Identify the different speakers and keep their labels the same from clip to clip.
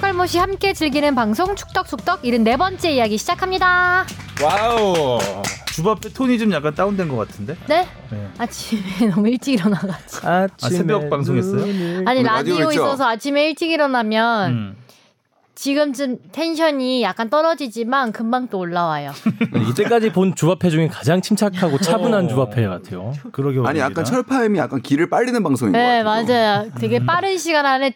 Speaker 1: 털무시 함께 즐기는 방송 축덕숙덕 74번째 이야기 시작합니다.
Speaker 2: 와우. 주바페 톤이 좀 약간 다운된 것 같은데.
Speaker 1: 네?
Speaker 2: 네.
Speaker 1: 아침에 너무 일찍 일어나가지고.
Speaker 2: 아, 새벽 방송했어요?
Speaker 3: 음,
Speaker 1: 아니,
Speaker 4: 오늘 라디오
Speaker 1: 라디오
Speaker 4: 있죠?
Speaker 1: 있어서 아침에 일찍 일어나면
Speaker 2: 음.
Speaker 1: 지금쯤 텐션이 약간 떨어지지만 금방 또 올라와요.
Speaker 3: 이때까지 본 주바페 중에 가장 침착하고 차분한
Speaker 2: 어.
Speaker 3: 주바페 같아요.
Speaker 2: 그러게
Speaker 4: 아니
Speaker 2: 말입니다.
Speaker 4: 약간 철파엠이 약간 길을 빨리는 방송인 것
Speaker 1: 네,
Speaker 4: 같아요.
Speaker 1: 맞아요. 되게 빠른 시간 안에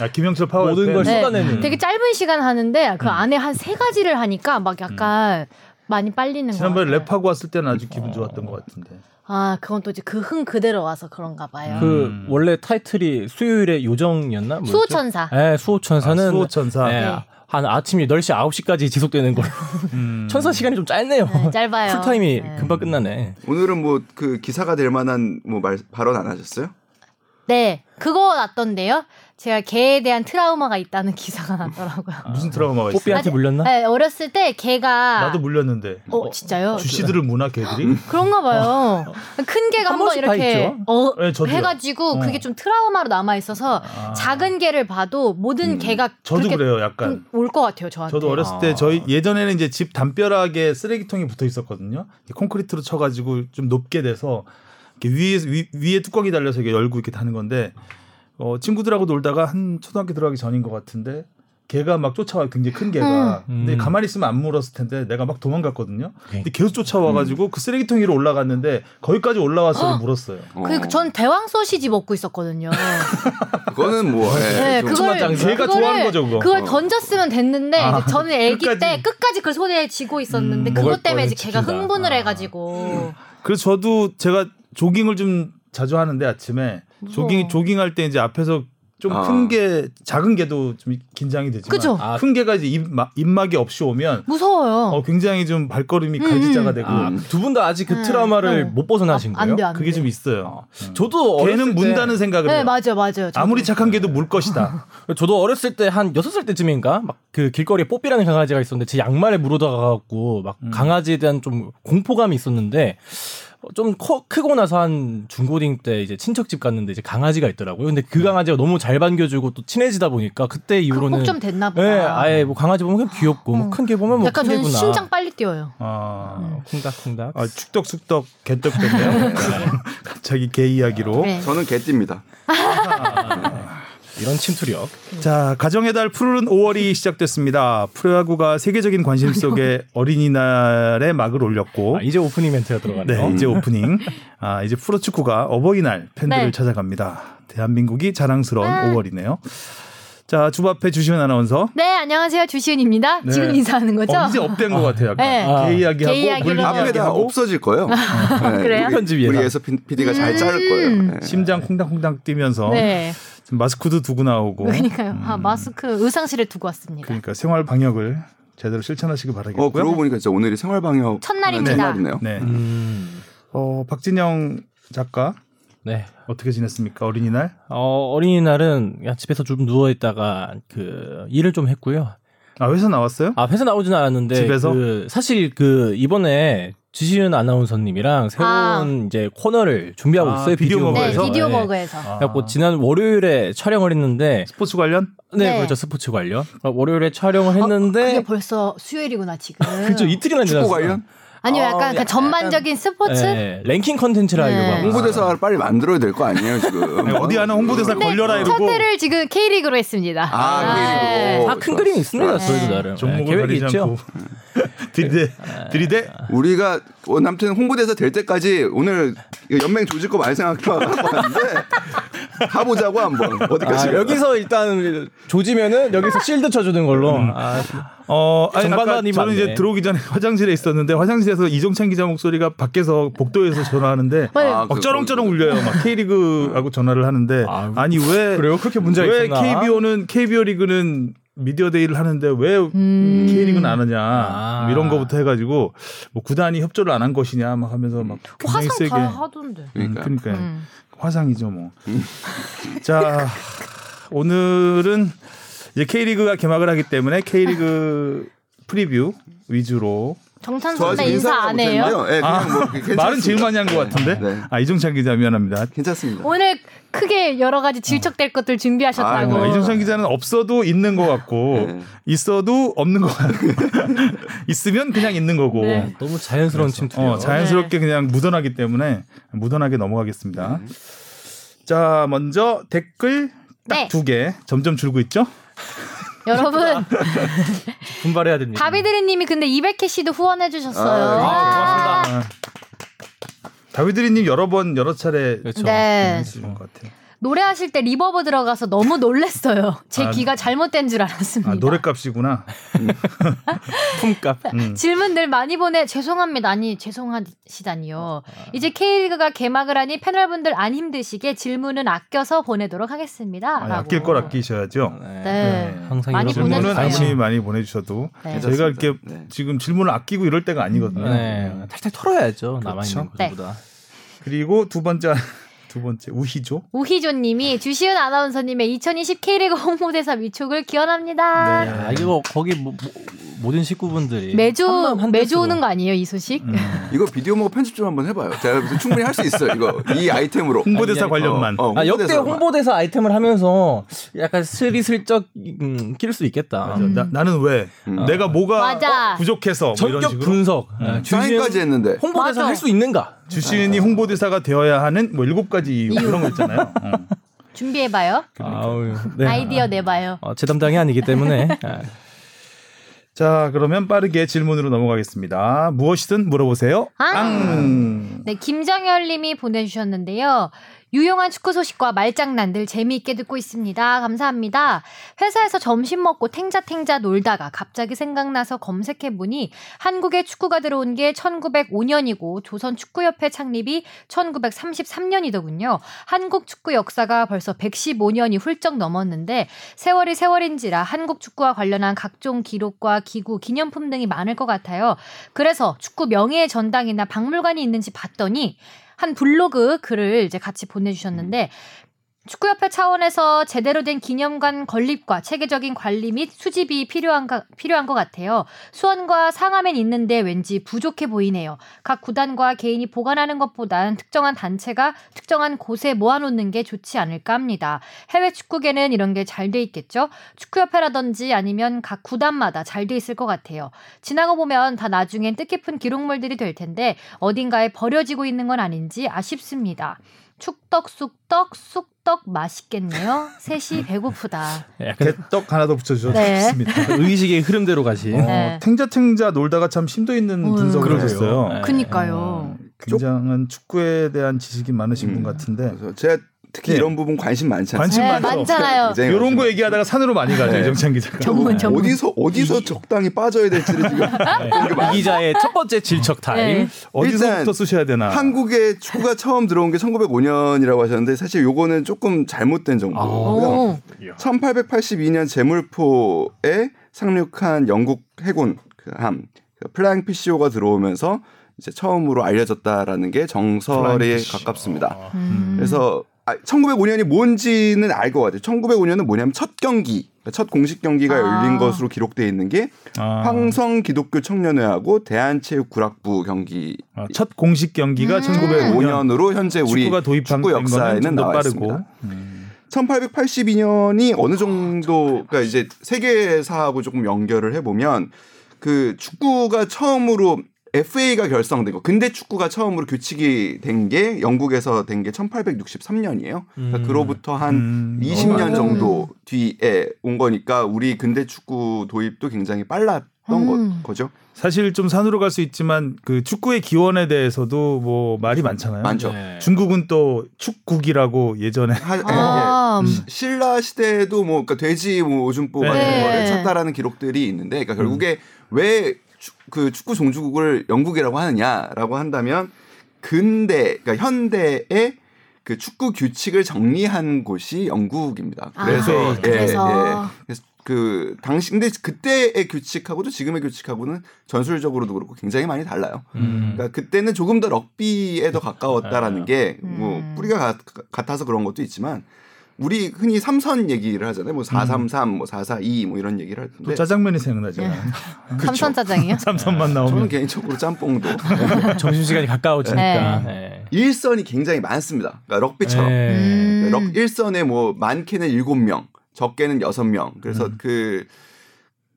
Speaker 2: 아, 김영철 파워
Speaker 3: 모든
Speaker 2: FM.
Speaker 3: 걸
Speaker 1: 네,
Speaker 3: 쏟아내는.
Speaker 1: 되게 짧은 시간 하는데 그 안에 한 세 가지를 하니까 막 약간 많이 빨리는 거
Speaker 2: 지난번에
Speaker 1: 같아요.
Speaker 2: 랩하고 왔을 때는 아주 기분 좋았던 것 같은데.
Speaker 1: 아, 그건 또 이제 그 흥 그대로 와서 그런가 봐요.
Speaker 3: 그
Speaker 2: 음.
Speaker 3: 원래 타이틀이 수요일의 요정이었나? 뭐였죠?
Speaker 1: 수호천사.
Speaker 3: 네, 수호천사는
Speaker 2: 아, 수호천사.
Speaker 3: 예,
Speaker 1: 네.
Speaker 3: 한 아침 8시 9시까지 지속되는 걸로.
Speaker 2: 음.
Speaker 3: 천사 시간이 좀 짧네요.
Speaker 1: 네, 짧아요.
Speaker 3: 풀타임이
Speaker 1: 네.
Speaker 3: 금방 끝나네.
Speaker 4: 오늘은 뭐 그 기사가 될 만한 뭐 말, 발언 안 하셨어요?
Speaker 1: 네, 그거 났던데요. 제가 개에 대한 트라우마가 있다는 기사가 났더라고요.
Speaker 2: 무슨 트라우마가 있어?
Speaker 3: 뽀삐한테 물렸나?
Speaker 1: 네, 어렸을 때 개가
Speaker 2: 아. 나도 물렸는데.
Speaker 1: 어 진짜요?
Speaker 2: 주시들을 어. 문학 애들이
Speaker 1: 그런가 봐요. 큰 개가
Speaker 3: 한
Speaker 1: 한번
Speaker 3: 번씩 다
Speaker 1: 이렇게
Speaker 3: 있죠?
Speaker 1: 어,
Speaker 2: 네, 저도요.
Speaker 1: 해가지고
Speaker 2: 어.
Speaker 1: 그게 좀 트라우마로 남아 있어서
Speaker 2: 아. 음,
Speaker 1: 작은 개를 봐도 모든 개가
Speaker 2: 저도
Speaker 1: 그렇게
Speaker 2: 그래요 약간
Speaker 1: 올 것 같아요 저한테.
Speaker 2: 저도 어렸을 때
Speaker 3: 아.
Speaker 2: 저희 예전에는 이제 집 담벼락에 쓰레기통이 붙어 있었거든요. 이렇게 콘크리트로 쳐가지고 좀 높게 돼서 이렇게 위에 위, 에 뚜껑이 달려서 이게 열고 이렇게 타는 건데 어, 친구들하고 놀다가 한 초등학교 들어가기 전인 것 같은데 개가 막 쫓아와 요 굉장히 큰 개가
Speaker 3: 음. 네.
Speaker 2: 근데
Speaker 3: 음.
Speaker 2: 가만히 있으면 안 물었을 텐데 내가 막 도망갔거든요.
Speaker 3: 오케이.
Speaker 2: 근데 계속 쫓아와가지고
Speaker 3: 음.
Speaker 2: 그 쓰레기통 위로 올라갔는데 거기까지 올라와서 물었어요.
Speaker 4: 어.
Speaker 1: 그, 전 대왕 소시지 먹고 있었거든요.
Speaker 4: 그거는 뭐 예,
Speaker 1: 네,
Speaker 4: 좀-
Speaker 1: 그걸
Speaker 3: 장사?
Speaker 2: 걔가 좋아하는 거죠, 그거.
Speaker 1: 걸
Speaker 4: 어.
Speaker 1: 던졌으면 됐는데
Speaker 2: 아,
Speaker 1: 이제 저는 아기
Speaker 2: 끝까지.
Speaker 1: 때 끝까지 그걸 손에 쥐고 있었는데
Speaker 2: 음, 먹을
Speaker 1: 그것 때문에 이제
Speaker 2: 거를
Speaker 1: 걔가
Speaker 2: 지키다.
Speaker 1: 흥분을
Speaker 2: 아.
Speaker 1: 해가지고
Speaker 2: 그래서 저도 제가 조깅을 좀 자주 하는데 아침에
Speaker 1: 무서워.
Speaker 2: 조깅 조깅할 때 이제 앞에서 좀
Speaker 4: 아.
Speaker 2: 큰 게 작은 게도 좀 긴장이 되지만
Speaker 1: 그죠?
Speaker 3: 아.
Speaker 2: 큰 게가 이제 입마, 입막이 없이 오면
Speaker 1: 무서워요.
Speaker 2: 어, 굉장히 좀 발걸음이 갈지자가 되고
Speaker 3: 아, 두 분 다 아직 그
Speaker 1: 네. 네.
Speaker 3: 트라우마를 못 벗어나신
Speaker 1: 아, 안
Speaker 3: 거예요?
Speaker 1: 돼, 안 돼.
Speaker 2: 그게 좀 있어요.
Speaker 3: 저도 어렸을
Speaker 2: 걔는
Speaker 3: 때-
Speaker 2: 문다는 생각을
Speaker 1: 네,
Speaker 2: 해요.
Speaker 1: 맞아요, 맞아요. 음. 저도.
Speaker 2: 아무리 착한 개도 물 것이다.
Speaker 3: 저도 어렸을 때 한 여섯 살 때쯤인가 막 그 길거리에 뽀삐라는 강아지가 있었는데 제 양말에 물어다가갖고 막 강아지에 대한 좀 공포감이 있었는데 어, 좀 커, 크고 나서 한 중고딩 때 이제 친척 집 갔는데 이제 강아지가 있더라고요. 근데 그 강아지가 너무 잘 반겨주고 또 친해지다 보니까 그때 이후로는
Speaker 1: 극복 좀 됐나 보다. 어.
Speaker 3: 예, 아예 뭐 강아지 보면 그냥 귀엽고 뭐 큰 개 보면 뭐
Speaker 1: 약간
Speaker 3: 큰
Speaker 1: 저는
Speaker 3: 개구나.
Speaker 1: 심장 빨리 뛰어요.
Speaker 2: 아,
Speaker 3: 어, 쿵닥쿵닥.
Speaker 2: 아, 축덕숙덕 개떡됐네요. 갑자기 개 이야기로.
Speaker 1: 네.
Speaker 4: 저는 개띠입니다.
Speaker 3: 이런 침투력.
Speaker 2: 자, 가정의 달 푸른 5월이 시작됐습니다. 프로야구가 세계적인 관심 속에 어린이날에 막을 올렸고
Speaker 3: 아, 이제 오프닝 멘트가 들어가네요.
Speaker 2: 네, 이제 오프닝. 아, 이제 프로축구가 어버이날 팬들을
Speaker 1: 네.
Speaker 2: 찾아갑니다. 대한민국이 자랑스러운
Speaker 1: 아.
Speaker 2: 5월이네요. 자, 주바페 주시은 아나운서.
Speaker 1: 네, 안녕하세요. 주시은입니다.
Speaker 2: 네.
Speaker 1: 지금 인사하는 거죠?
Speaker 2: 어, 이제 업된 것 같아요. 약간.
Speaker 1: 네.
Speaker 3: 아.
Speaker 2: 개 이야기하고
Speaker 1: 개 이야기로.
Speaker 2: 물리
Speaker 4: 앞에다
Speaker 2: 이야기하고
Speaker 4: 없어질 거예요. 네,
Speaker 1: 아, 그래요? 음.
Speaker 4: 우리-
Speaker 3: 편집위에다.
Speaker 4: 우리 예서 PD가 잘 자를 거예요. 예.
Speaker 2: 심장 콩당콩당 뛰면서
Speaker 1: 네.
Speaker 2: 지금 마스크도 두고 나오고
Speaker 1: 그러니까요. 아, 마스크 의상실에 두고 왔습니다.
Speaker 2: 그러니까 생활 방역을 제대로 실천하시길 바라겠고요.
Speaker 4: 어 그러고 보니까 진짜 오늘이 생활 방역
Speaker 1: 음. 첫날입니다.
Speaker 4: 첫날이네요.
Speaker 2: 네.
Speaker 3: 음,
Speaker 2: 어, 박진영 작가
Speaker 3: 네.
Speaker 2: 어떻게 지냈습니까? 어린이날?
Speaker 3: 어, 어린이날은 그냥 집에서 좀 누워 있다가 그 일을 좀 했고요.
Speaker 2: 아, 회사 나왔어요?
Speaker 3: 아 회사 나오진 않았는데
Speaker 2: 집에서?
Speaker 3: 그 사실 그 이번에 지시은 아나운서님이랑 새로운
Speaker 1: 아.
Speaker 3: 이제 코너를 준비하고
Speaker 2: 아,
Speaker 3: 있어요.
Speaker 2: 비디오
Speaker 3: 비디오
Speaker 1: 네,
Speaker 2: 먹어요.
Speaker 3: 먹어에서.
Speaker 1: 비디오
Speaker 3: 네.
Speaker 1: 버그에서.
Speaker 2: 아.
Speaker 3: 그래갖고 지난 월요일에 촬영을 했는데
Speaker 2: 스포츠 관련?
Speaker 3: 네,
Speaker 1: 네.
Speaker 3: 그렇죠 스포츠 관련 어, 월요일에 촬영을
Speaker 1: 어, 그게
Speaker 3: 했는데
Speaker 1: 벌써 수요일이구나 지금.
Speaker 3: 그죠 이틀이나
Speaker 4: 축구
Speaker 3: 지났어요.
Speaker 4: 관련
Speaker 1: 아니요,
Speaker 3: 어,
Speaker 1: 약간 그
Speaker 3: 약간-
Speaker 1: 전반적인 스포츠.
Speaker 3: 네, 랭킹 컨텐츠를 하려고
Speaker 1: 네.
Speaker 3: 하고
Speaker 4: 홍보대사를 빨리 만들어야 될 거 아니에요 지금.
Speaker 2: 아니, 어디 하나 홍보대사
Speaker 1: 근데
Speaker 2: 걸려라
Speaker 1: 네, 첫
Speaker 2: 이러고
Speaker 1: 회를 지금 K리그로 했습니다. 네.
Speaker 4: 아, K리그로.
Speaker 3: 다 큰 그림이 있습니다.
Speaker 4: 네.
Speaker 3: 저희도 나름 네,
Speaker 2: 종목을
Speaker 3: 계획이
Speaker 2: 가리지
Speaker 3: 있죠. 아,
Speaker 2: 않고 들이대 들이대
Speaker 4: 우리가 어, 남튼 홍보대사 될 때까지 오늘 연맹 조질 거 많이 생각해갖고 왔는데 가보자고 한번 어디까지
Speaker 3: 아, 여기서 일단 조지면은 여기서 실드 쳐주는 걸로. 아,
Speaker 2: 어 아니
Speaker 3: 정반란이
Speaker 2: 아까 저는 이제
Speaker 3: 많네.
Speaker 2: 들어오기 전에 화장실에 있었는데 화장실에서 이종찬 기자 목소리가 밖에서 복도에서 전화하는데
Speaker 3: 그
Speaker 1: 네.
Speaker 4: 아,
Speaker 2: 막 쩌렁쩌렁 울려요. 막 K리그하고 전화를 하는데
Speaker 3: 아,
Speaker 2: 아, 니왜
Speaker 3: 그래요? 그렇게 문제가
Speaker 2: 왜
Speaker 3: 있었나?
Speaker 2: KBO는 KBO 리그는 미디어 데이를 하는데 왜
Speaker 1: 음.
Speaker 2: K리그는 안 하냐 뭐
Speaker 3: 아.
Speaker 2: 이런 거부터 해가지고 뭐 구단이 협조를 안 한 것이냐 막 하면서 막 굉장히
Speaker 1: 음. 뭐 화상
Speaker 2: 세게
Speaker 1: 다 하던데.
Speaker 4: 그러니까. 음.
Speaker 2: 그러니까
Speaker 1: 음.
Speaker 2: 화상이죠 뭐. 자 오늘은 이제 K리그가 개막을 하기 때문에 K리그 프리뷰 위주로
Speaker 1: 정찬
Speaker 4: 저
Speaker 1: 선배
Speaker 4: 아직
Speaker 1: 인사
Speaker 4: 인사를
Speaker 1: 안 해요?
Speaker 4: 못했는데요. 예, 그냥
Speaker 2: 아,
Speaker 4: 뭐 괜찮습니다.
Speaker 2: 말은 제일 많이 한 것 같은데.
Speaker 4: 네.
Speaker 2: 아 이종찬 기자 미안합니다.
Speaker 4: 괜찮습니다.
Speaker 1: 오늘 크게 여러 가지 질척될 것들 준비하셨다고.
Speaker 4: 아이고,
Speaker 2: 어, 이종찬 기자는 없어도 있는 것 같고
Speaker 4: 네.
Speaker 2: 있어도 없는 것 같고 있으면 그냥 있는 거고.
Speaker 1: 네.
Speaker 3: 너무 자연스러운 침투예요.
Speaker 4: 그렇죠.
Speaker 2: 어, 자연스럽게 그냥 묻어나기 때문에 묻어나게 넘어가겠습니다.
Speaker 4: 네.
Speaker 2: 자, 먼저 댓글 딱
Speaker 1: 네.
Speaker 2: 두 개. 점점 줄고 있죠?
Speaker 1: 여러분
Speaker 3: 분발해야 됩니다.
Speaker 1: 다비드리님이 근데 200개 씨도 후원해 주셨어요.
Speaker 4: 아,
Speaker 3: 아,
Speaker 2: 아. 다비드리님 여러 번 여러 차례
Speaker 3: 그렇죠.
Speaker 1: 네
Speaker 2: 해주신 것 같아요.
Speaker 1: 노래하실 때 리버브 들어가서 너무 놀랐어요. 제
Speaker 2: 아,
Speaker 1: 귀가 잘못된 줄 알았습니다.
Speaker 2: 아, 노래값이구나.
Speaker 3: 품값.
Speaker 1: 네.
Speaker 2: 음.
Speaker 1: 질문 늘 많이 보내 죄송합니다. 아니 죄송하시다니요. 이제 K리그가 개막을 하니 패널분들 안 힘드시게 질문은 아껴서 보내도록 하겠습니다.
Speaker 2: 아,
Speaker 1: 라고.
Speaker 2: 아낄 걸 아끼셔야죠.
Speaker 3: 네.
Speaker 1: 뭐. 네.
Speaker 2: 네.
Speaker 3: 항상
Speaker 1: 많이
Speaker 3: 이런
Speaker 2: 질문은
Speaker 1: 보내주세요.
Speaker 2: 아무리 많이 보내주셔도
Speaker 1: 네.
Speaker 2: 저희가
Speaker 4: 괜찮습니다.
Speaker 2: 이렇게
Speaker 4: 네.
Speaker 2: 지금 질문을 아끼고 이럴 때가 아니거든요.
Speaker 3: 네. 탈탈 털어야죠. 남아 있는
Speaker 2: 그렇죠.
Speaker 3: 것보다.
Speaker 1: 네.
Speaker 2: 그리고 두 번째 두 번째 우희죠.
Speaker 1: 우희조님이 주시은 아나운서님의 2020 K리그 홍보대사 위촉을 기원합니다.
Speaker 3: 아, 이거 거기 모, 모, 모든
Speaker 2: 네.
Speaker 3: 식구분들이 한
Speaker 1: 매주
Speaker 3: 마음 한
Speaker 1: 매주
Speaker 3: 뜻으로.
Speaker 1: 오는 거 아니에요 이 소식?
Speaker 2: 음.
Speaker 4: 이거 비디오 먹고 편집 좀 한번 해봐요. 제가 충분히 할 수 있어요. 이거 이 아이템으로.
Speaker 2: 홍보대사
Speaker 3: 아니, 아니,
Speaker 2: 관련만.
Speaker 4: 어, 어,
Speaker 3: 아, 역대
Speaker 4: 홍보대사로만.
Speaker 3: 홍보대사 아이템을 하면서 약간 스리슬쩍 음, 낄 수 있겠다.
Speaker 2: 나, 는왜 내가 뭐가
Speaker 1: 음. 맞아.
Speaker 2: 어, 부족해서 뭐 이런
Speaker 3: 전격
Speaker 2: 식으로
Speaker 3: 분석. 네.
Speaker 4: 사인까지 했는데.
Speaker 3: 홍보대사
Speaker 1: 맞아.
Speaker 3: 할 수 있는가?
Speaker 2: 주시은이 홍보대사가 되어야 하는 뭐 일곱 가지 이유,
Speaker 1: 이유.
Speaker 2: 그런 거 있잖아요. 어.
Speaker 1: 준비해봐요.
Speaker 3: 아우, 네.
Speaker 1: 아이디어 내봐요.
Speaker 3: 어, 제 담당이 아니기 때문에 아,
Speaker 2: 자 그러면 빠르게 질문으로 넘어가겠습니다. 무엇이든 물어보세요.
Speaker 1: 아.
Speaker 2: 앙.
Speaker 1: 네, 김정열님이 보내주셨는데요. 유용한 축구 소식과 말장난들 재미있게 듣고 있습니다. 감사합니다. 회사에서 점심 먹고 탱자탱자 놀다가 갑자기 생각나서 검색해보니 한국에 축구가 들어온 게 1905년이고 조선축구협회 창립이 1933년이더군요. 한국 축구 역사가 벌써 115년이 훌쩍 넘었는데 세월이 세월인지라 한국 축구와 관련한 각종 기록과 기구, 기념품 등이 많을 것 같아요. 그래서 축구 명예의 전당이나 박물관이 있는지 봤더니 한 블로그 글을 이제 같이 보내주셨는데 축구협회 차원에서 제대로 된 기념관 건립과 체계적인 관리 및 수집이 필요한가, 필요한 것 같아요. 수원과 상암엔 있는데 왠지 부족해 보이네요. 각 구단과 개인이 보관하는 것보단 특정한 단체가 특정한 곳에 모아놓는 게 좋지 않을까 합니다. 해외 축구계는 이런 게 잘 돼 있겠죠? 축구협회라든지 아니면 각 구단마다 잘 돼 있을 것 같아요. 지나고 보면 다 나중엔 뜻깊은 기록물들이 될 텐데 어딘가에 버려지고 있는 건 아닌지 아쉽습니다. 축떡 쑥떡 쑥떡 맛있겠네요. 셋이 배고프다.
Speaker 3: 약간
Speaker 2: 개떡 하나 더 붙여주셔도
Speaker 1: 네.
Speaker 2: 좋습니다.
Speaker 3: 그 의식의 흐름대로 가신
Speaker 2: 어,
Speaker 1: 네.
Speaker 2: 탱자탱자 놀다가 참 심도 있는
Speaker 1: 음.
Speaker 2: 분석을
Speaker 3: 그러게요.
Speaker 2: 하셨어요.
Speaker 3: 네.
Speaker 1: 그니까요.
Speaker 2: 굉장한 축구에 대한 지식이
Speaker 4: 음.
Speaker 2: 많으신 분 같은데
Speaker 4: 그래서 제가 특히
Speaker 2: 네.
Speaker 4: 이런 부분 관심 많지
Speaker 2: 관심
Speaker 1: 네,
Speaker 4: 않습니까?
Speaker 2: 많죠.
Speaker 1: 많잖아요.
Speaker 4: 굉장히
Speaker 2: 이런 거
Speaker 4: 관심
Speaker 2: 얘기하다가 산으로 많이 가죠
Speaker 4: 네.
Speaker 2: 이정찬 기자가.
Speaker 1: 전문
Speaker 2: 네.
Speaker 1: 전문.
Speaker 4: 어디서 어디서 적당히 빠져야 될지를 지금
Speaker 3: 이 기자의 첫 번째 질척 타임.
Speaker 1: 네.
Speaker 2: 어디서부터
Speaker 4: 일단
Speaker 2: 쓰셔야 되나?
Speaker 4: 한국에 축구가 처음 들어온 게 1905년이라고 하셨는데 사실 요거는 조금 잘못된
Speaker 2: 아.
Speaker 4: 정보고요.
Speaker 1: 오.
Speaker 4: 1882년 제물포에 상륙한 영국 해군 그함그 플라잉 피시오가 들어오면서 이제 처음으로 알려졌다라는 게
Speaker 2: 플라잉 아.
Speaker 4: 정설에
Speaker 2: 피시오.
Speaker 4: 가깝습니다.
Speaker 1: 음.
Speaker 4: 그래서 아, 1905년이 뭔지는 알 것 같아요. 1905년은 뭐냐면 첫 경기, 그러니까 첫 공식 경기가
Speaker 1: 아.
Speaker 4: 열린 것으로 기록돼 있는 게
Speaker 2: 아,
Speaker 4: 황성 기독교 청년회하고 대한체육구락부 경기
Speaker 2: 아, 첫 공식 경기가
Speaker 1: 음.
Speaker 2: 1905년
Speaker 4: 5년으로 현재 우리
Speaker 2: 축구가 도입한
Speaker 4: 축구 역사에는
Speaker 2: 좀더
Speaker 4: 나와
Speaker 2: 빠르고. 음,
Speaker 4: 있습니다. 1882년이 어느 정도 그러니까 이제 세계사하고 조금 연결을 해보면 그 축구가 처음으로 FA가 결성된 거. 근데 축구가 처음으로 규칙이 된 게 영국에서 된 게 1863년이에요. 그러니까
Speaker 3: 음.
Speaker 4: 그로부터한
Speaker 2: 음,
Speaker 4: 20년
Speaker 1: 어.
Speaker 4: 정도 뒤에 온 거니까 우리 근대 축구 도입도 굉장히 빨랐던
Speaker 1: 음.
Speaker 4: 거, 거죠.
Speaker 2: 사실 좀 산으로 갈 수 있지만 그 축구의 기원에 대해서도 뭐 말이 많잖아요.
Speaker 4: 많죠.
Speaker 3: 네.
Speaker 2: 중국은 또 축국이라고 예전에
Speaker 4: 하- 예, 예.
Speaker 1: 아, 음.
Speaker 4: 신라 시대에도 뭐 그러니까 돼지 뭐 오줌뽀 같은
Speaker 2: 네.
Speaker 4: 거를 찾다라는 기록들이 있는데 그러니까 결국에 왜 그 축구 종주국을 영국이라고 하느냐라고 한다면 근대 그러니까 현대의 그 축구 규칙을 정리한 곳이 영국입니다.
Speaker 1: 아,
Speaker 4: 그래서 예,
Speaker 1: 그래서.
Speaker 4: 예. 그래서 그 당시 근데 그때의 규칙하고도 지금의 규칙하고는 전술적으로도 그렇고 굉장히 많이 달라요.
Speaker 3: 음.
Speaker 4: 그러니까 그때는 조금 더 럭비에 더 가까웠다라는
Speaker 3: 아.
Speaker 4: 게 뭐
Speaker 1: 음.
Speaker 4: 뿌리가 가- 같아서 그런 것도 있지만 우리 흔히 삼선 얘기를 하잖아요. 뭐 433,
Speaker 2: 음.
Speaker 4: 뭐 442, 뭐 이런 얘기를 할
Speaker 2: 또
Speaker 4: 텐데.
Speaker 2: 짜장면이 생각나잖아.
Speaker 1: 네. 삼선 짜장이요?
Speaker 2: 삼선만
Speaker 4: 저는
Speaker 2: 나오면
Speaker 4: 개인적으로 짬뽕도
Speaker 3: 점심시간이 가까워지니까. 네.
Speaker 4: 일선이 굉장히 많습니다. 그러니까 럭비처럼.
Speaker 3: 네.
Speaker 1: 음.
Speaker 4: 럭 일선에 뭐 많게는 7명, 적게는 6명.
Speaker 2: 음.
Speaker 4: 그래서 그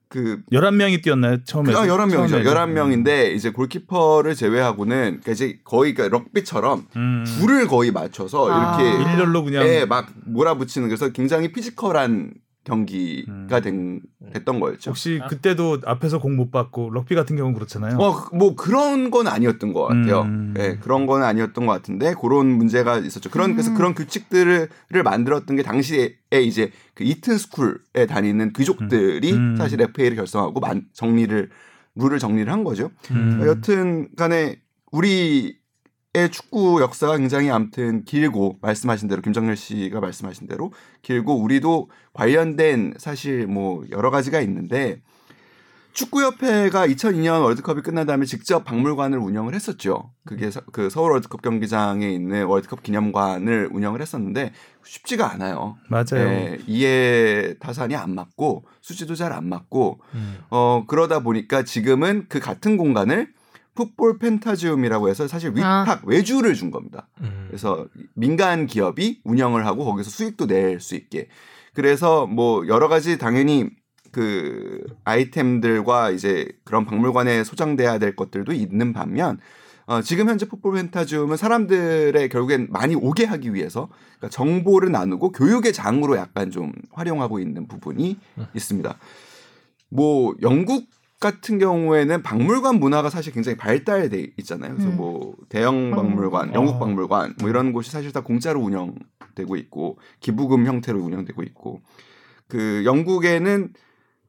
Speaker 4: 그,
Speaker 2: 11명이 뛰었나요? 처음에.
Speaker 4: 아, 11명이죠.
Speaker 2: 처음에는.
Speaker 4: 11명인데 이제 골키퍼를 제외하고는 그러니까 이제 거의 그러니까 럭비처럼
Speaker 2: 음.
Speaker 4: 줄을 거의 맞춰서
Speaker 1: 아.
Speaker 4: 이렇게
Speaker 2: 일렬로 그냥
Speaker 4: 예, 막 몰아붙이는 그래서 굉장히 피지컬한 경기가 된, 됐던 거였죠.
Speaker 2: 음. 혹시 그때도 앞에서 공 못 받고 럭비 같은 경우는 그렇잖아요.
Speaker 4: 어, 그- 뭐 그런 건 아니었던 것 같아요.
Speaker 2: 음.
Speaker 4: 예, 그런 건 아니었던 것 같은데 그런 문제가 있었죠. 그런
Speaker 2: 음.
Speaker 4: 그래서 그런 규칙들을 를 만들었던 게 당시에 이제 그 이튼 스쿨에 다니는 귀족들이
Speaker 2: 음. 음.
Speaker 4: 사실 FA를 결성하고 만, 정리를 룰을 정리를 한 거죠.
Speaker 2: 음.
Speaker 4: 어, 여튼 간에 우리의 축구 역사가 굉장히 아무튼 길고 말씀하신 대로 김정렬 씨가 말씀하신 대로 길고 우리도 관련된 사실 뭐 여러 가지가 있는데 축구협회가 2002년 월드컵이 끝난 다음에 직접 박물관을 운영을 했었죠. 그게 서, 그 서울 월드컵 경기장에 있는 월드컵 기념관을 운영을 했었는데 쉽지가 않아요.
Speaker 2: 맞아요.
Speaker 4: 예, 이해 타산이 안 맞고 수지도 잘 안 맞고
Speaker 3: 음.
Speaker 4: 어, 그러다 보니까 지금은 그 같은 공간을 풋볼 펜타지움이라고 해서 사실 위탁
Speaker 1: 아.
Speaker 4: 외주를 준 겁니다.
Speaker 3: 음.
Speaker 4: 그래서 민간 기업이 운영을 하고 거기서 수익도 낼 수 있게. 그래서 뭐 여러 가지 당연히 그 아이템들과 이제 그런 박물관에 소장돼야 될 것들도 있는 반면 어, 지금 현재 풋볼 펜타지움은 사람들의 결국엔 많이 오게 하기 위해서 그러니까 정보를 나누고 교육의 장으로 약간 좀 활용하고 있는 부분이 있습니다. 뭐 영국 같은 경우에는 박물관 문화가 사실 굉장히 발달돼 있잖아요. 그래서
Speaker 1: 음.
Speaker 4: 뭐 대형 박물관, 영국 박물관 뭐 이런 곳이 사실 다 공짜로 운영되고 있고 기부금 형태로 운영되고 있고 그 영국에는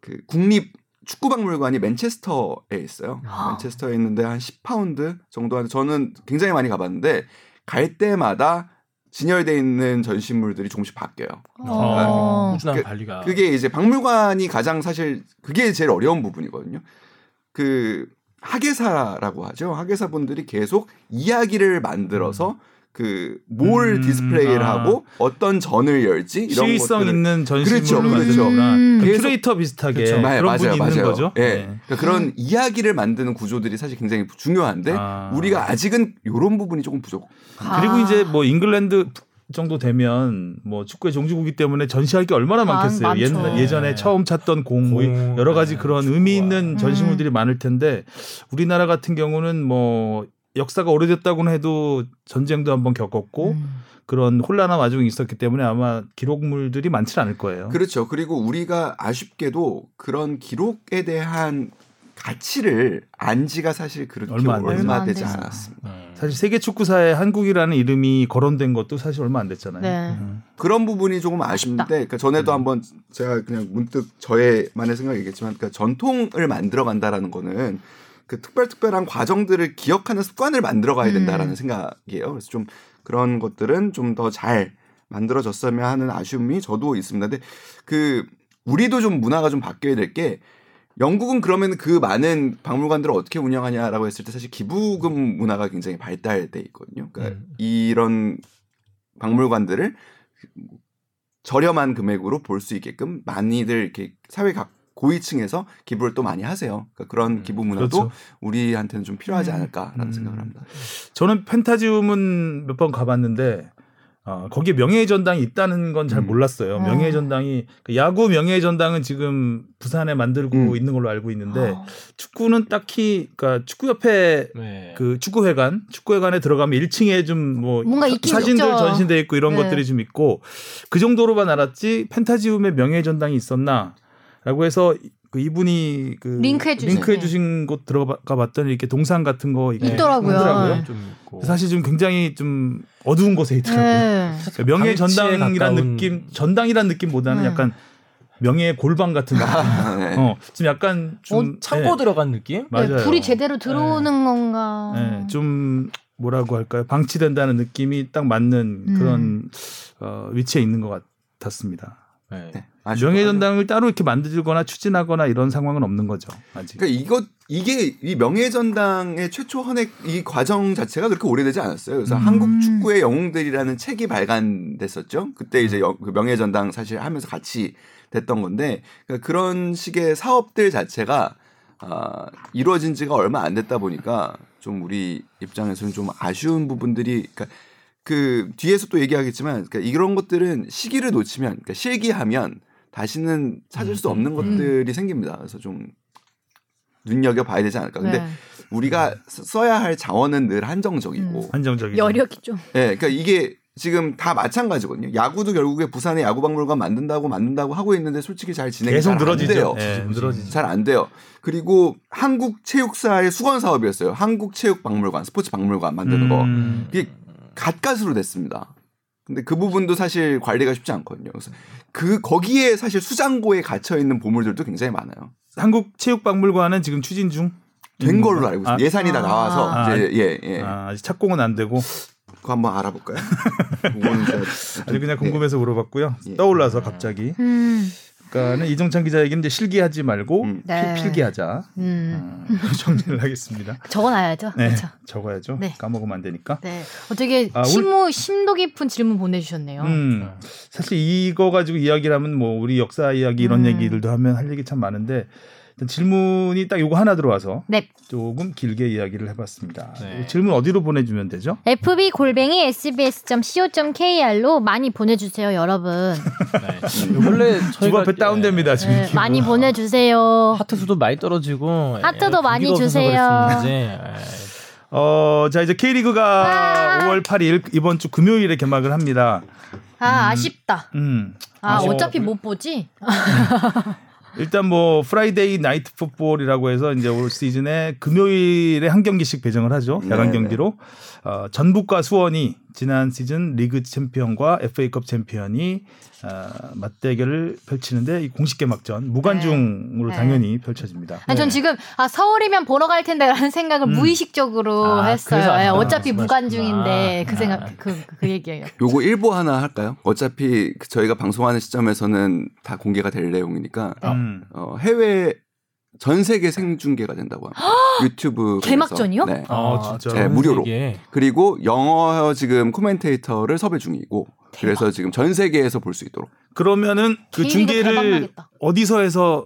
Speaker 4: 그 국립 축구 박물관이 맨체스터에 있어요.
Speaker 1: 아.
Speaker 4: 맨체스터에 있는데 한 10파운드 정도 하는 저는 굉장히 많이 가봤는데 갈 때마다 진열돼 있는 전시물들이 조금씩 바뀌어요.
Speaker 1: 어.
Speaker 3: 꾸준한
Speaker 4: 그-
Speaker 3: 관리가.
Speaker 4: 그게 이제 박물관이 가장 사실 그게 제일 어려운 부분이거든요. 그 학예사라고 하죠. 학예사 분들이 계속 이야기를 만들어서 그 뭘
Speaker 2: 음,
Speaker 4: 디스플레이를
Speaker 2: 아.
Speaker 4: 하고 어떤 전을 열지 이런
Speaker 2: 시의성
Speaker 4: 것들을
Speaker 2: 있는 전시물로
Speaker 4: 그렇죠,
Speaker 2: 만든
Speaker 4: 그렇죠.
Speaker 2: 거구나.
Speaker 1: 음.
Speaker 2: 그
Speaker 4: 계속-
Speaker 2: 큐레이터 비슷하게
Speaker 3: 그렇죠.
Speaker 2: 그런
Speaker 4: 네,
Speaker 2: 분이 있는 거죠.
Speaker 4: 예.
Speaker 2: 네.
Speaker 4: 그러니까 그런 이야기를 만드는 구조들이 사실 굉장히 중요한데
Speaker 2: 아.
Speaker 4: 우리가 아직은 요런 부분이 조금 부족.
Speaker 2: 그리고
Speaker 1: 아.
Speaker 2: 이제 뭐 잉글랜드 정도 되면 뭐 축구의 종주국이기 때문에 전시할 게 얼마나
Speaker 1: 많-
Speaker 2: 많겠어요.
Speaker 1: 아, 많죠. 네.
Speaker 2: 옛날- 예전에 처음 찾던 공, 뭐
Speaker 3: 공,
Speaker 2: 여러 가지
Speaker 3: 네,
Speaker 2: 그런
Speaker 3: 축구화.
Speaker 2: 의미
Speaker 1: 음.
Speaker 2: 있는 전시물들이 많을 텐데 우리나라 같은 경우는 뭐 역사가 오래됐다고는 해도 전쟁도 한번
Speaker 1: 음.
Speaker 2: 겪었고 그런 혼란한 와중이 있었기 때문에 아마 기록물들이 많지 않을 거예요.
Speaker 4: 그렇죠. 그리고 우리가 아쉽게도 그런 기록에 대한 가치를 안지가 사실 그렇게
Speaker 2: 얼마
Speaker 4: 얼마,
Speaker 2: 안
Speaker 1: 됐죠.
Speaker 4: 되지
Speaker 1: 얼마 안
Speaker 4: 않았습니다.
Speaker 3: 음.
Speaker 2: 사실 세계 축구사에 한국이라는 이름이 거론된 것도 사실 얼마 안 됐잖아요.
Speaker 1: 네.
Speaker 2: 음.
Speaker 4: 그런 부분이 조금 아쉽는데 그러니까 전에도 한번 제가 그냥 문득 저의만의 생각 얘기했지만 그러니까 전통을 만들어 간다라는 거는 그 특별 특별한 과정들을 기억하는 습관을 만들어 가야 된다라는
Speaker 1: 음.
Speaker 4: 생각이에요. 그래서 좀 그런 것들은 좀 더 잘 만들어졌으면 하는 아쉬움이 저도 있습니다. 근데 그 우리도 좀 문화가 좀 바뀌어야 될 게 영국은 그러면 그 많은 박물관들을 어떻게 운영하냐라고 했을 때 사실 기부금 문화가 굉장히 발달돼 있거든요. 그러니까
Speaker 3: 음.
Speaker 4: 이런 박물관들을 저렴한 금액으로 볼 수 있게끔 많이들 이렇게 사회 각 고위층에서 기부를 또 많이 하세요. 그러니까 그런
Speaker 3: 음,
Speaker 4: 기부 문화도
Speaker 2: 그렇죠.
Speaker 4: 우리한테는 좀 필요하지
Speaker 1: 음.
Speaker 4: 않을까라는
Speaker 2: 음.
Speaker 4: 생각을 합니다.
Speaker 2: 저는 펜타지움은 몇 번 가봤는데 어, 거기에 명예의 전당이 있다는 건 잘
Speaker 4: 음.
Speaker 2: 몰랐어요.
Speaker 1: 음.
Speaker 2: 명예의 전당이 그 야구 명예의 전당은 지금 부산에 만들고
Speaker 4: 음.
Speaker 2: 있는 걸로 알고 있는데
Speaker 1: 아.
Speaker 2: 축구는 딱히 그러니까 축구협회
Speaker 3: 네.
Speaker 2: 그 축구회관 축구회관에 들어가면 1층에 좀 뭐
Speaker 1: 뭔가 있긴
Speaker 2: 사진들
Speaker 1: 있죠.
Speaker 2: 전시돼 있고 이런
Speaker 1: 네.
Speaker 2: 것들이 좀 있고 그 정도로만 알았지 펜타지움에 명예의 전당이 있었나라고 해서 그 이분이 그
Speaker 1: 링크해 주신-
Speaker 2: 링크해
Speaker 1: 네.
Speaker 2: 주신 곳 들어가 봤더니 이렇게 동상 같은 거 있고
Speaker 1: 있더라고요.
Speaker 2: 하더라고요.
Speaker 3: 네. 좀 있고.
Speaker 2: 사실 좀 굉장히 좀 어두운 곳에 있더라고요.
Speaker 1: 네.
Speaker 2: 그러니까 명예의
Speaker 3: 방치에
Speaker 2: 전당이란
Speaker 3: 가까운-
Speaker 2: 느낌, 전당이란 느낌보다는
Speaker 1: 네.
Speaker 2: 약간 명예의 골방 같은 느낌.
Speaker 4: 아, 네.
Speaker 2: 어, 좀 약간 좀
Speaker 3: 어, 창고
Speaker 2: 네,
Speaker 3: 들어간 느낌?
Speaker 1: 네,
Speaker 2: 맞아요.
Speaker 1: 불이 제대로 어. 들어오는 건가?
Speaker 2: 네, 좀 뭐라고 할까요? 방치된다는 느낌이 딱 맞는
Speaker 1: 음.
Speaker 2: 그런 어, 위치에 있는 것 같았습니다.
Speaker 3: 네.
Speaker 4: 아쉽다.
Speaker 2: 명예전당을 따로 이렇게 만들거나 추진하거나 이런 상황은 없는 거죠. 아직.
Speaker 4: 그러니까 이거 이게 이 명예전당의 최초 헌액 이 과정 자체가 그렇게 오래되지 않았어요. 그래서
Speaker 2: 음.
Speaker 4: 한국 축구의 영웅들이라는 책이 발간됐었죠.
Speaker 2: 음.
Speaker 4: 그때 이제 영- 그 명예전당 사실 하면서 같이 됐던 건데 그러니까 그런 식의 사업들 자체가 아, 이루어진 지가 얼마 안 됐다 보니까 좀 우리 입장에서는 좀 아쉬운 부분들이 그러니까 그 뒤에서 또 얘기하겠지만 그러니까 이런 것들은 시기를 놓치면 그러니까 실기하면 다시는 찾을 수 없는 것들이 생깁니다. 그래서 좀 눈여겨 봐야 되지 않을까. 근데
Speaker 1: 네.
Speaker 4: 우리가 써- 써야 할 자원은 늘 한정적이고,
Speaker 2: 한정적인.
Speaker 1: 여력이 좀.
Speaker 4: 예, 그러니까 이게 지금 다 마찬가지거든요. 야구도 결국에 부산에 야구박물관 만든다고 만든다고 하고 있는데 솔직히 잘 진행이
Speaker 2: 계속
Speaker 4: 잘안 돼요.
Speaker 2: 늘어지죠. 예, 늘어지죠.
Speaker 4: 잘 안 돼요. 그리고 한국 체육사의 수건 사업이었어요. 한국 체육 박물관, 스포츠 박물관 만드는 거.
Speaker 2: 음.
Speaker 4: 이게 갓갓으로 됐습니다. 근데 그 부분도 사실 관리가 쉽지 않거든요. 그래서 그 거기에 사실 수장고에 갇혀 있는 보물들도 굉장히 많아요.
Speaker 2: 한국 체육박물관은 지금 추진 중.
Speaker 4: 된 걸로 알고 있습니다.
Speaker 2: 아,
Speaker 4: 예산이 다 나와서
Speaker 2: 아.
Speaker 4: 이제 예, 예.
Speaker 2: 아, 아직 착공은 안 되고
Speaker 4: 그거 한번 알아볼까요? 그거는 제가
Speaker 2: 아주 그냥
Speaker 4: 네.
Speaker 2: 궁금해서 물어봤고요.
Speaker 4: 예.
Speaker 2: 떠올라서 갑자기.
Speaker 1: 음.
Speaker 2: 그러니까는 이정찬 기자 얘기는 이제 실기하지 말고
Speaker 4: 음.
Speaker 1: 네.
Speaker 2: 필, 기하자 어,
Speaker 1: 음.
Speaker 2: 정리를 하겠습니다.
Speaker 1: 적어놔야죠.
Speaker 2: 네,
Speaker 1: 그렇죠.
Speaker 2: 적어야죠.
Speaker 1: 네.
Speaker 2: 까먹으면 안 되니까.
Speaker 1: 네. 어, 되게
Speaker 2: 아, 올-
Speaker 1: 심우 심도 깊은 질문 보내주셨네요.
Speaker 2: 음, 사실 이거 가지고 이야기를 하면 뭐 우리 역사 이야기 이런
Speaker 1: 음.
Speaker 2: 얘기들도 하면 할 얘기 참 많은데 일단 질문이 딱 요거 하나 들어와서
Speaker 1: 네.
Speaker 2: 조금 길게 이야기를 해봤습니다.
Speaker 3: 네.
Speaker 2: 질문 어디로 보내주면 되죠?
Speaker 1: FB 골뱅이 sbs.co.kr로 많이 보내주세요, 여러분.
Speaker 3: 네. 원래
Speaker 2: 주
Speaker 3: 저희가 예.
Speaker 2: 앞에 다운됩니다 지금.
Speaker 1: 네, 많이 보내주세요.
Speaker 3: 하트 수도 많이 떨어지고 예,
Speaker 1: 하트도 많이
Speaker 3: 분위기가 없어서
Speaker 1: 주세요.
Speaker 3: 그랬었는지, 예.
Speaker 2: 어, 자 이제
Speaker 1: 아.
Speaker 2: K리그가 5월 8일 이번 주 금요일에 개막을 합니다.
Speaker 1: 아 아쉽다.
Speaker 2: 음.
Speaker 1: 아
Speaker 2: 아쉬워.
Speaker 1: 어차피 못 보지.
Speaker 2: 일단 뭐 프라이데이 나이트 풋볼이라고 해서 이제 올 시즌에 금요일에 한 경기씩 배정을 하죠. 야간
Speaker 4: 네네.
Speaker 2: 경기로. 어, 전북과 수원이 지난 시즌 리그 챔피언과 FA컵 챔피언이 어, 맞대결을 펼치는데 이 공식 개막전 무관중으로
Speaker 1: 네.
Speaker 2: 당연히 펼쳐집니다.
Speaker 1: 아니, 전 지금 아 서울이면 보러 갈 텐데라는 생각을
Speaker 2: 네. 음.
Speaker 1: 무의식적으로
Speaker 3: 아, 그래서
Speaker 1: 했어요. 예,
Speaker 3: 아쉽다.
Speaker 1: 어차피 무관중인데
Speaker 3: 말씀하셨구나.
Speaker 1: 그 생각 그 그 얘기예요.
Speaker 4: 요거 일부 하나 할까요? 어차피 그 저희가 방송하는 시점에서는 다 공개가 될 내용이니까
Speaker 2: 음.
Speaker 4: 어, 해외 전 세계 생중계가 된다고 합니다. 유튜브
Speaker 1: 개막전이요?
Speaker 4: 네.
Speaker 2: 아,
Speaker 3: 아,
Speaker 2: 진짜요?
Speaker 4: 네,
Speaker 3: 전
Speaker 4: 무료로.
Speaker 3: 세계.
Speaker 4: 그리고 영어 지금 코멘테이터를 섭외 중이고 그래서 지금 전 세계에서 볼 수 있도록
Speaker 2: 그러면은 그
Speaker 1: K리그
Speaker 2: 중계를
Speaker 1: 대박나겠다.
Speaker 2: 어디서 해서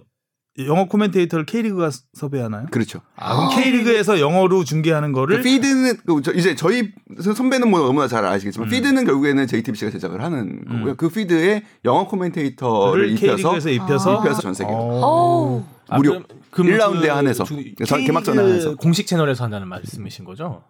Speaker 2: 영어 코멘테이터를 K리그가 섭외하나요?
Speaker 4: 그렇죠.
Speaker 2: 그럼 K리그에서 영어로 중계하는
Speaker 4: 그
Speaker 2: 거를
Speaker 4: 피드는 그 저- 이제 저희 선배는 뭐 너무나 잘 아시겠지만
Speaker 2: 음.
Speaker 4: 피드는 결국에는 JTBC가 제작을 하는 거고요. 그 피드에 영어 코멘테이터를
Speaker 2: 를
Speaker 4: 입혀서
Speaker 2: K리그에서
Speaker 1: 아.
Speaker 2: 어, 입혀서
Speaker 4: 입혀서 전 세계로.
Speaker 1: 오.
Speaker 4: 무료.
Speaker 3: 아, 그럼- 그럼
Speaker 4: 1라운드에
Speaker 3: 그
Speaker 4: 한해서.
Speaker 3: 중-
Speaker 4: 전- 개막전에
Speaker 3: K리그
Speaker 4: 한해서.
Speaker 3: 공식 채널에서 한다는 말씀이신 거죠?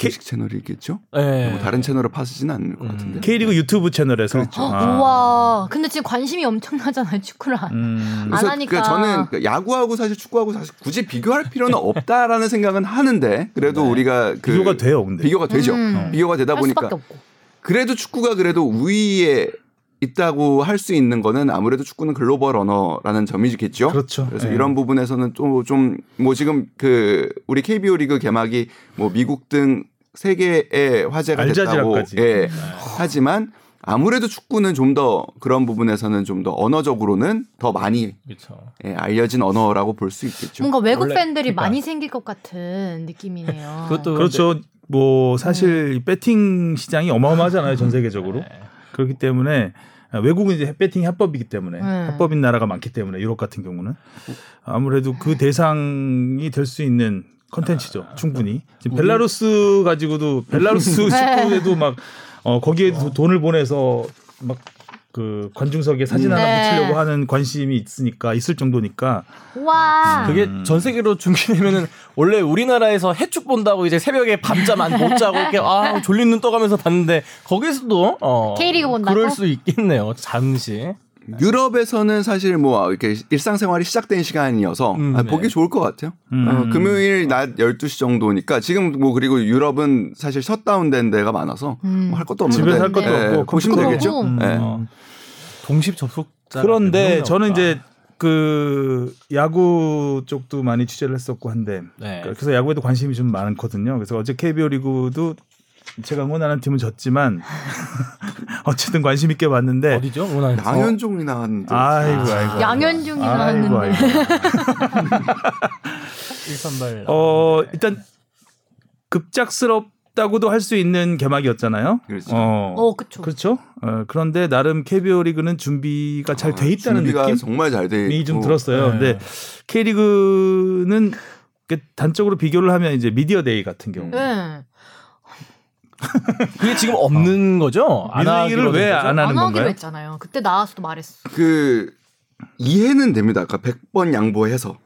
Speaker 4: 공식 채널이겠죠?
Speaker 3: 예.
Speaker 4: 뭐 다른 채널을 파시진 않을 것 같은데.
Speaker 3: 음.
Speaker 2: K리그 유튜브 채널에서
Speaker 4: 그렇죠.
Speaker 2: 아.
Speaker 1: 우와. 근데 지금 관심이 엄청나잖아요 축구를. 안-
Speaker 2: 음.
Speaker 1: 아.
Speaker 4: 그래서
Speaker 1: 안 하니까.
Speaker 4: 그 저는 그 야구하고 사실 축구하고 사실 굳이 비교할 필요는 없다라는 생각은 하는데 그래도 우리가 그
Speaker 2: 네. 비교가 돼요, 근데.
Speaker 4: 비교가 되죠.
Speaker 1: 음.
Speaker 4: 비교가 되다
Speaker 1: 할 수밖에
Speaker 4: 보니까
Speaker 1: 없고.
Speaker 4: 그래도 축구가 그래도 우위에 있다고 할 수 있는 거는 아무래도 축구는 글로벌 언어라는 점이겠죠.
Speaker 2: 그렇죠.
Speaker 4: 그래서
Speaker 2: 예.
Speaker 4: 이런 부분에서는 또 좀 뭐 지금 그 우리 KBO 리그 개막이 뭐 미국 등 세계의 화제가 됐다고
Speaker 2: 알자지라까지. 네.
Speaker 4: 예. 하지만 아무래도 축구는 좀 더 그런 부분에서는 좀 더 언어적으로는 더 많이
Speaker 3: 그렇죠.
Speaker 4: 예, 알려진 언어라고 볼 수 있겠죠.
Speaker 1: 뭔가 외국
Speaker 3: 원래-
Speaker 1: 팬들이
Speaker 3: 그러니까.
Speaker 1: 많이 생길 것 같은 느낌이네요.
Speaker 3: 그것도
Speaker 2: 그렇죠. 뭐 사실 이 배팅 시장이 어마어마하잖아요, 전 세계적으로. 그렇기 때문에 외국은 이제 배팅 합법이기 때문에
Speaker 1: 네.
Speaker 2: 합법인 나라가 많기 때문에 유럽 같은 경우는 아무래도 그 대상이 될 수 있는 컨텐츠죠. 충분히. 지금 벨라루스 가지고도 벨라루스
Speaker 1: 네.
Speaker 2: 축구에도 막 어, 거기에 도 돈을 보내서 막 그 관중석에 사진 하나
Speaker 1: 네.
Speaker 2: 붙이려고 하는 관심이 있으니까 있을 정도니까
Speaker 1: 와.
Speaker 3: 그게
Speaker 4: 음.
Speaker 3: 전 세계로 중계되면은 원래 우리나라에서 해축 본다고 이제 새벽에 밤잠 안 못 자고 이렇게 아 졸린 눈 떠가면서 봤는데 거기서도 어
Speaker 1: K리그 본다고?
Speaker 3: 그럴 수 있겠네요 잠시
Speaker 4: 네. 유럽에서는 사실 뭐 이렇게 일상생활이 시작된 시간이어서
Speaker 3: 음,
Speaker 4: 아,
Speaker 3: 네.
Speaker 4: 보기 좋을 것 같아요.
Speaker 2: 음.
Speaker 4: 어, 금요일 낮 12시 정도니까 지금 뭐 그리고 유럽은 사실 셧다운된 데가 많아서
Speaker 1: 음.
Speaker 4: 뭐할 것도 없는데
Speaker 2: 집에서 할 것도
Speaker 4: 예,
Speaker 2: 없고
Speaker 4: 보시면
Speaker 1: 컴퓨터
Speaker 4: 되겠죠.
Speaker 1: 보고.
Speaker 2: 음.
Speaker 4: 네.
Speaker 3: 어, 동십 접속자 네,
Speaker 2: 그런데 저는 이제 그 야구 쪽도 많이 취재를 했었고 한데
Speaker 3: 네.
Speaker 2: 그래서 야구에도 관심이 좀뭐 많거든요. 그래서 어제 KBO 리그도 제가 응원하는 팀은 졌지만 어쨌든 관심 있게 봤는데
Speaker 3: 어디죠? 원하는
Speaker 4: 양현종이 나왔는데.
Speaker 2: 아이고 아이고.
Speaker 1: 양현종이
Speaker 2: 아이고,
Speaker 1: 나왔는데.
Speaker 2: 아이고.
Speaker 3: 일선발.
Speaker 2: 어, 일단 급작스럽다고도 할 수 있는 개막이었잖아요.
Speaker 4: 그렇죠.
Speaker 2: 어,
Speaker 1: 어, 그쵸.
Speaker 2: 그렇죠. 어, 그런데 나름 KBO 리그는 준비가 잘 돼 있다는
Speaker 4: 아, 준비가
Speaker 2: 느낌이
Speaker 4: 정말 잘돼 있고.
Speaker 2: 좀 들었어요.
Speaker 3: 네.
Speaker 2: 근데 K리그는 그 단적으로 비교를 하면 이제 미디어 데이 같은 경우
Speaker 1: 네.
Speaker 3: 그게 지금 없는 거죠? 안
Speaker 2: 어. 민호이기를
Speaker 3: 하기로 된
Speaker 2: 왜
Speaker 3: 거죠?
Speaker 1: 안
Speaker 2: 안 하는
Speaker 1: 하기로
Speaker 2: 건가요?
Speaker 1: 했잖아요. 그때 나와서도 말했어.
Speaker 4: 그 이해는 됩니다. 아까 100번 양보해서.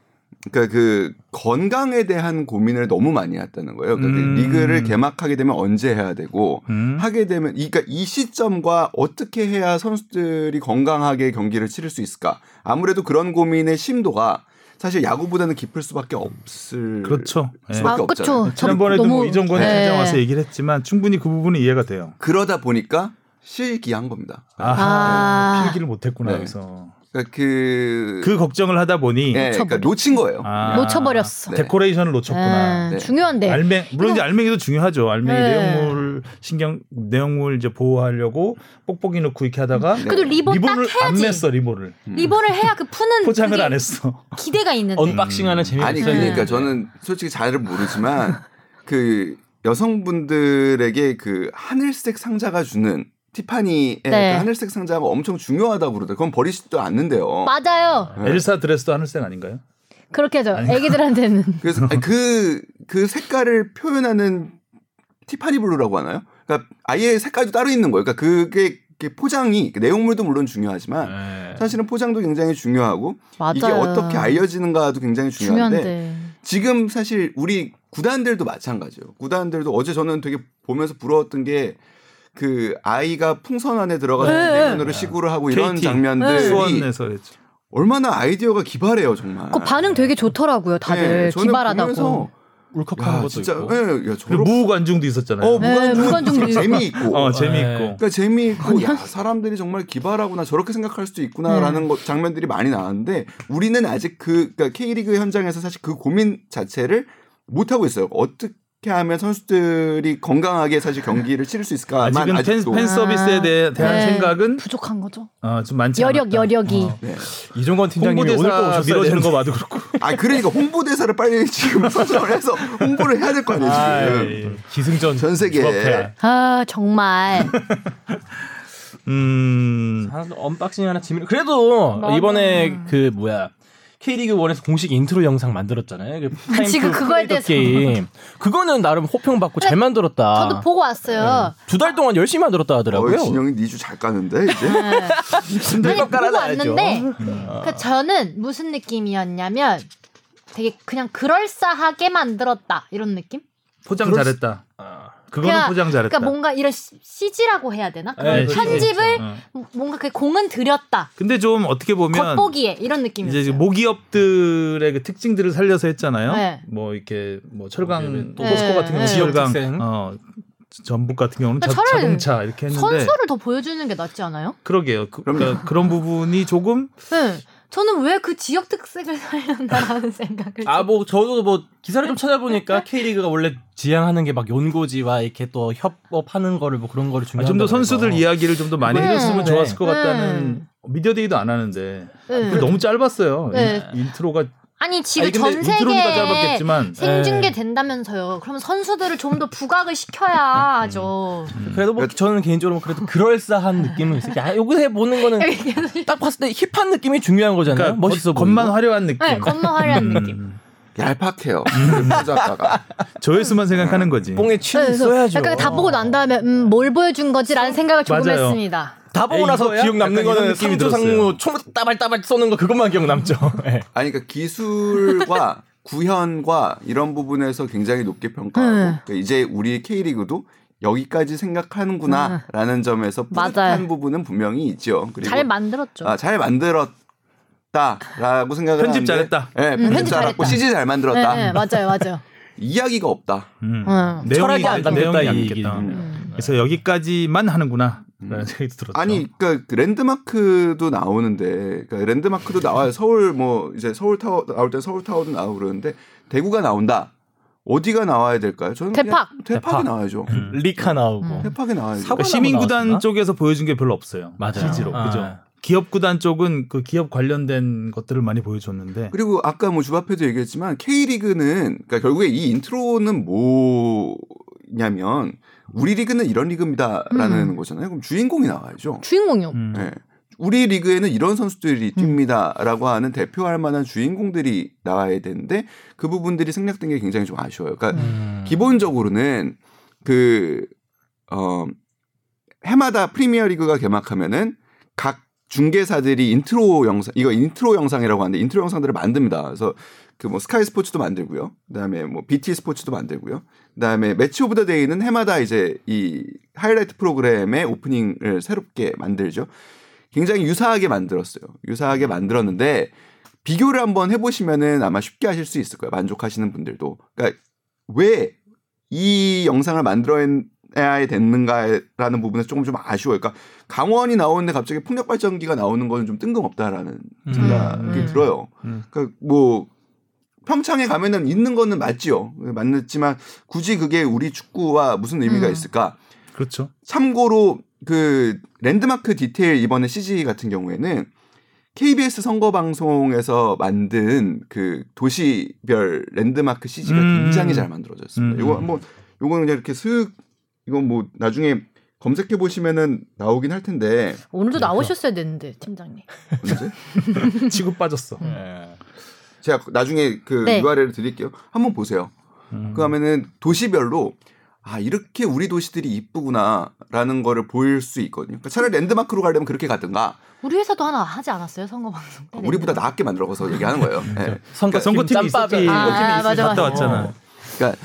Speaker 4: 그러니까 그 건강에 대한 고민을 너무 많이 했다는 거예요. 그러니까
Speaker 2: 음.
Speaker 4: 리그를 개막하게 되면 언제 해야 되고
Speaker 2: 음.
Speaker 4: 하게 되면 이- 그러니까 이 시점과 어떻게 해야 선수들이 건강하게 경기를 치를 수 있을까? 아무래도 그런 고민의 심도가 사실 야구보다는 깊을 수밖에 없을
Speaker 2: 그렇죠. 예.
Speaker 4: 수밖에
Speaker 1: 아, 그쵸.
Speaker 4: 없잖아요.
Speaker 1: 저
Speaker 2: 지난번에도 뭐 이정권
Speaker 1: 네.
Speaker 2: 팀장 와서 얘기를 했지만 충분히 그 부분은 이해가 돼요.
Speaker 4: 그러다 보니까 실기한 겁니다.
Speaker 2: 아,
Speaker 1: 아.
Speaker 2: 필기를 못했구나
Speaker 4: 네.
Speaker 2: 그래서
Speaker 4: 그러니까 그,
Speaker 2: 그 걱정을 하다 보니
Speaker 4: 예, 그러니까
Speaker 1: 놓쳐버린-
Speaker 4: 놓친 거예요.
Speaker 2: 아,
Speaker 1: 놓쳐버렸어.
Speaker 4: 네.
Speaker 2: 데코레이션을 놓쳤구나.
Speaker 1: 예,
Speaker 4: 네.
Speaker 1: 중요한데.
Speaker 2: 알맹 물론 이제 알맹이도 중요하죠. 알맹이
Speaker 1: 네.
Speaker 2: 내용물 신경 내용물 이제 보호하려고 뽁뽁이 넣고 이렇게 하다가
Speaker 1: 그래도 리본,
Speaker 2: 네. 리본을
Speaker 1: 딱
Speaker 2: 안
Speaker 1: 해야지.
Speaker 2: 맸어 리본을
Speaker 1: 리본을 해야 그 푸는
Speaker 2: 포장을
Speaker 1: 그게
Speaker 2: 안 했어.
Speaker 1: 기대가 있는데.
Speaker 3: 언박싱하는 재미가
Speaker 4: 아니
Speaker 3: 있었는데.
Speaker 4: 그러니까 저는 솔직히 잘 모르지만 그 여성분들에게 그 하늘색 상자가 주는 티파니의
Speaker 1: 네.
Speaker 4: 그 하늘색 상자가 엄청 중요하다고 그러더라고요. 그건 버리지도 않는데요.
Speaker 1: 맞아요.
Speaker 4: 네.
Speaker 2: 엘사 드레스도 하늘색 아닌가요?
Speaker 1: 그렇게 하죠.
Speaker 2: 아니.
Speaker 1: 애기들한테는.
Speaker 4: 그래서 아니, 그, 그 색깔을 표현하는 티파니 블루라고 하나요? 그러니까 아예 색깔도 따로 있는 거예요. 그러니까 그게 이렇게 포장이 그러니까 내용물도 물론 중요하지만
Speaker 3: 네.
Speaker 4: 사실은 포장도 굉장히 중요하고
Speaker 1: 맞아요.
Speaker 4: 이게 어떻게 알려지는가도 굉장히 중요한데
Speaker 1: 중요한데.
Speaker 4: 지금 사실 우리 구단들도 마찬가지예요. 구단들도 어제 저는 되게 보면서 부러웠던 게 그 아이가 풍선 안에 들어가서
Speaker 1: 네.
Speaker 4: 냉면으로 시구를 하고 이런
Speaker 2: KT.
Speaker 4: 장면들이
Speaker 2: 수원에서 했죠.
Speaker 4: 얼마나 아이디어가 기발해요 정말.
Speaker 1: 그 반응 되게 좋더라고요. 다들
Speaker 4: 네, 저는
Speaker 1: 기발하다고.
Speaker 4: 보면서
Speaker 3: 울컥하는
Speaker 4: 야
Speaker 3: 것도
Speaker 4: 진짜
Speaker 3: 있고.
Speaker 4: 예, 야,
Speaker 2: 그리고
Speaker 4: 저런
Speaker 2: 무관중도 있었잖아요.
Speaker 4: 어
Speaker 1: 네,
Speaker 4: 무관중
Speaker 1: 무관중도
Speaker 4: 재미있고.
Speaker 2: 어, 재미있고
Speaker 3: 네.
Speaker 4: 그러니까 재미있고 야 사람들이 정말 기발하구나 저렇게 생각할 수도 있구나라는 것- 장면들이 많이 나왔는데 우리는 아직 그 그러니까 K리그 현장에서 사실 그 고민 자체를 못 하고 있어요. 어떻게 하면 선수들이 건강하게 사실 경기를 치를 수 있을까만
Speaker 2: 아직은 팬,
Speaker 4: 아직도
Speaker 2: 팬 서비스에 대, 한
Speaker 1: 네.
Speaker 2: 생각은
Speaker 1: 부족한 거죠.
Speaker 2: 어, 좀 많지
Speaker 1: 여력
Speaker 2: 않았다.
Speaker 1: 여력이.
Speaker 2: 어.
Speaker 4: 네.
Speaker 3: 이종건 팀장님이 오늘 또
Speaker 2: 홍보대사
Speaker 3: 오셨어야
Speaker 2: 밀어주는
Speaker 3: 되는데.
Speaker 2: 거 봐도 그렇고.
Speaker 4: 아 그러니까 홍보대사를 빨리 지금 선정을 해서 홍보를 해야 될 거 아니에요 지금.
Speaker 2: 아이.
Speaker 3: 기승전
Speaker 4: 전 세계.
Speaker 3: 주바페.
Speaker 1: 아 정말.
Speaker 2: 음.
Speaker 3: 한 언박싱 하나 재미. 그래도
Speaker 1: 맞아.
Speaker 3: 이번에 그 뭐야 K리그 1에서 공식 인트로 영상 만들었잖아요. 그 타임
Speaker 1: 지금
Speaker 3: 투
Speaker 1: 그거에 대해서.
Speaker 3: 플레이더 게임. 그거는 나름 호평 받고 잘 만들었다.
Speaker 2: 아.
Speaker 1: 저도 보고 왔어요.
Speaker 3: 두 달 동안 열심히 만들었다 하더라고요.
Speaker 4: 어, 진영이 니주 잘 까는데 이제
Speaker 1: 네. 아니 보고
Speaker 3: 깔아놔야죠.
Speaker 1: 왔는데
Speaker 2: 음.
Speaker 1: 그 저는 무슨 느낌이었냐면 되게 그냥 그럴싸하게 만들었다 이런 느낌?
Speaker 2: 포장
Speaker 3: 그럴 수-
Speaker 2: 잘했다.
Speaker 3: 아,
Speaker 2: 그거는
Speaker 1: 그냥-
Speaker 2: 포장 잘했다.
Speaker 1: 그러니까 뭔가 이런 CG라고 해야 되나?
Speaker 3: 네, 그렇죠.
Speaker 1: 편집을
Speaker 2: 어.
Speaker 1: 뭔가 그 공은 들였다.
Speaker 2: 근데 좀 어떻게 보면
Speaker 1: 겉보기에 이런 느낌이었어요.
Speaker 2: 이제 뭐 모기업들의 그 특징들을 살려서 했잖아요.
Speaker 1: 네.
Speaker 2: 뭐 이렇게 뭐
Speaker 3: 네,
Speaker 2: 철강
Speaker 3: 또
Speaker 2: 포스코
Speaker 1: 네,
Speaker 2: 같은 경우
Speaker 1: 네.
Speaker 3: 지역
Speaker 2: 철강,
Speaker 3: 특색.
Speaker 2: 어, 전북 같은 경우는 자,
Speaker 1: 차라리
Speaker 2: 자동차 이렇게 했는데
Speaker 1: 선수를 더 보여주는 게 낫지 않아요?
Speaker 2: 그러게요. 그, 그러니까 그런 부분이 조금
Speaker 1: 네. 저는 왜 그 지역 특색을 살렸나라는 생각을.
Speaker 3: 아, 뭐, 저도 뭐, 기사를 좀 찾아보니까 K리그가 원래 지향하는 게 막 연고지와 이렇게 또 협업하는 거를 뭐 그런 거를 중요하게.
Speaker 2: 아, 좀 더 선수들 이야기를 좀 더 많이
Speaker 1: 네.
Speaker 2: 해줬으면 좋았을 것
Speaker 1: 네.
Speaker 2: 같다는 미디어데이도 안 하는데
Speaker 1: 네.
Speaker 2: 아, 그 너무 짧았어요.
Speaker 1: 네.
Speaker 2: 인- 인트로가
Speaker 1: 아니 지금
Speaker 2: 아니, 근데
Speaker 1: 전
Speaker 2: 인트로니까
Speaker 1: 세계에
Speaker 2: 짧았겠지만
Speaker 1: 생중계
Speaker 3: 네.
Speaker 1: 된다면서요. 그럼 선수들을 좀 더 부각을 시켜야죠.
Speaker 2: 음.
Speaker 3: 그래도 뭐, 저는 개인적으로 뭐 그래도 그럴싸한 느낌은 있어요. 야, 요거 해보는 거는 딱 봤을 때 힙한 느낌이 중요한 거잖아요.
Speaker 2: 그러니까
Speaker 3: 멋있어
Speaker 2: 겉- 겉만
Speaker 3: 보이고.
Speaker 2: 화려한 느낌.
Speaker 1: 네, 겉만 화려한
Speaker 2: 음,
Speaker 1: 느낌.
Speaker 4: 얄팍해요 작가가
Speaker 2: 조회수만 생각하는 거지.
Speaker 3: 뽕에 취를
Speaker 1: 네, 그래서
Speaker 3: 써야죠.
Speaker 1: 약간 다 보고 난 다음에 음, 뭘 보여준 거지라는 생각을 조금
Speaker 2: 맞아요.
Speaker 1: 했습니다.
Speaker 3: 다 보고 나서
Speaker 2: 이거야?
Speaker 3: 기억 남는
Speaker 2: 약간 이런
Speaker 3: 거는
Speaker 2: 느낌이
Speaker 3: 상조 상무 총 따발따발 쏘는 거 그것만 기억 남죠. 예.
Speaker 4: 아니 그러니까 기술과 구현과 이런 부분에서 굉장히 높게 평가하고
Speaker 1: 음.
Speaker 4: 그러니까 이제 우리 K리그도 여기까지 생각하는구나라는 점에서 뿌듯한
Speaker 1: 네. 맞아요.
Speaker 4: 부분은 분명히 있죠. 그리고
Speaker 1: 잘 만들었죠. 네,
Speaker 4: 아, 잘 만들었다라고 생각을
Speaker 2: 편집
Speaker 4: 하는데,
Speaker 2: 잘했다.
Speaker 4: 예, 편집,
Speaker 1: 음, 편집 잘했다.
Speaker 4: 잘했고 CG 잘
Speaker 1: 네,
Speaker 4: 만들었다.
Speaker 1: 네, 맞아요, 맞아요.
Speaker 4: 이야기가 없다.
Speaker 2: 음.
Speaker 1: 음.
Speaker 2: 내용이
Speaker 3: 철학이 안
Speaker 2: 안-
Speaker 3: 담겼다,
Speaker 2: 내용이
Speaker 3: 이
Speaker 2: 안
Speaker 3: 얘기는.
Speaker 2: 담겼다.
Speaker 1: 음.
Speaker 2: 그래서 여기까지만 하는구나
Speaker 3: 음.
Speaker 2: 라는 생각이 들었죠.
Speaker 4: 아니, 그러니까 그 랜드마크도 나오는데, 그러니까 랜드마크도 나와요. 서울 뭐 이제 서울 타워 나올 때 서울 타워도 나오고 그러는데 대구가 나온다. 어디가 나와야 될까요? 저는 그냥
Speaker 1: 대팍.
Speaker 4: 대팍이
Speaker 3: 대팍.
Speaker 4: 나와야죠.
Speaker 2: 음.
Speaker 3: 리카 나오고
Speaker 1: 음.
Speaker 4: 대팍이 나와야죠.
Speaker 3: 사고-
Speaker 2: 그러니까 시민구단
Speaker 3: 나왔었나?
Speaker 2: 쪽에서 보여준 게 별로 없어요.
Speaker 3: 맞아요.
Speaker 2: 실제로
Speaker 3: 아.
Speaker 2: 그죠. 기업구단 쪽은 그 기업 관련된 것들을 많이 보여줬는데
Speaker 4: 그리고 아까 뭐 주바페도 얘기했지만 K리그는 그러니까 결국에 이 인트로는 뭐냐면 우리 리그는 이런 리그입니다라는
Speaker 1: 음.
Speaker 4: 거잖아요. 그럼 주인공이 나와야죠.
Speaker 1: 주인공이요.
Speaker 2: 음.
Speaker 4: 예. 우리 리그에는 이런 선수들이
Speaker 1: 음.
Speaker 4: 뜁니다라고 하는 대표할 만한 주인공들이 나와야 되는데 그 부분들이 생략된 게 굉장히 좀 아쉬워요. 그러니까
Speaker 3: 음.
Speaker 4: 기본적으로는 그, 어, 해마다 프리미어 리그가 개막하면은 각 중개사들이 인트로 영상, 이거 인트로 영상이라고 하는데 인트로 영상들을 만듭니다. 그래서 그 뭐 스카이 스포츠도 만들고요. 그 다음에 뭐 BT 스포츠도 만들고요. 그 다음에 매치 오브 더 데이는 해마다 이제 이 하이라이트 프로그램의 오프닝을 새롭게 만들죠. 굉장히 유사하게 만들었어요. 유사하게 만들었는데 비교를 한번 해보시면은 아마 쉽게 하실 수 있을 거예요. 만족하시는 분들도. 그러니까 왜 이 영상을 만들어야 됐는가라는 부분에서 조금 좀 아쉬워요. 그러니까 강원이 나오는데 갑자기 폭력 발전기가 나오는 거는 좀 뜬금없다라는
Speaker 3: 음.
Speaker 4: 생각이
Speaker 1: 음.
Speaker 4: 들어요.
Speaker 2: 음.
Speaker 4: 그러니까 뭐 평창에 가면은 있는 거는 맞지요. 맞지만 굳이 그게 우리 축구와 무슨 의미가
Speaker 1: 음.
Speaker 4: 있을까?
Speaker 2: 그렇죠.
Speaker 4: 참고로 그 랜드마크 디테일 이번에 CG 같은 경우에는 KBS 선거 방송에서 만든 그 도시별 랜드마크 CG가
Speaker 2: 음.
Speaker 4: 굉장히 잘 만들어졌습니다.
Speaker 2: 음.
Speaker 4: 요거 한번 요거는 그냥 이렇게 슥 이건 뭐 나중에 검색해 보시면은 나오긴 할 텐데
Speaker 1: 오늘도
Speaker 2: 그러니까.
Speaker 1: 나오셨어야 됐는데 팀장님.
Speaker 4: 언제?
Speaker 2: 치고 빠졌어. 그러니까
Speaker 3: 예.
Speaker 4: 제가 나중에 그
Speaker 1: 네.
Speaker 4: URL을 드릴게요. 한번 보세요.
Speaker 2: 음.
Speaker 4: 그러면은 도시별로 아 이렇게 우리 도시들이 이쁘구나라는 거를 보일 수 있거든요. 그러니까 차라리 랜드마크로 가려면 그렇게 가든가
Speaker 1: 우리 회사도 하나 하지 않았어요 선거 방송 때.
Speaker 4: 우리보다 나았게 만들어서 얘기하는 거예요. 예.
Speaker 3: 선거
Speaker 2: 선거팀이 있었잖아.
Speaker 1: 아,
Speaker 2: 그러니까 선거팀이
Speaker 1: 맞아,
Speaker 2: 갔다
Speaker 1: 맞아.
Speaker 2: 왔잖아.
Speaker 4: 그러니까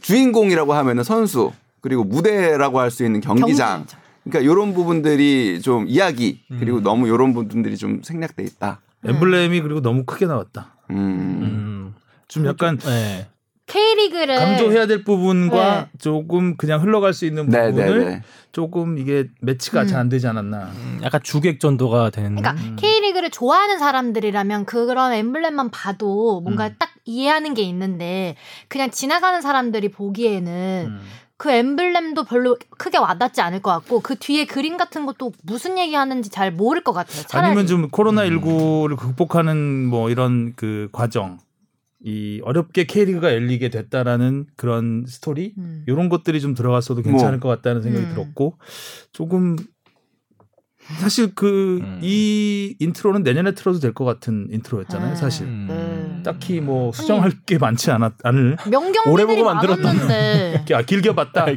Speaker 4: 주인공이라고 하면은 선수 그리고 무대라고 할 수 있는 경기장.
Speaker 1: 경기장.
Speaker 4: 그러니까 이런 부분들이 좀 이야기
Speaker 2: 음.
Speaker 4: 그리고 너무 이런 부분들이 좀 생략돼 있다.
Speaker 2: 네. 엠블렘이 그리고 너무 크게 나왔다.
Speaker 4: 음.
Speaker 3: 음.
Speaker 2: 좀 약간
Speaker 3: 예.
Speaker 1: K리그를
Speaker 2: 강조해야 될 부분과
Speaker 1: 네.
Speaker 2: 조금 그냥 흘러갈 수 있는 부분을
Speaker 4: 네네네.
Speaker 2: 조금 이게 매치가
Speaker 1: 음.
Speaker 2: 잘 안 되지 않았나.
Speaker 3: 약간 주객전도가 되는
Speaker 1: 그러니까
Speaker 2: 음.
Speaker 1: K리그를 좋아하는 사람들이라면 그런 엠블렘만 봐도
Speaker 2: 음.
Speaker 1: 뭔가 딱 이해하는 게 있는데 그냥 지나가는 사람들이 보기에는
Speaker 2: 음.
Speaker 1: 그 엠블렘도 별로 크게 와닿지 않을 것 같고 그 뒤에 그림 같은 것도 무슨 얘기하는지 잘 모를 것 같아요. 차라리 음.
Speaker 2: 아니면 좀 코로나 19를 극복하는 뭐 이런 그 과정 이 어렵게 K리그가 열리게 됐다라는 그런 스토리
Speaker 1: 음.
Speaker 2: 이런 것들이 좀 들어갔어도 괜찮을 것 같다는 생각이
Speaker 1: 음.
Speaker 2: 들었고 조금 사실
Speaker 3: 음.
Speaker 2: 그 이 인트로는 내년에 틀어도 될 것 같은 인트로였잖아요
Speaker 1: 아.
Speaker 2: 사실
Speaker 3: 음.
Speaker 1: 네.
Speaker 2: 딱히 뭐 수정할 게 많지 않았 않을
Speaker 1: 명경들이
Speaker 3: 오래 보고 만들었다.
Speaker 1: 많았는데
Speaker 2: 아, 길게 봤다 음.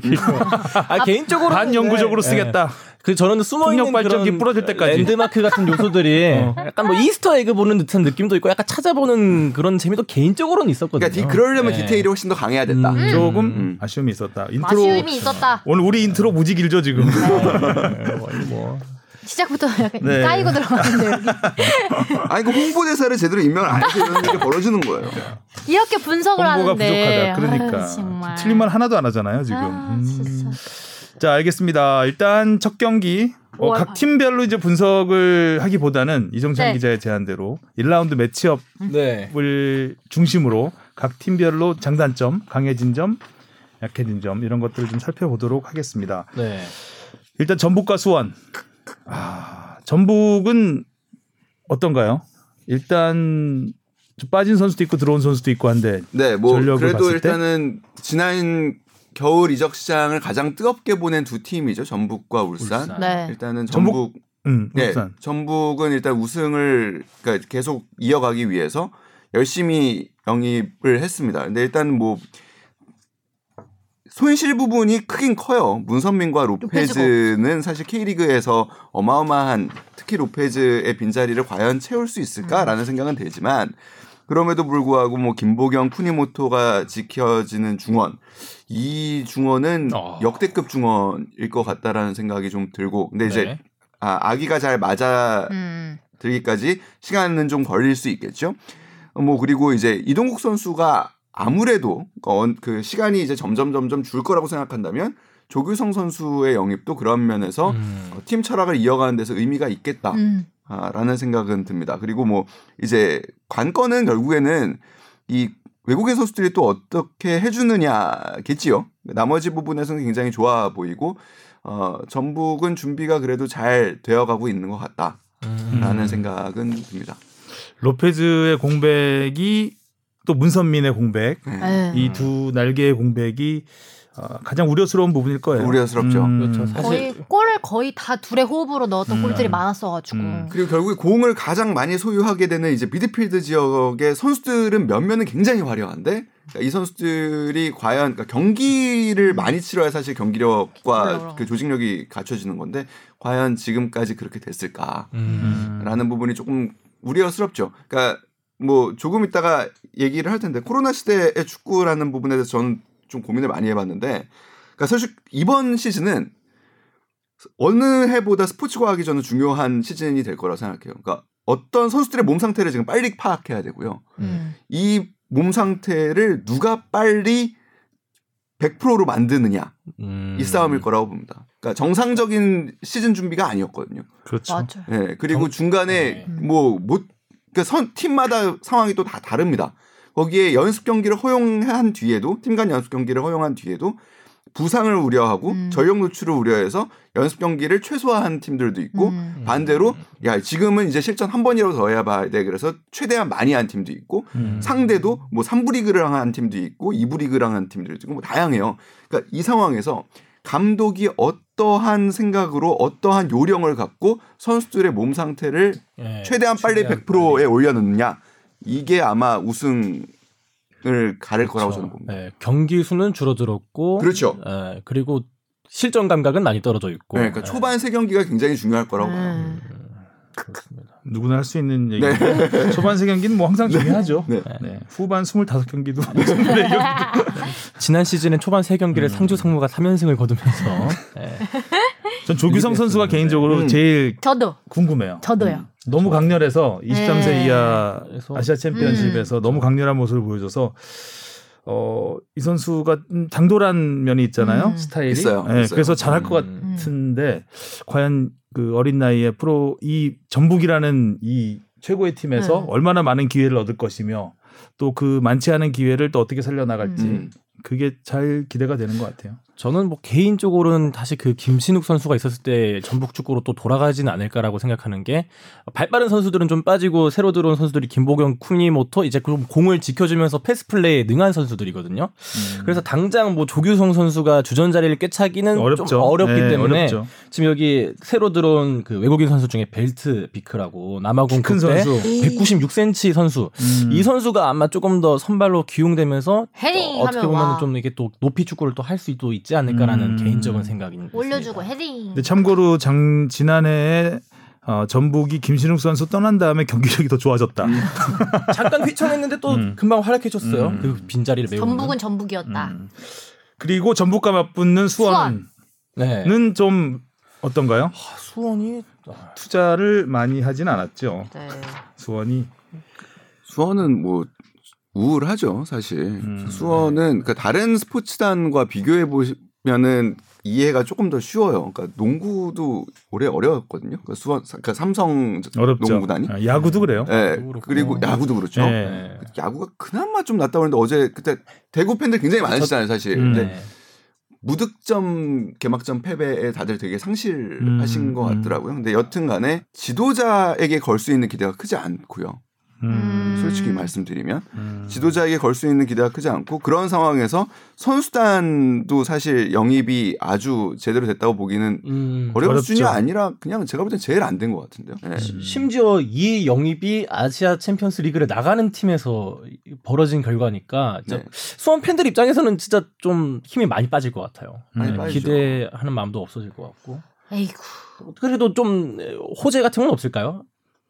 Speaker 3: 아, 개인적으로
Speaker 2: 반영구적으로
Speaker 3: 예.
Speaker 1: 네.
Speaker 2: 쓰겠다
Speaker 3: 그 저는 숨어 있는
Speaker 2: 폭력 발전기 부러질 때까지.
Speaker 3: 랜드마크 같은 요소들이
Speaker 2: 어.
Speaker 3: 약간 뭐 이스터 에그 보는 듯한 느낌도 있고 약간 찾아보는 그런 재미도 개인적으로는 있었거든요.
Speaker 4: 그러니까 디, 그러려면
Speaker 3: 예.
Speaker 2: 네.
Speaker 4: 디테일이 훨씬 더 강해야 됐다.
Speaker 3: 음.
Speaker 2: 조금
Speaker 4: 음.
Speaker 2: 아쉬움이 있었다 인트로
Speaker 1: 아쉬움이 있었다. 음.
Speaker 2: 오늘 우리 인트로 무지 길죠 지금
Speaker 1: 시작부터 약간
Speaker 2: 네.
Speaker 1: 까이고 들어가는데 여기.
Speaker 4: 아니 그 홍보대사를 제대로 임명을 안 해서 이런 일이 벌어지는 거예요.
Speaker 1: 이렇게 분석을
Speaker 2: 홍보가
Speaker 1: 하는데
Speaker 2: 부족하다. 그러니까
Speaker 1: 아유, 정말.
Speaker 2: 틀린 말 하나도 안 하잖아요 지금.
Speaker 1: 아,
Speaker 2: 음.
Speaker 1: 진짜.
Speaker 2: 자 알겠습니다. 일단 첫 경기 어,
Speaker 1: 오월
Speaker 2: 각
Speaker 1: 반.
Speaker 2: 팀별로 이제 분석을 하기보다는 이정찬
Speaker 1: 네.
Speaker 2: 기자의 제안대로 1라운드 매치업을
Speaker 3: 네.
Speaker 2: 중심으로 각 팀별로 장단점, 강해진 점, 약해진 점 이런 것들을 좀 살펴보도록 하겠습니다.
Speaker 3: 네.
Speaker 2: 일단 전북과 수원. 아, 전북은 어떤가요? 일단 좀 빠진 선수도 있고 들어온 선수도 있고 한데
Speaker 4: 네, 뭐
Speaker 2: 전력을
Speaker 4: 그래도
Speaker 2: 봤을
Speaker 4: 일단은 지난 겨울 이적 시장을 가장 뜨겁게 보낸 두 팀이죠. 전북과 울산.
Speaker 3: 울산.
Speaker 1: 네.
Speaker 4: 일단은
Speaker 2: 전북-
Speaker 4: 전북
Speaker 2: 음,
Speaker 4: 예,
Speaker 2: 울산.
Speaker 4: 전북은 일단 우승을 그러니까 계속 이어가기 위해서 열심히 영입을 했습니다. 근데 일단 뭐 손실 부분이 크긴 커요. 문선민과 로페즈는 사실 K리그에서 어마어마한 특히 로페즈의 빈자리를 과연 채울 수 있을까라는 생각은 들지만 그럼에도 불구하고 뭐 김보경, 쿠니모토가 지켜지는 중원 이 중원은
Speaker 3: 어.
Speaker 4: 역대급 중원일 것 같다라는 생각이 좀 들고 근데 이제
Speaker 3: 네.
Speaker 4: 아, 아기가 잘 맞아
Speaker 1: 음.
Speaker 4: 들기까지 시간은 좀 걸릴 수 있겠죠. 어, 뭐 그리고 이제 이동국 선수가 아무래도 그 언- 그 시간이 이제 점점 점점 줄 거라고 생각한다면 조규성 선수의 영입도 그런 면에서
Speaker 3: 음.
Speaker 4: 어, 팀 철학을 이어가는 데서 의미가 있겠다.
Speaker 1: 음.
Speaker 4: 아, 라는 생각은 듭니다. 그리고 뭐 이제 관건은 결국에는 이 외국인 선수들이 또 어떻게 해주느냐겠지요. 나머지 부분에서는 굉장히 좋아 보이고 어, 전북은 준비가 그래도 잘 되어가고 있는 것 같다라는
Speaker 3: 음.
Speaker 4: 생각은 듭니다.
Speaker 2: 로페즈의 공백이 또 문선민의 공백
Speaker 1: 네.
Speaker 2: 이 두 날개의 공백이 어, 가장 우려스러운 부분일 거예요.
Speaker 4: 우려스럽죠.
Speaker 3: 그렇죠. 사실-
Speaker 1: 거의 골을 거의 다 둘의 호흡으로 넣었던
Speaker 2: 음.
Speaker 1: 골들이 많았어가지고
Speaker 2: 음.
Speaker 4: 그리고 결국에 공을 가장 많이 소유하게 되는 이제 미드필드 지역의 선수들은 몇몇은 굉장히 화려한데 그러니까 이 선수들이 과연 그러니까 경기를 많이 치러야 사실 경기력과
Speaker 1: 물론.
Speaker 4: 그 조직력이 갖춰지는 건데 과연 지금까지 그렇게 됐을까라는
Speaker 2: 음.
Speaker 4: 부분이 조금 우려스럽죠. 그러니까 뭐 조금 있다가 얘기를 할 텐데 코로나 시대의 축구라는 부분에 대해서 저는 좀 고민을 많이 해봤는데 그러니까 사실 이번 시즌은 어느 해보다 스포츠 과학이 저는 중요한 시즌이 될 거라 고 생각해요. 그러니까 어떤 선수들의 몸 상태를 지금 빨리 파악해야 되고요.
Speaker 1: 음.
Speaker 4: 이 몸 상태를 누가 빨리 100%로 만드느냐
Speaker 3: 음.
Speaker 4: 이 싸움일 거라고 봅니다. 그러니까 정상적인 시즌 준비가 아니었거든요.
Speaker 2: 그렇죠.
Speaker 1: 맞아요.
Speaker 4: 예. 그리고
Speaker 3: 정-
Speaker 4: 중간에
Speaker 3: 네.
Speaker 4: 뭐못 그러니까 선 팀마다 상황이 또 다 다릅니다. 거기에 연습 경기를 허용한 뒤에도 팀 간 연습 경기를 허용한 뒤에도 부상을 우려하고
Speaker 1: 음.
Speaker 4: 전력 노출을 우려해서 연습 경기를 최소화한 팀들도 있고
Speaker 1: 음.
Speaker 4: 반대로 야 지금은 이제 실전 한 번이라도 더 해야 봐야 돼 그래서 최대한 많이 한 팀도 있고
Speaker 2: 음.
Speaker 4: 상대도 뭐 3부 리그랑 한 팀도 있고 2부 리그랑 한 팀도 있고 뭐 다양해요. 그러니까 이 상황에서 감독이 어떠한 생각으로 어떠한 요령을 갖고 선수들의 몸 상태를
Speaker 3: 예,
Speaker 4: 최대한 빨리
Speaker 3: 최대한
Speaker 4: 100%에 올려놓느냐 이게 아마 우승을 가를 거라고 저는 봅니다.
Speaker 3: 예, 경기 수는 줄어들었고
Speaker 4: 그렇죠.
Speaker 3: 예, 그리고 실전 감각은 많이 떨어져 있고.
Speaker 4: 네, 그러니까
Speaker 3: 예.
Speaker 4: 초반 세 경기가 굉장히 중요할 거라고 봐요.
Speaker 1: 음.
Speaker 3: 그렇습니다.
Speaker 2: 누구나 할 수 있는 얘기. 네. 초반 세 경기는 뭐 항상 중요하죠.
Speaker 4: 네.
Speaker 2: 네. 후반 25경기도 24경기도
Speaker 3: 지난 시즌엔 초반 세
Speaker 2: 음.
Speaker 3: 경기를 상주 상무가 3연승을 거두면서 예.
Speaker 2: 전 조규성 선수가
Speaker 3: 네.
Speaker 2: 개인적으로
Speaker 4: 음.
Speaker 2: 제일
Speaker 1: 저도
Speaker 2: 궁금해요. 음.
Speaker 1: 저도요.
Speaker 2: 너무 강렬해서 23세
Speaker 1: 네. 음.
Speaker 2: 이하
Speaker 3: 그래서-
Speaker 2: 아시아 챔피언십에서 너무 강렬한 모습을 보여줘서 어, 이 선수가 음, 당돌한 면이 있잖아요.
Speaker 1: 음.
Speaker 2: 스타일이.
Speaker 4: 있어요.
Speaker 2: 네,
Speaker 4: 있어요.
Speaker 2: 그래서 잘할 것
Speaker 3: 음.
Speaker 2: 같은데 과연 그 어린 나이에 프로 이 전북이라는 이 최고의 팀에서
Speaker 1: 음.
Speaker 2: 얼마나 많은 기회를 얻을 것이며 또 그 많지 않은 기회를 또 어떻게 살려나갈지
Speaker 4: 음.
Speaker 2: 그게 잘 기대가 되는 것 같아요.
Speaker 3: 저는 뭐 개인적으로는 다시 그 김신욱 선수가 있었을 때 전북 축구로 또 돌아가지는 않을까라고 생각하는 게 발빠른 선수들은 좀 빠지고 새로 들어온 선수들이 김보경, 쿠니모토 이제 그 공을 지켜주면서 패스 플레이에 능한 선수들이거든요. 그래서 당장 뭐 조규성 선수가 주전 자리를 꿰차기는 좀 어렵기
Speaker 2: 네,
Speaker 3: 때문에
Speaker 2: 어렵죠.
Speaker 3: 지금 여기 새로 들어온 그 외국인 선수 중에 벨트 비크라고 남아공
Speaker 2: 큰
Speaker 3: 그때
Speaker 2: 선수.
Speaker 3: 196cm 선수
Speaker 2: 음.
Speaker 3: 이 선수가 아마 조금 더 선발로 기용되면서
Speaker 1: 헤딩
Speaker 3: 어, 어떻게
Speaker 1: 하면
Speaker 3: 보면
Speaker 1: 와
Speaker 3: 좀 이게 또 높이 축구를 또 할 수도 있지 않을까라는
Speaker 2: 음.
Speaker 3: 개인적인 생각이
Speaker 1: 올려주고
Speaker 3: 있습니다.
Speaker 1: 헤딩.
Speaker 2: 근데 참고로 장 지난해에 어, 전북이 김신욱 선수 떠난 다음에 경기력이 더 좋아졌다.
Speaker 3: 음. 잠깐 휘청했는데 또
Speaker 2: 음.
Speaker 3: 금방 활약해줬어요
Speaker 2: 음.
Speaker 3: 그 빈자리를 메우는
Speaker 1: 전북은 전북이었다.
Speaker 2: 음. 그리고 전북과 맞붙는 수원은
Speaker 3: 네.
Speaker 2: 좀 어떤가요?
Speaker 3: 아, 수원이 아,
Speaker 2: 투자를 많이 하진 않았죠.
Speaker 1: 네.
Speaker 2: 수원이
Speaker 4: 수원은 뭐 우울하죠 사실
Speaker 2: 음.
Speaker 4: 수원은 그 다른 스포츠단과 비교해 보시면은 이해가 조금 더 쉬워요. 그러니까 농구도 올해 어려웠거든요. 그러니까 수원 그러니까 삼성
Speaker 2: 어렵죠.
Speaker 4: 농구단이
Speaker 2: 아, 야구도 그래요.
Speaker 4: 예
Speaker 3: 그렇고.
Speaker 4: 그리고 야구도 그렇죠.
Speaker 2: 네.
Speaker 3: 네.
Speaker 4: 야구가 그나마 좀 낫다 그러는데 어제 그때 대구 팬들 굉장히 많으시잖아요 사실.
Speaker 2: 음.
Speaker 4: 근데
Speaker 3: 네.
Speaker 4: 무득점 개막전 패배에 다들 되게 상실하신
Speaker 2: 음,
Speaker 4: 것
Speaker 2: 음.
Speaker 4: 같더라고요. 근데 여튼간에 지도자에게 걸 수 있는 기대가 크지 않고요.
Speaker 2: 음.
Speaker 4: 솔직히 말씀드리면
Speaker 2: 음.
Speaker 3: 네.
Speaker 4: 지도자에게 걸 수 있는 기대가 크지 않고 그런 상황에서 선수단도 사실 영입이 아주 제대로 됐다고 보기는
Speaker 3: 음.
Speaker 4: 어려운
Speaker 2: 어렵죠. 네.
Speaker 4: 수준이 아니라 그냥 제가 볼 땐 제일 안 된 것 같은데요. 예.
Speaker 3: 시- 심지어 이 영입이 아시아 챔피언스 리그를 나가는 팀에서 벌어진 결과니까
Speaker 4: 네.
Speaker 3: 진짜 수원 팬들 입장에서는 진짜 좀 힘이 많이 빠질 것 같아요.
Speaker 2: 많이
Speaker 3: 네,
Speaker 4: 빠지죠.
Speaker 3: 기대하는 마음도 없어질 것 같고
Speaker 1: 에이구.
Speaker 3: 그래도 좀 호재 같은 건 없을까요?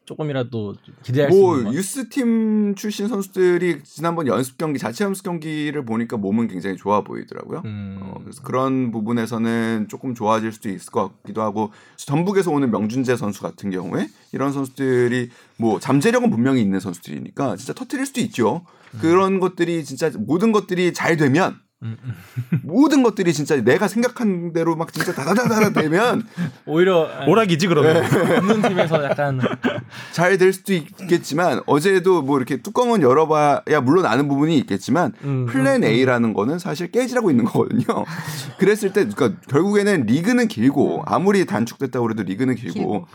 Speaker 3: 조금이라도 기대할 수
Speaker 4: 뭐
Speaker 3: 있는 건.
Speaker 4: 유스 팀 출신 선수들이 지난번 연습 경기 자체 연습 경기를 보니까 몸은 굉장히 좋아 보이더라고요.
Speaker 3: 음.
Speaker 4: 어, 그래서 그런 부분에서는 조금 좋아질 수도 있을 것 같기도 하고 전북에서 오는 명준재 선수 같은 경우에 이런 선수들이 뭐 잠재력은 분명히 있는 선수들이니까 진짜 터트릴 수도 있죠. 그런 것들이 진짜 모든 것들이 잘 되면 모든 것들이 진짜 내가 생각한 대로 막 진짜 다다다다 되면
Speaker 3: 오히려
Speaker 2: 오락이지 그러면.
Speaker 4: 네.
Speaker 3: 없는 팀에서 약간
Speaker 4: 잘 될 수도 있겠지만 어제도 뭐 이렇게 뚜껑은 열어봐야 물론 아는 부분이 있겠지만
Speaker 3: 음,
Speaker 4: 플랜 A라는 거는 사실 깨지라고 있는 거거든요. 그랬을 때 그러니까 결국에는 리그는 길고 아무리 단축됐다고 그래도 리그는 음. 길고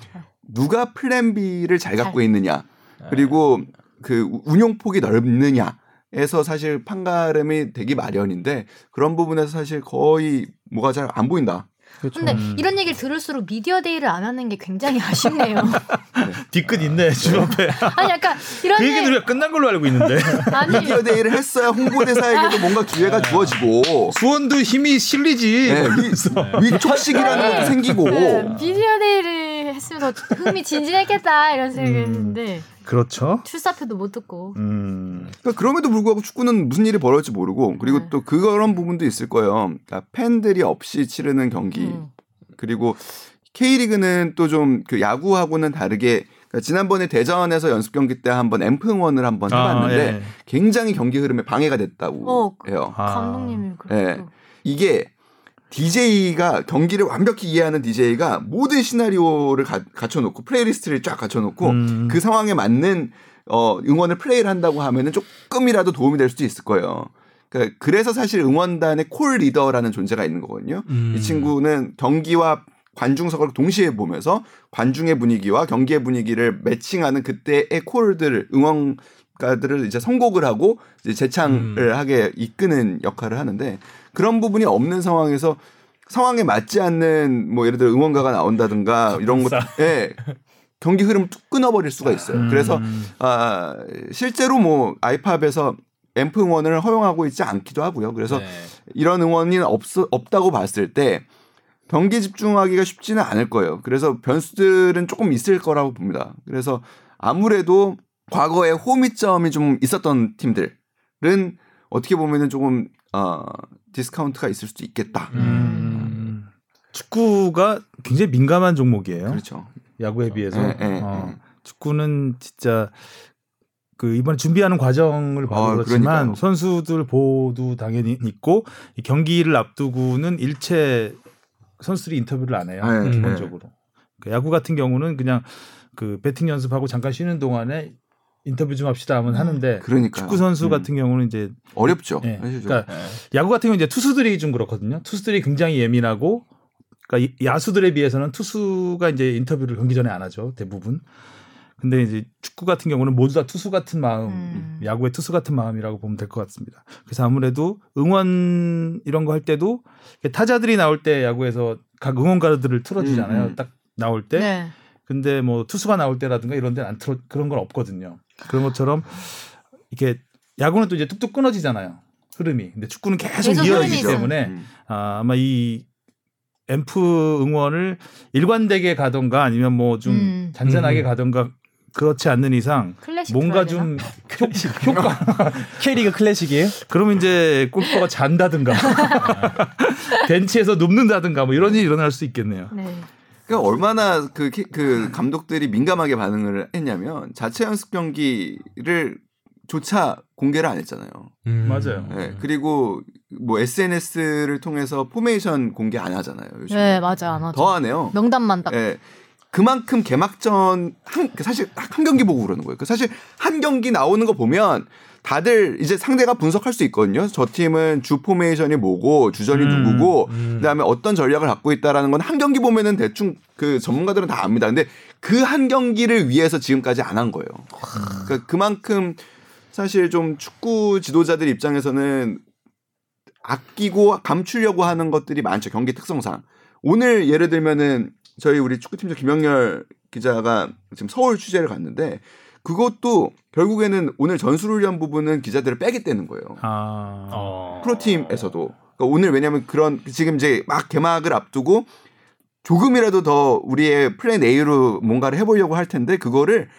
Speaker 4: 누가 플랜 B를 잘 갖고 있느냐
Speaker 3: 네.
Speaker 4: 그리고 그 운용 폭이 넓느냐 에서 사실 판가름이 되기 마련인데 그런 부분에서 사실 거의 뭐가 잘 안 보인다.
Speaker 1: 근데
Speaker 4: 음.
Speaker 1: 이런 얘기를 들을수록 미디어 데이를 안 하는 게 굉장히 아쉽네요.
Speaker 2: 뒤끝 있네 집 앞에.
Speaker 1: 아니 약간 이런
Speaker 2: 그 얘기는
Speaker 1: 얘기
Speaker 2: 우리가 끝난 걸로 알고 있는데.
Speaker 1: 아니
Speaker 4: 미디어 데이를 했어야 홍보대사에게도 뭔가 기회가
Speaker 3: 네.
Speaker 4: 주어지고
Speaker 2: 수원도 힘이 실리지.
Speaker 4: 네, 위, 위촉식이라는 것도 생기고
Speaker 1: 네, 미디어 데이를 했으면 더 흥미진진했겠다 이런
Speaker 4: 음.
Speaker 1: 생각이 했는데
Speaker 2: 그렇죠.
Speaker 1: 출사표도 못 듣고
Speaker 2: 음.
Speaker 4: 그러니까 그럼에도 불구하고 축구는 무슨 일이 벌어질지 모르고 그리고
Speaker 1: 네.
Speaker 4: 또 그런 부분도 있을 거예요. 그러니까 팬들이 없이 치르는 경기
Speaker 1: 음.
Speaker 4: 그리고 K리그는 또 좀 그 야구하고는 다르게 그러니까 지난번에 대전에서 연습 경기 때 한번 앰프 응원을 한번 해봤는데
Speaker 2: 예.
Speaker 4: 굉장히 경기 흐름에 방해가 됐다고
Speaker 1: 어, 그-
Speaker 4: 해요.
Speaker 2: 아.
Speaker 1: 감독님이
Speaker 4: 예.
Speaker 1: 그렇고
Speaker 4: 이게 DJ가 경기를 완벽히 이해하는 DJ가 모든 시나리오를 가- 갖춰놓고 플레이리스트를 쫙 갖춰놓고
Speaker 2: 음.
Speaker 4: 그 상황에 맞는 어, 응원을 플레이를 한다고 하면은 조금이라도 도움이 될 수도 있을 거예요. 그러니까 그래서 사실 응원단의 콜 리더라는 존재가 있는 거거든요. 이 친구는 경기와 관중석을 동시에 보면서 관중의 분위기와 경기의 분위기를 매칭하는 그때의 콜들을 응원가들을 이제 선곡을 하고 이제 재창을 하게 이끄는 역할을 하는데 그런 부분이 없는 상황에서 상황에 맞지 않는 뭐 예를 들어 응원가가 나온다든가 이런 것, 예, 경기 흐름 뚝 끊어버릴 수가
Speaker 2: 음.
Speaker 4: 있어요. 그래서 아, 실제로 뭐 아이팝에서 앰프 응원을 허용하고 있지 않기도 하고요. 그래서
Speaker 2: 네.
Speaker 4: 이런 응원이 없, 없다고 봤을 때 경기 집중하기가 쉽지는 않을 거예요. 그래서 변수들은 조금 있을 거라고 봅니다. 그래서 아무래도 과거에 호미점이 좀 있었던 팀들은 어떻게 보면은 조금 어, 디스카운트가 있을 수도 있겠다.
Speaker 2: 음. 축구가 굉장히 민감한 종목이에요.
Speaker 4: 그렇죠.
Speaker 2: 야구에 비해서.
Speaker 4: 예, 예,
Speaker 2: 어.
Speaker 4: 예.
Speaker 2: 축구는 진짜 그 이번에 준비하는 과정을 봐도
Speaker 4: 아,
Speaker 2: 그렇지만
Speaker 4: 그러니까요.
Speaker 2: 선수들 보호도 당연히 있고 이 경기를 앞두고는 일체 선수들이 인터뷰를 안 해요.
Speaker 4: 네,
Speaker 2: 기본적으로. 그 야구 같은 경우는 그냥 그 배팅 연습하고 잠깐 쉬는 동안에 인터뷰 좀 합시다 하면 하는데
Speaker 4: 그러니까
Speaker 2: 축구 선수 같은 경우는 이제
Speaker 4: 어렵죠.
Speaker 2: 예.
Speaker 4: 사실 좀.
Speaker 2: 그러니까 야구 같은 경우는 이제 투수들이 좀 그렇거든요. 투수들이 굉장히 예민하고 그러니까 이- 야수들에 비해서는 투수가 이제 인터뷰를 경기 전에 안 하죠. 대부분. 근데 이제 축구 같은 경우는 모두 다 투수 같은 마음,
Speaker 1: 음.
Speaker 2: 야구의 투수 같은 마음이라고 보면 될 것 같습니다. 그래서 아무래도 응원 이런 거 할 때도 이렇게 타자들이 나올 때 야구에서 각 응원가들을 틀어주잖아요.
Speaker 4: 음.
Speaker 2: 딱 나올 때.
Speaker 1: 네.
Speaker 2: 근데 뭐 투수가 나올 때라든가 이런 데는 안 틀어 그런 건 없거든요. 그런 것처럼 이렇게 야구는 또 이제 뚝뚝 끊어지잖아요. 흐름이. 근데 축구는 계속,
Speaker 1: 계속
Speaker 2: 이어지기
Speaker 1: 흐름이
Speaker 2: 때문에
Speaker 4: 음.
Speaker 2: 아, 아마 이 앰프 응원을 일관되게 가던가 아니면 뭐 좀
Speaker 1: 음.
Speaker 2: 잔잔하게
Speaker 3: 음.
Speaker 2: 가던가 그렇지 않는 이상
Speaker 1: 클래식
Speaker 2: 뭔가
Speaker 1: 들어야 되나?
Speaker 2: 좀 효- 효과
Speaker 3: K리그 클래식이에요.
Speaker 2: 그러면 이제 골키퍼가 잔다든가 벤치에서 눕는다든가 뭐 이런 일이 일어날 수 있겠네요.
Speaker 1: 네.
Speaker 4: 그러니까 얼마나 그, 키- 그 감독들이 민감하게 반응을 했냐면 자체 연습 경기를 조차 공개를 안 했잖아요.
Speaker 3: 음.
Speaker 2: 맞아요.
Speaker 4: 예, 그리고 뭐 SNS를 통해서 포메이션 공개 안 하잖아요. 요즘
Speaker 1: 네, 맞아 안 하죠.
Speaker 4: 더 안 해요.
Speaker 1: 명단만 딱.
Speaker 4: 예. 그만큼 개막전 한그 사실 한 경기 보고 그러는 거예요. 그 사실 한 경기 나오는 거 보면 다들 이제 상대가 분석할 수 있거든요. 저 팀은 주 포메이션이 뭐고 주전이
Speaker 2: 음,
Speaker 4: 누구고 그다음에 어떤 전략을 갖고 있다라는 건 한 경기 보면은 대충 그 전문가들은 다 압니다. 근데 그 한 경기를 위해서 지금까지 안 한 거예요. 그러니까 그만큼 사실 좀 축구 지도자들 입장에서는 아끼고 감추려고 하는 것들이 많죠. 경기 특성상. 오늘 예를 들면은 저희 우리 축구팀장 김영렬 기자가 지금 서울 취재를 갔는데 그것도 결국에는 오늘 전술훈련 부분은 기자들을 빼겠다는 거예요.
Speaker 2: 아.
Speaker 3: 어, 그렇죠.
Speaker 4: 프로팀에서도. 그러니까 오늘 왜냐면 그런 지금 이제 막 개막을 앞두고 조금이라도 더 우리의 플랜 A로 뭔가를 해보려고 할 텐데 그거를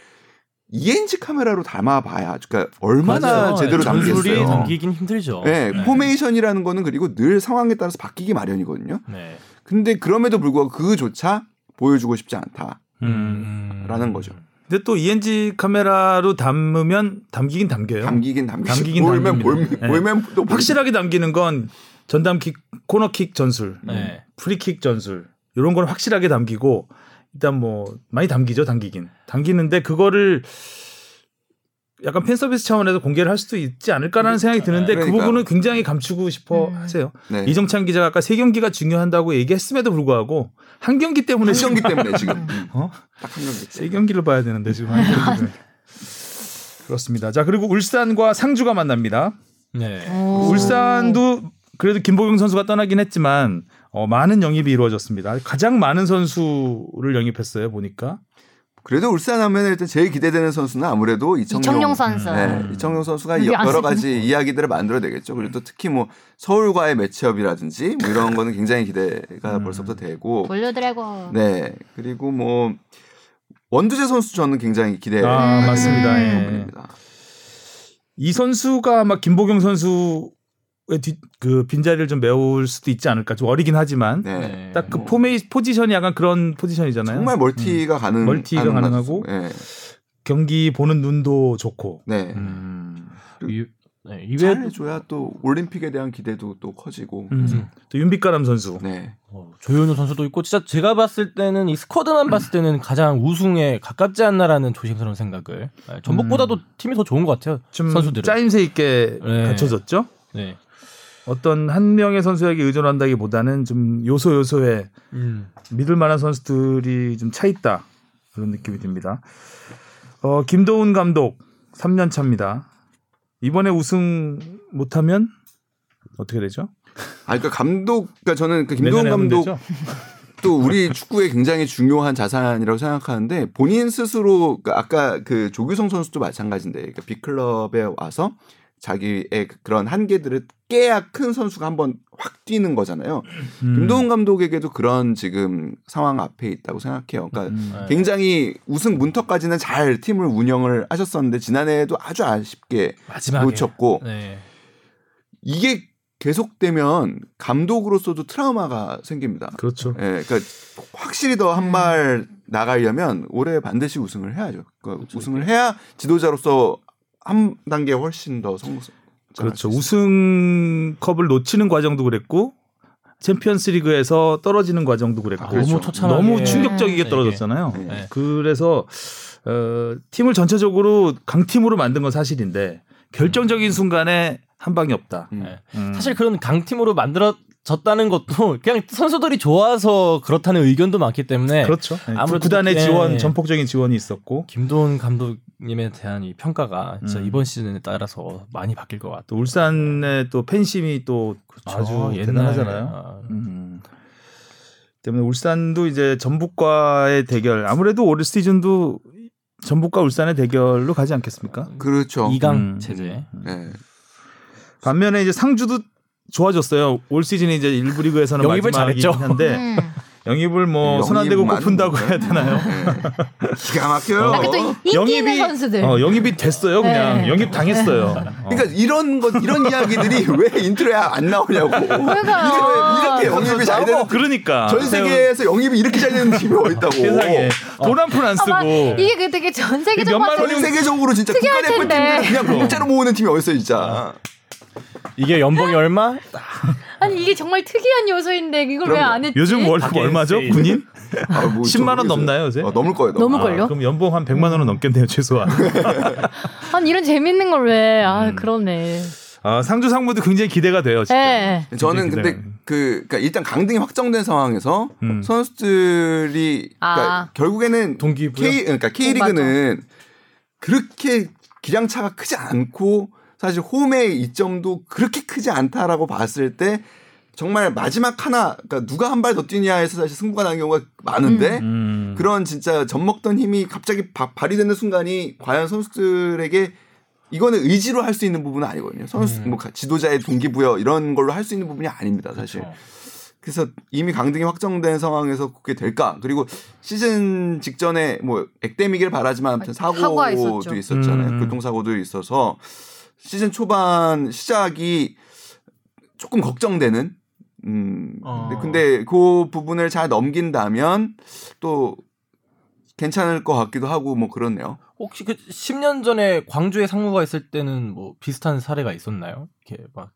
Speaker 4: ENG 카메라로 담아봐야 그러니까 얼마나
Speaker 3: 맞아요.
Speaker 4: 제대로
Speaker 3: 네, 그렇죠. 전술이
Speaker 4: 담겠어요.
Speaker 3: 담기긴 힘들죠.
Speaker 4: 네, 포메이션이라는 거는 그리고 늘 상황에 따라서 바뀌기 마련이거든요.
Speaker 3: 네.
Speaker 4: 근데 그럼에도 불구하고 그조차 보여주고 싶지 않다라는
Speaker 3: 음.
Speaker 4: 거죠.
Speaker 2: 근데 또 ENG 카메라로 담으면 담기긴 담겨요.
Speaker 4: 담기긴 담기.
Speaker 2: 담기긴
Speaker 4: 몰면 몰면
Speaker 2: 담깁니다. 예.
Speaker 4: 몰면 또 몰-
Speaker 2: 확실하게 담기는 건 전담킥, 코너킥 전술,
Speaker 3: 네.
Speaker 2: 프리킥 전술 이런 건 확실하게 담기고 일단 뭐 많이 담기죠, 담기긴. 담기는데 그거를 약간 팬 서비스 차원에서 공개를 할 수도 있지 않을까라는 생각이 드는데 그
Speaker 4: 네. 그러니까요.
Speaker 2: 부분은 굉장히 감추고 싶어
Speaker 1: 음.
Speaker 2: 하세요.
Speaker 4: 네.
Speaker 2: 이정찬 기자가 아까 세 경기가 중요한다고 얘기했음에도 불구하고 한 경기 때문에
Speaker 4: 한
Speaker 2: 지금
Speaker 4: 경기 때문에 지금 음.
Speaker 2: 어?
Speaker 4: 딱 한 경기.
Speaker 2: 세 경기를 봐야 되는데 지금 한 경기를. 그렇습니다. 자 그리고 울산과 상주가 만납니다.
Speaker 3: 네.
Speaker 1: 오.
Speaker 2: 울산도 그래도 김보경 선수가 떠나긴 했지만 어, 많은 영입이 이루어졌습니다. 가장 많은 선수를 영입했어요 보니까.
Speaker 4: 그래도 울산 하면 일단 제일 기대되는 선수는 아무래도 이청용,
Speaker 1: 이청용 선수.
Speaker 2: 음.
Speaker 4: 네, 이청용 선수가
Speaker 1: 그게 안
Speaker 4: 여러 가지 이야기들을 만들어내겠죠. 그리고 또 특히 뭐 서울과의 매치업이라든지 뭐 이런 거는 굉장히 기대가
Speaker 2: 음.
Speaker 4: 벌써부터 되고.
Speaker 1: 볼려드래곤.
Speaker 4: 네. 그리고 뭐 원두재 선수 저는 굉장히 기대.
Speaker 2: 아
Speaker 1: 음.
Speaker 2: 맞습니다. 예.
Speaker 4: 부분입니다.
Speaker 2: 이 선수가 막 김보경 선수의 뒤, 그 빈자리를 좀 메울 수도 있지 않을까. 좀 어리긴 하지만
Speaker 4: 네.
Speaker 3: 네.
Speaker 2: 딱 그 포메이 포지션이 약간 그런 포지션이잖아요. 음.
Speaker 4: 정말 뭐 멀티가 가능.
Speaker 2: 멀티가 가능하고.
Speaker 4: 네.
Speaker 2: 경기 보는 눈도 좋고.
Speaker 4: 네.
Speaker 3: 음.
Speaker 4: 그리고
Speaker 3: 이- 네, 이외
Speaker 4: 잘 해줘야 또 올림픽에 대한 기대도 또 커지고.
Speaker 2: 음. 또 윤빛가람 선수.
Speaker 4: 네.
Speaker 3: 어, 조현우 선수도 있고 진짜 제가 봤을 때는 이 스쿼드만 봤을 때는 가장 우승에 가깝지 않나라는 조심스러운 생각을 네, 전북보다도 팀이 더 좋은 것 같아요
Speaker 2: 좀
Speaker 3: 선수들은
Speaker 2: 짜임새 있게
Speaker 3: 네.
Speaker 2: 갖춰졌죠.
Speaker 3: 네.
Speaker 2: 어떤 한 명의 선수에게 의존한다기보다는 좀 요소 요소에
Speaker 3: 음.
Speaker 2: 믿을 만한 선수들이 좀 차 있다 그런 느낌이 듭니다. 어, 김도훈 감독 3년 차입니다. 이번에 우승 못하면 어떻게 되죠?
Speaker 4: 아, 그러니까 감독, 그러니까 저는 그 김동훈
Speaker 2: 내년에 하면 그렇죠?
Speaker 4: 감독
Speaker 2: 되죠?
Speaker 4: 또 우리 축구에 굉장히 중요한 자산이라고 생각하는데 본인 스스로 그 아까 그 조규성 선수도 마찬가지인데 그러니까 빅클럽에 와서 자기의 그런 한계들을 깨야 큰 선수가 한번 확 뛰는 거잖아요.
Speaker 2: 음.
Speaker 4: 김동훈 감독에게도 그런 지금 상황 앞에 있다고 생각해요. 그러니까
Speaker 2: 음.
Speaker 3: 네.
Speaker 4: 굉장히 우승 문턱까지는 잘 팀을 운영을 하셨었는데 지난해에도 아주 아쉽게
Speaker 3: 마지막에
Speaker 4: 놓쳤고
Speaker 3: 네.
Speaker 4: 이게 계속되면 감독으로서도 트라우마가 생깁니다.
Speaker 2: 그렇죠.
Speaker 4: 예, 그러니까 확실히 더 한 발 나가려면 올해 반드시 우승을 해야죠. 그러니까 우승을 해야 지도자로서 한 단계 훨씬 더 성공.
Speaker 2: 그렇죠. 우승컵을 놓치는 과정도 그랬고 챔피언스리그에서 떨어지는 과정도 그랬고
Speaker 3: 아,
Speaker 4: 그렇죠.
Speaker 3: 너무 처참하게
Speaker 2: 너무 충격적이게
Speaker 3: 네.
Speaker 2: 떨어졌잖아요.
Speaker 4: 네.
Speaker 3: 네.
Speaker 2: 그래서 어, 팀을 전체적으로 강팀으로 만든 건 사실인데 결정적인 순간에 한 방이 없다.
Speaker 4: 음.
Speaker 3: 네.
Speaker 2: 음.
Speaker 3: 사실 그런 강팀으로 만들어졌다는 것도 그냥 선수들이 좋아서 그렇다는 의견도 많기 때문에
Speaker 2: 그렇죠. 네.
Speaker 3: 아무래도
Speaker 2: 구단의
Speaker 3: 예.
Speaker 2: 지원 전폭적인 지원이 있었고
Speaker 3: 김도훈 감독님에 대한 이 평가가 진짜
Speaker 2: 음.
Speaker 3: 이번 시즌에 따라서 많이 바뀔 것 같아요.
Speaker 2: 또 울산의 또 팬심이 또 아주
Speaker 3: 옛날,
Speaker 2: 대단하잖아요.
Speaker 3: 아,
Speaker 2: 음. 때문에 울산도 이제 전북과의 대결 아무래도 올 시즌도 전북과 울산의 대결로 가지 않겠습니까?
Speaker 3: 어.
Speaker 4: 그렇죠.
Speaker 3: 이강
Speaker 2: 음.
Speaker 3: 체제.
Speaker 4: 예.
Speaker 2: 반면에 이제 상주도 좋아졌어요. 올 시즌에 이제 일부 리그에서는
Speaker 3: 영입을
Speaker 2: 마지막이긴
Speaker 3: 잘했죠.
Speaker 2: 한데
Speaker 1: 음.
Speaker 2: 영입을 뭐
Speaker 4: 네,
Speaker 2: 손안대고
Speaker 4: 영입만
Speaker 2: 고픈다고
Speaker 4: 뭐.
Speaker 2: 해야 되나요?
Speaker 4: 예. 기가 막혀요.
Speaker 1: 아, 그또 인기 있는 선수들.
Speaker 2: 어, 영입이 됐어요 그냥
Speaker 1: 네.
Speaker 2: 영입 당했어요.
Speaker 4: 그러니까 이런 것 이런 이야기들이 왜 인트로에 안 나오냐고.
Speaker 1: 그러니까요.
Speaker 4: 이렇게, 이렇게 영입이 잘 되는
Speaker 2: 그러니까
Speaker 4: 전 세계에서 영입이 이렇게 잘 되는 팀이 어디 있다고.
Speaker 2: 세상에 돈 한 푼 안 쓰고
Speaker 1: 아마 이게 그 되게 전 세계적
Speaker 2: 몇만
Speaker 4: 전 세계적으로 진짜 국가
Speaker 1: 특이할
Speaker 4: 대표
Speaker 1: 텐데.
Speaker 4: 팀들 그냥 공짜로 모으는 팀이 어디 있어 진짜.
Speaker 3: 이게 연봉이 얼마?
Speaker 1: 아니 이게 정말 특이한 요소인데 이걸 왜
Speaker 4: 그럼요.
Speaker 1: 안 했지?
Speaker 2: 요즘 월급
Speaker 3: 가게
Speaker 2: 얼마죠?
Speaker 3: 세일.
Speaker 2: 군인?
Speaker 4: 아, 뭐
Speaker 2: 10만 원
Speaker 4: 모르겠어요.
Speaker 2: 넘나요, 요새?
Speaker 4: 어, 넘을 거예요. 넘을
Speaker 1: 넘을
Speaker 4: 거예요.
Speaker 1: 걸요?
Speaker 2: 아,
Speaker 1: 음.
Speaker 2: 그럼 연봉 한 100만 원은 넘겠네요, 최소한.
Speaker 1: 아니 이런 재밌는 걸 왜 아
Speaker 2: 음.
Speaker 1: 그러네.
Speaker 2: 아, 상주 상무도 굉장히 기대가 돼요, 진짜.
Speaker 1: 예.
Speaker 4: 저는
Speaker 2: 굉장히
Speaker 4: 근데
Speaker 2: 기대가 돼요.
Speaker 4: 그 그러니까 일단 강등이 확정된 상황에서
Speaker 2: 음.
Speaker 4: 선수들이 그러니까
Speaker 1: 아.
Speaker 4: 결국에는
Speaker 3: 동기부여.
Speaker 4: K 그러니까 K 리그는 그렇게 기량차가 크지 않고 사실 홈의 이점도 그렇게 크지 않다라고 봤을 때 정말 마지막 하나 그러니까 누가 한 발 더 뛰냐에서 사실 승부가 나는 경우가 많은데
Speaker 2: 음.
Speaker 4: 네? 그런 진짜 젖먹던 힘이 갑자기 바- 발휘되는 순간이 과연 선수들에게 이거는 의지로 할 수 있는 부분은 아니거든요. 선수
Speaker 3: 음.
Speaker 4: 뭐 가- 지도자의 동기부여 이런 걸로 할 수 있는 부분이 아닙니다, 사실.
Speaker 3: 그렇죠.
Speaker 4: 그래서 이미 강등이 확정된 상황에서 그게 될까? 그리고 시즌 직전에 뭐 액땜이길 바라지만 아무튼
Speaker 1: 사고가
Speaker 4: 사고도
Speaker 1: 있었죠.
Speaker 4: 있었잖아요.
Speaker 2: 음.
Speaker 4: 교통사고도 있어서 시즌 초반 시작이 조금 걱정되는 음.
Speaker 3: 어.
Speaker 4: 근데 그 부분을 잘 넘긴다면 또 괜찮을 것 같기도 하고 뭐 그렇네요.
Speaker 3: 혹시 그 10년 전에 광주에 상무가 있을 때는 뭐 비슷한 사례가 있었나요? 이렇게 막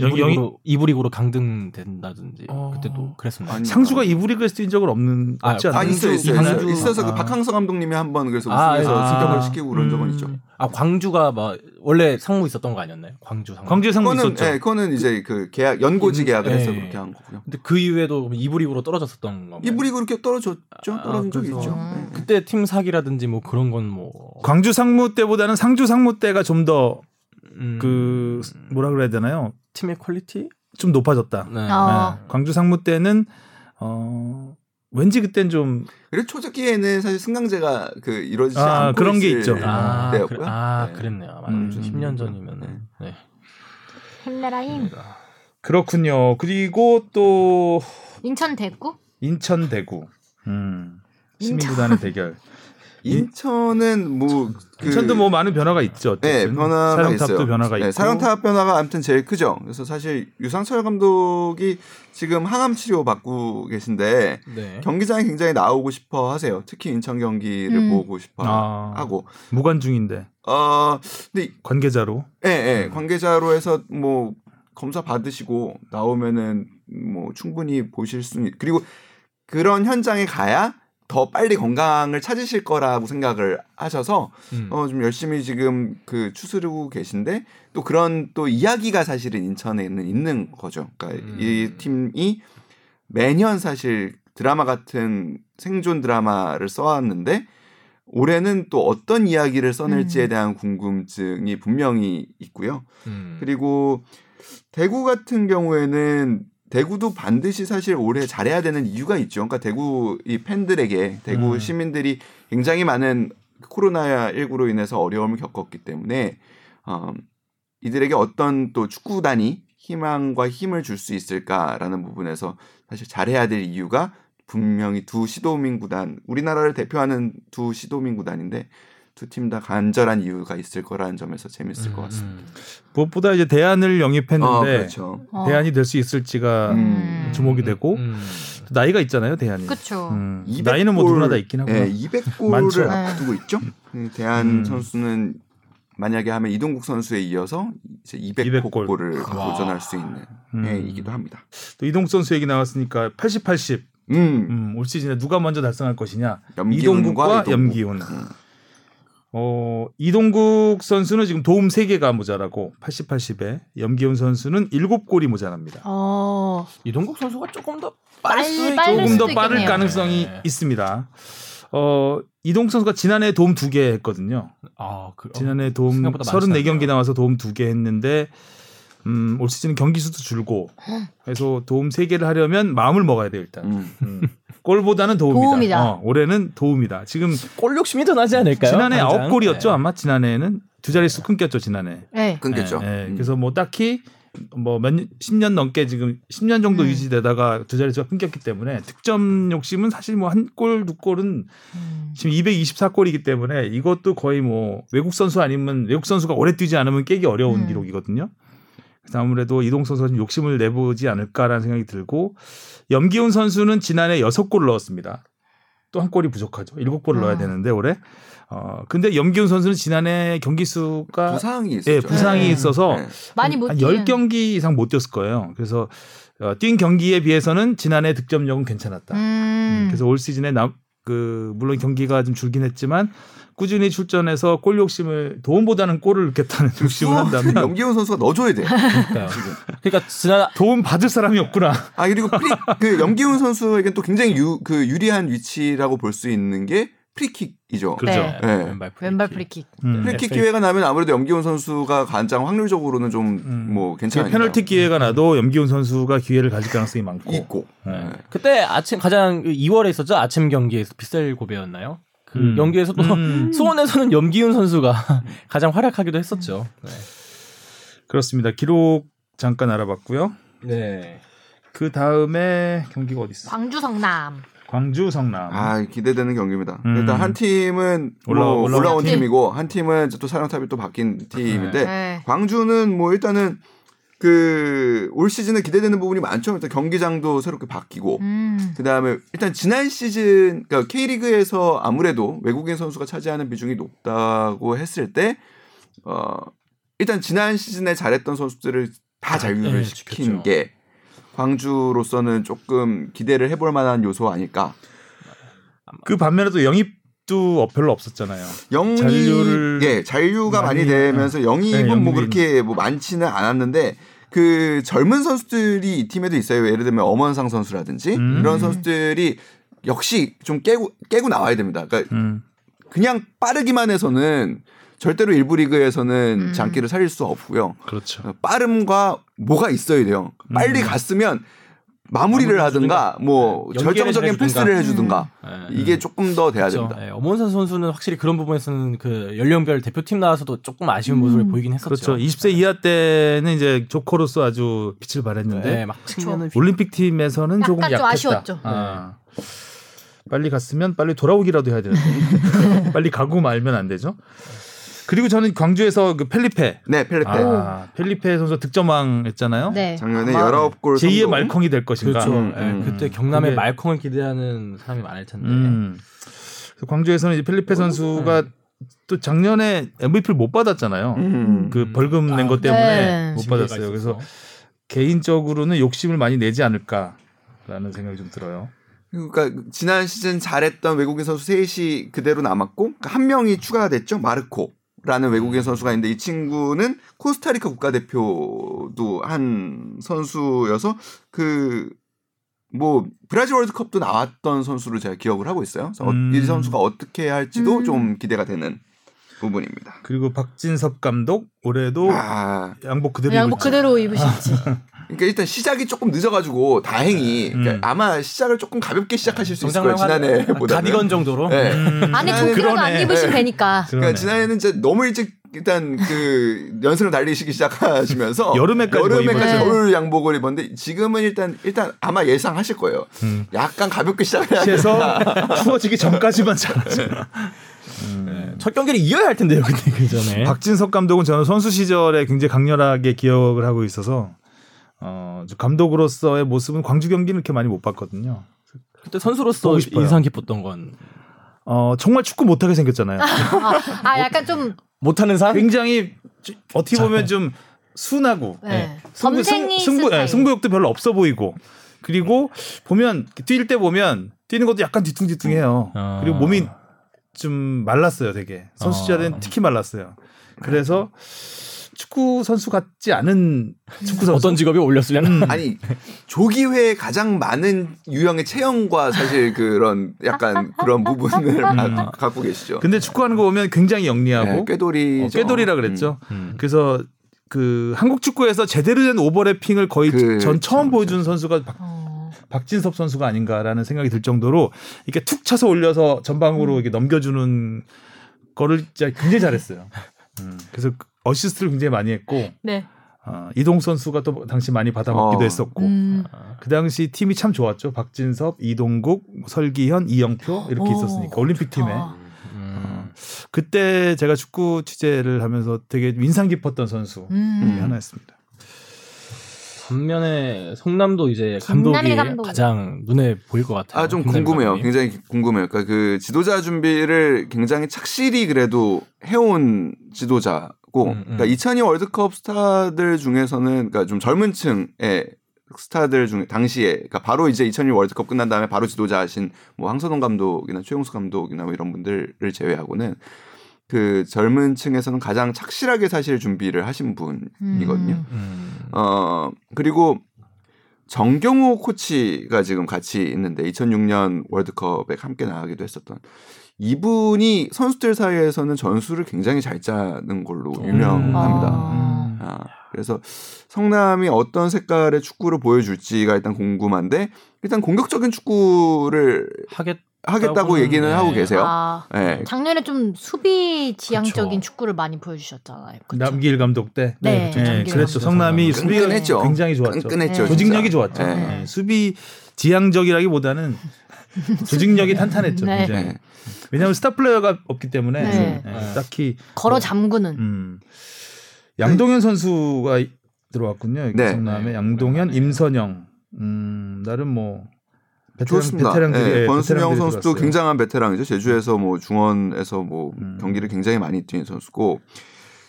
Speaker 2: 영- 영이-
Speaker 3: 이브리그로, 이브리그로 강등된다든지
Speaker 2: 어.
Speaker 3: 그때도 그랬습니다.
Speaker 4: 아니,
Speaker 2: 상주가 이브리그에서 뛴 적은 없는
Speaker 3: 아,
Speaker 2: 없지 않나요?
Speaker 4: 아 있어 있어 있어
Speaker 2: 광주-
Speaker 4: 있어서 그
Speaker 2: 아.
Speaker 4: 박항서 감독님이 한번 그래서
Speaker 3: 아,
Speaker 4: 우승해서
Speaker 2: 아.
Speaker 4: 직격을 시키고 그런 적은
Speaker 2: 음.
Speaker 4: 있죠.
Speaker 3: 아 광주가 막 원래 상무 있었던 거 아니었나요? 광주 상무.
Speaker 2: 광주에 상무
Speaker 4: 그거는
Speaker 2: 있었죠. 음.
Speaker 4: 예, 그거는 이제 그 계약 연고지
Speaker 3: 인-
Speaker 4: 계약을 해서
Speaker 3: 예.
Speaker 4: 그렇게 한 거고요.
Speaker 3: 근데 그 이후에도 이브리그로 떨어졌었던 건가요?
Speaker 4: 이불이 그렇게 떨어졌죠. 떨어진
Speaker 3: 아,
Speaker 4: 적이
Speaker 3: 그래서-
Speaker 4: 있죠.
Speaker 1: 음.
Speaker 4: 예.
Speaker 3: 그때 팀 사기라든지 뭐 그런 건뭐
Speaker 2: 광주 상무 때보다는 상주 상무 때가 좀 더
Speaker 3: 음,
Speaker 2: 그 뭐라 그래야 되나요?
Speaker 3: 팀의 퀄리티?
Speaker 2: 좀 높아졌다.
Speaker 3: 네.
Speaker 1: 어.
Speaker 2: 네. 광주 상무 때는 어 왠지 그땐 좀
Speaker 4: 그리고 초기에는 사실 승강제가 그 이루어지지
Speaker 2: 아,
Speaker 4: 않고
Speaker 2: 그런 게
Speaker 4: 있을
Speaker 2: 있죠.
Speaker 3: 아, 그래,
Speaker 4: 때였고요.
Speaker 3: 아
Speaker 4: 네.
Speaker 3: 그랬네요. 맞아요.
Speaker 2: 음.
Speaker 3: 10년 전이면은. 네.
Speaker 1: 힘내라 힘.
Speaker 2: 그렇군요. 그리고 또
Speaker 1: 인천 대구?
Speaker 2: 인천 대구. 음.
Speaker 1: 인천.
Speaker 2: 시민구단의 대결.
Speaker 4: 인천은 뭐 그,
Speaker 2: 인천도 뭐 많은 변화가 있죠.
Speaker 4: 네,
Speaker 2: 어쨌든.
Speaker 4: 변화가
Speaker 2: 사령탑도
Speaker 4: 있어요.
Speaker 2: 변화가
Speaker 4: 네,
Speaker 2: 있고.
Speaker 4: 사령탑 변화가 아무튼 제일 크죠. 그래서 사실 유상철 감독이 지금 항암 치료 받고 계신데
Speaker 3: 네.
Speaker 4: 경기장에 굉장히 나오고 싶어 하세요. 특히 인천 경기를
Speaker 1: 음.
Speaker 4: 보고 싶어
Speaker 2: 아.
Speaker 4: 하고.
Speaker 2: 무관 중인데
Speaker 4: 어, 근데
Speaker 2: 관계자로.
Speaker 4: 예, 예. 관계자로 해서 뭐 검사 받으시고 나오면은 뭐 충분히 보실 수 있, 그리고 그런 현장에 가야 더 빨리 건강을 찾으실 거라고 생각을 하셔서
Speaker 3: 음.
Speaker 4: 어 좀 열심히 지금 그 추스르고 계신데 또 그런 또 이야기가 사실은 인천에는 있는 거죠. 그러니까
Speaker 3: 음.
Speaker 4: 이 팀이 매년 사실 드라마 같은 생존 드라마를 써왔는데 올해는 또 어떤 이야기를 써낼지에
Speaker 1: 음.
Speaker 4: 대한 궁금증이 분명히 있고요.
Speaker 3: 음.
Speaker 4: 그리고 대구 같은 경우에는 대구도 반드시 사실 올해 잘해야 되는 이유가 있죠. 그러니까 대구 이 팬들에게 대구
Speaker 2: 음.
Speaker 4: 시민들이 굉장히 많은 코로나 19로 인해서 어려움을 겪었기 때문에 어, 이들에게 어떤 또 축구단이 희망과 힘을 줄 수 있을까라는 부분에서 사실 잘해야 될 이유가 분명히 두 시도민 구단 우리나라를 대표하는 두 시도민 구단인데 두 팀 다 간절한 이유가 있을 거라는 점에서 재밌을
Speaker 3: 음,
Speaker 4: 것 같습니다.
Speaker 2: 무엇보다 이제 대안을 영입했는데
Speaker 4: 어, 그렇죠.
Speaker 1: 어.
Speaker 2: 대안이 될 수 있을지가
Speaker 1: 음.
Speaker 2: 주목이 되고
Speaker 3: 음.
Speaker 2: 나이가 있잖아요 대안이.
Speaker 1: 그쵸.
Speaker 2: 음,
Speaker 4: 200
Speaker 2: 나이는 뭐
Speaker 4: 골,
Speaker 2: 누구나 다 있긴 하고.
Speaker 4: 예,
Speaker 2: 요
Speaker 4: 200골을
Speaker 2: 많죠.
Speaker 4: 앞두고 있죠. 네, 대한
Speaker 2: 음.
Speaker 4: 선수는 만약에 하면 이동국 선수에 이어서 이제 200
Speaker 2: 200 골. 아.
Speaker 4: 골을
Speaker 3: 와.
Speaker 4: 도전할 수 있는
Speaker 2: 음.
Speaker 4: 예, 이기도 합니다.
Speaker 2: 또 이동국 선수 얘기 나왔으니까 80, 80.
Speaker 4: 음,
Speaker 2: 음, 올 시즌에 누가 먼저 달성할 것이냐.
Speaker 4: 염기훈과
Speaker 2: 이동국과
Speaker 4: 이동국.
Speaker 2: 염기훈.
Speaker 4: 음.
Speaker 2: 어, 이동국 선수는 지금 도움 3개가 모자라고 80, 80에 염기훈 선수는 7골이 모자랍니다.
Speaker 1: 어.
Speaker 3: 이동국 선수가 조금 더
Speaker 1: 빨-
Speaker 3: 빠를 수 있-
Speaker 1: 빠를
Speaker 2: 조금 더
Speaker 1: 수도
Speaker 2: 빠를
Speaker 1: 있겠네요.
Speaker 2: 가능성이
Speaker 3: 네.
Speaker 2: 있습니다. 어, 이동국 선수가 지난해 도움 2개 했거든요.
Speaker 3: 아, 그, 어.
Speaker 2: 지난해 도움
Speaker 3: 생각보다 많지
Speaker 2: 34경기
Speaker 3: 않네요.
Speaker 2: 나와서 도움 2개 했는데 음, 올 시즌 경기 수도 줄고 그래서 도움 3개를 하려면 마음을 먹어야 돼요, 일단.
Speaker 4: 음.
Speaker 2: 음. 골보다는 도움이다.
Speaker 1: 도움이다.
Speaker 2: 어, 올해는 도움이다. 지금
Speaker 3: 골 욕심이 더 나지 않을까요?
Speaker 2: 지난해
Speaker 3: 당장?
Speaker 2: 아홉 골이었죠
Speaker 3: 네.
Speaker 2: 아마 지난해에는 두 자릿수 끊겼죠 지난해.
Speaker 1: 네.
Speaker 3: 어.
Speaker 4: 끊겼죠.
Speaker 2: 예,
Speaker 4: 음.
Speaker 2: 그래서 뭐 딱히 뭐몇10년 넘게 지금 10년 정도
Speaker 3: 네.
Speaker 1: 음.
Speaker 2: 유지되다가 두 자릿수가 끊겼기 때문에 득점 욕심은 사실 뭐 한 골 두 골은
Speaker 1: 음.
Speaker 2: 지금 224골이기 때문에 이것도 거의 뭐 외국 선수 아니면 외국 선수가 오래 뛰지 않으면 깨기 어려운
Speaker 1: 음.
Speaker 2: 기록이거든요. 그래서 아무래도 이동 선수가 좀 욕심을 내보지 않을까라는 생각이 들고 염기훈 선수는 지난해 여섯 골을 넣었습니다. 또 한 골이 부족하죠. 일곱 골을
Speaker 1: 아.
Speaker 2: 넣어야 되는데 올해. 어 근데 염기훈 선수는 지난해 경기 수가
Speaker 4: 부상이 있었죠.
Speaker 2: 예, 부상이
Speaker 1: 네.
Speaker 2: 있어서
Speaker 4: 예.
Speaker 1: 많이 못
Speaker 2: 한
Speaker 1: 뛰는.
Speaker 2: 10경기 이상 못 뛰었을 거예요. 그래서 어, 뛴 경기에 비해서는 지난해 득점력은 괜찮았다.
Speaker 1: 음.
Speaker 2: 그래서 올 시즌에 남, 그 물론 경기가 좀 줄긴 했지만 꾸준히 출전해서 골 욕심을 도움보다는 골을 넣겠다는
Speaker 4: 어,
Speaker 2: 욕심을 한다면
Speaker 4: 염기훈 선수가 넣어줘야 돼.
Speaker 3: 그러니까요. 그러니까 지난
Speaker 2: 도움 받을 사람이 없구나.
Speaker 4: 아 그리고 프리, 그 염기훈 선수에겐 또 굉장히 유, 그 유리한 위치라고 볼 수 있는 게 프리킥이죠.
Speaker 2: 그렇죠.
Speaker 1: 네.
Speaker 4: 예.
Speaker 3: 왼발 프리킥.
Speaker 1: 왼발 프리킥.
Speaker 2: 음.
Speaker 4: 프리킥 기회가 나면 아무래도 염기훈 선수가 가장 확률적으로는 좀
Speaker 2: 음.
Speaker 4: 뭐 괜찮아요.
Speaker 2: 페널티 기회가 나도 염기훈 선수가 기회를 가질 가능성이 많고
Speaker 4: 있고.
Speaker 2: 네.
Speaker 4: 예.
Speaker 3: 그때 아침 가장 2월에 있었죠. 아침 경기에서 빗셀 고베였나요? 그
Speaker 2: 음.
Speaker 3: 경기에서도
Speaker 2: 음.
Speaker 3: 수원에서는 염기훈 선수가 가장 활약하기도 했었죠.
Speaker 2: 그렇습니다. 기록 잠깐 알아봤고요.
Speaker 3: 네.
Speaker 2: 그 다음에 경기가 어디 있어?
Speaker 1: 광주 성남.
Speaker 2: 광주 성남.
Speaker 4: 아 기대되는 경기입니다.
Speaker 2: 음.
Speaker 4: 일단 한 팀은
Speaker 2: 올라-
Speaker 4: 뭐
Speaker 2: 올라온
Speaker 4: 올라온
Speaker 1: 팀.
Speaker 4: 팀이고 한 팀은 이제 또 사령탑이 또 바뀐 팀인데
Speaker 1: 네.
Speaker 4: 광주는 뭐 일단은 그 올 시즌에 기대되는 부분이 많죠. 일단 경기장도 새롭게 바뀌고
Speaker 1: 음.
Speaker 4: 그다음에 일단 지난 시즌 그러니까 K리그에서 아무래도 외국인 선수가 차지하는 비중이 높다고 했을 때 어, 일단 지난 시즌에 잘했던 선수들을
Speaker 2: 아,
Speaker 4: 다 자유를
Speaker 3: 네,
Speaker 2: 예,
Speaker 4: 시킨
Speaker 3: 지켰죠.
Speaker 4: 게 광주로서는 조금 기대를 해볼 만한 요소 아닐까.
Speaker 2: 그 반면에 또 영입도 어, 별로 없었잖아요.
Speaker 4: 영입
Speaker 2: 잔류를
Speaker 4: 예 잔류가 많이,
Speaker 2: 많이,
Speaker 4: 되면서 영입은
Speaker 2: 네,
Speaker 4: 뭐
Speaker 2: 영입이-
Speaker 4: 그렇게 뭐 많지는 않았는데 그 젊은 선수들이 이 팀에도 있어요. 예를 들면 엄원상 선수라든지
Speaker 2: 음.
Speaker 4: 이런 선수들이 역시 좀 깨고 깨고 나와야 됩니다. 그러니까
Speaker 2: 음.
Speaker 4: 그냥 빠르기만 해서는 절대로 일부 리그에서는
Speaker 1: 음.
Speaker 4: 장기를 살릴 수 없고요.
Speaker 2: 그렇죠.
Speaker 4: 빠름과 뭐가 있어야 돼요. 빨리
Speaker 2: 음.
Speaker 4: 갔으면 마무리를
Speaker 3: 마무리를 네,
Speaker 4: 하든가 뭐
Speaker 3: 연계를
Speaker 4: 결정적인
Speaker 3: 해주든가. 음.
Speaker 4: 패스를 해주든가 이게 조금 더 돼야
Speaker 3: 네. 그렇죠.
Speaker 4: 됩니다.
Speaker 3: 예, 엄원선 선수는 확실히 그런 부분에서는 그 연령별 대표팀 나와서도 조금 아쉬운
Speaker 1: 음.
Speaker 3: 모습을 보이긴 했었죠.
Speaker 2: 그렇죠. 20세 이하 때는 이제 조커로서 아주 빛을 발했는데
Speaker 3: 네, 막 측면을
Speaker 2: 올림픽 팀에서는 조금
Speaker 1: 약간
Speaker 2: 약했다.
Speaker 1: 좀 아쉬웠죠.
Speaker 2: 아. 빨리 갔으면 빨리 돌아오기라도 해야 되는데 빨리 가고 말면 안 되죠. 그리고 저는 광주에서 그 펠리페,
Speaker 4: 네, 펠리페.
Speaker 2: 아, 펠리페 선수 득점왕 했잖아요.
Speaker 1: 네.
Speaker 4: 작년에
Speaker 3: 아마
Speaker 4: 19골
Speaker 2: 제2의
Speaker 4: 성공.
Speaker 2: 말컹이 될 것인가.
Speaker 3: 그렇죠.
Speaker 4: 음,
Speaker 3: 예,
Speaker 4: 음.
Speaker 3: 그때 경남의
Speaker 2: 그게-
Speaker 3: 말콩을 기대하는 사람이 많을 텐데.
Speaker 1: 네.
Speaker 2: 음. 그래서 광주에서는 이제 펠리페 선수가 또 작년에 MVP를 못 받았잖아요.
Speaker 4: 음.
Speaker 2: 그 벌금 낸 것
Speaker 3: 아,
Speaker 2: 때문에
Speaker 1: 네.
Speaker 2: 못
Speaker 3: 징계가
Speaker 2: 받았어요. 그래서
Speaker 3: 있어서.
Speaker 2: 개인적으로는 욕심을 많이 내지 않을까라는 생각이 좀 들어요.
Speaker 4: 그러니까 지난 시즌 잘했던 외국인 선수 셋이 그대로 남았고 그러니까 한 명이 추가됐죠. 마르코라는 외국인 선수가 있는데 이 친구는 코스타리카 국가대표도 한 선수여서 그 뭐 브라질 월드컵도 나왔던 선수를 제가 기억을 하고 있어요. 그래서 어-
Speaker 2: 음.
Speaker 4: 이 선수가 어떻게 할지도
Speaker 1: 음.
Speaker 4: 좀 기대가 되는 부분입니다.
Speaker 2: 그리고 박진섭 감독 올해도
Speaker 4: 아,
Speaker 2: 양복
Speaker 1: 양복
Speaker 2: 그대로 입고 있죠.
Speaker 1: 뭐 그대로 입으실지.
Speaker 2: 음.
Speaker 4: 그러니까 일단 시작이 조금 늦어가지고 다행히 그러니까
Speaker 2: 음.
Speaker 4: 아마 시작을 조금 가볍게 시작하실 수 있을
Speaker 3: 네. 정장만
Speaker 4: 거예요 지난해보다. 네.
Speaker 3: 가디건 정도로.
Speaker 2: 음,
Speaker 1: 안에
Speaker 4: 그러네.
Speaker 1: 조끼라도 안 입으시면 되니까.
Speaker 2: 그러네.
Speaker 4: 그러니까 지난해는 이제 너무 일찍 일단 그 연승을 달리시기 시작하시면서
Speaker 2: 여름에까지 뭐
Speaker 4: 여름에까지
Speaker 1: 입었죠.
Speaker 4: 겨울 양복을 입었는데 지금은 일단 일단 아마 예상하실 거예요.
Speaker 2: 음.
Speaker 4: 약간 가볍게 시작해야 돼.
Speaker 2: 그래서 추워지기 전까지만 잘하죠.
Speaker 3: 첫 경기를 이어야 할 텐데요, 근데 그 전에.
Speaker 2: 박진섭 감독은 저는 선수 시절에 굉장히 강렬하게 기억을 하고 있어서 어, 감독으로서의 모습은 광주 경기는 이렇게 많이 못 봤거든요.
Speaker 3: 그때 선수로서
Speaker 2: 보고 싶어요.
Speaker 3: 인상 깊었던 건
Speaker 2: 어, 정말 축구 못하게 생겼잖아요.
Speaker 1: 아, 아, 약간 좀
Speaker 3: 못하는 사
Speaker 2: 굉장히 좀 어떻게 보면
Speaker 3: 자,
Speaker 2: 좀 순하고
Speaker 1: 네.
Speaker 2: 어, 승부,
Speaker 1: 점쟁이
Speaker 2: 승부,
Speaker 1: 스타일.
Speaker 2: 예, 승부욕도 별로 없어 보이고 그리고 보면 뛸 때 보면 뛰는 것도 약간 뒤뚱뒤뚱해요.
Speaker 3: 아.
Speaker 2: 그리고 몸이 좀 말랐어요, 되게 선수 시절에는
Speaker 3: 아.
Speaker 2: 특히 말랐어요. 그래서 축구 선수 같지 않은 축구 선수.
Speaker 3: 그러니까 어떤 직업이 올렸으려나.
Speaker 4: 아니 조기회에 가장 많은 유형의 체형과 사실 그런 약간 그런 부분을 가- 갖고 계시죠.
Speaker 2: 근데 축구하는 거 보면 굉장히
Speaker 4: 네,
Speaker 2: 음. 영리하고
Speaker 4: 꾀돌이
Speaker 2: 어, 꾀돌이라 그랬죠.
Speaker 3: 음.
Speaker 2: 그래서 그 한국 축구에서 제대로 된 오버래핑을 거의
Speaker 4: 그
Speaker 2: 전 처음
Speaker 4: 참,
Speaker 2: 보여준 선수가 박-
Speaker 1: 어.
Speaker 2: 박진섭 선수가 아닌가라는 생각이 들 정도로 이렇게 툭 쳐서 올려서
Speaker 1: 음.
Speaker 2: 전방으로 이렇게 넘겨주는 거를 진짜 굉장히 잘했어요. 음, 그래서 그 어시스트를 굉장히 많이 했고
Speaker 1: 네.
Speaker 2: 어, 이동 선수가 또 당시 많이 받아먹기도
Speaker 4: 어.
Speaker 2: 했었고
Speaker 1: 음.
Speaker 2: 그 당시 팀이 참 좋았죠. 박진섭, 이동국, 설기현, 이영표 이렇게
Speaker 1: 오,
Speaker 2: 있었으니까 올림픽 팀에
Speaker 1: 아,
Speaker 3: 음.
Speaker 2: 그때 제가 축구 취재를 하면서 되게 인상 깊었던 선수
Speaker 1: 음.
Speaker 2: 중에 하나였습니다.
Speaker 3: 반면에 성남도 이제
Speaker 1: 김남일
Speaker 3: 감독이
Speaker 1: 감독.
Speaker 3: 가장 눈에 보일 것 같아요.
Speaker 4: 아 좀
Speaker 3: 김남일
Speaker 4: 궁금해요.
Speaker 3: 감독이.
Speaker 4: 굉장히 궁금해요. 그러니까 그 지도자 준비를 굉장히 착실히 그래도 해온 지도자고,
Speaker 3: 음, 음.
Speaker 4: 그러니까 2002 월드컵 스타들 중에서는 그러니까 좀 젊은층의 스타들 중에 당시에 그러니까 바로 이제 2002 월드컵 끝난 다음에 바로 지도자하신 뭐 황선홍 감독이나 최용수 감독이나 뭐 이런 분들을 제외하고는 그 젊은 층에서는 가장 착실하게 사실 준비를 하신 분이거든요.
Speaker 1: 음.
Speaker 3: 음.
Speaker 4: 어, 그리고 정경호 코치가 지금 같이 있는데 2006년 월드컵에 함께 나가기도 했었던 이분이 선수들 사이에서는 전술을 굉장히 잘 짜는 걸로
Speaker 2: 음.
Speaker 4: 유명합니다.
Speaker 1: 아.
Speaker 4: 아, 그래서 성남이 어떤 색깔의 축구를 보여줄지가 일단 궁금한데 일단 공격적인 축구를
Speaker 3: 하겠
Speaker 4: 하겠다고
Speaker 3: 라고는,
Speaker 4: 얘기는
Speaker 3: 네.
Speaker 4: 하고 계세요.
Speaker 1: 아,
Speaker 4: 예.
Speaker 1: 작년에 좀 수비 지향적인
Speaker 3: 그쵸.
Speaker 1: 축구를 많이 보여주셨잖아요. 그쵸?
Speaker 2: 음. 남기일 감독 때
Speaker 1: 네,
Speaker 2: 예,
Speaker 1: 남기일
Speaker 2: 그랬죠.
Speaker 1: 감독.
Speaker 2: 성남이 수비가
Speaker 4: 끈끈했죠.
Speaker 2: 굉장히 좋았죠.
Speaker 4: 끈끈했죠.
Speaker 1: 네.
Speaker 4: 진짜.
Speaker 2: 조직력이 좋았죠.
Speaker 4: 예.
Speaker 1: 네.
Speaker 2: 예, 수비 지향적이라기보다는 조직력이 탄탄했죠.
Speaker 1: 네.
Speaker 2: 굉장히.
Speaker 4: 예.
Speaker 2: 왜냐하면 스타 플레이어가 없기 때문에
Speaker 1: 네.
Speaker 2: 예,
Speaker 3: 네.
Speaker 2: 딱히
Speaker 1: 걸어 잠그는.
Speaker 2: 음, 양동현 선수가 들어왔군요.
Speaker 4: 네.
Speaker 2: 경남의
Speaker 3: 네.
Speaker 2: 양동현, 임선영. 음, 나름 뭐 베테랑,
Speaker 4: 좋습니다.
Speaker 2: 베테랑들이
Speaker 4: 예,
Speaker 2: 예,
Speaker 4: 권수명
Speaker 2: 베테랑들이
Speaker 4: 선수도
Speaker 2: 들어왔어요.
Speaker 4: 굉장한 베테랑이죠. 제주에서 뭐 중원에서 뭐
Speaker 2: 음.
Speaker 4: 경기를 굉장히 많이 뛴 선수고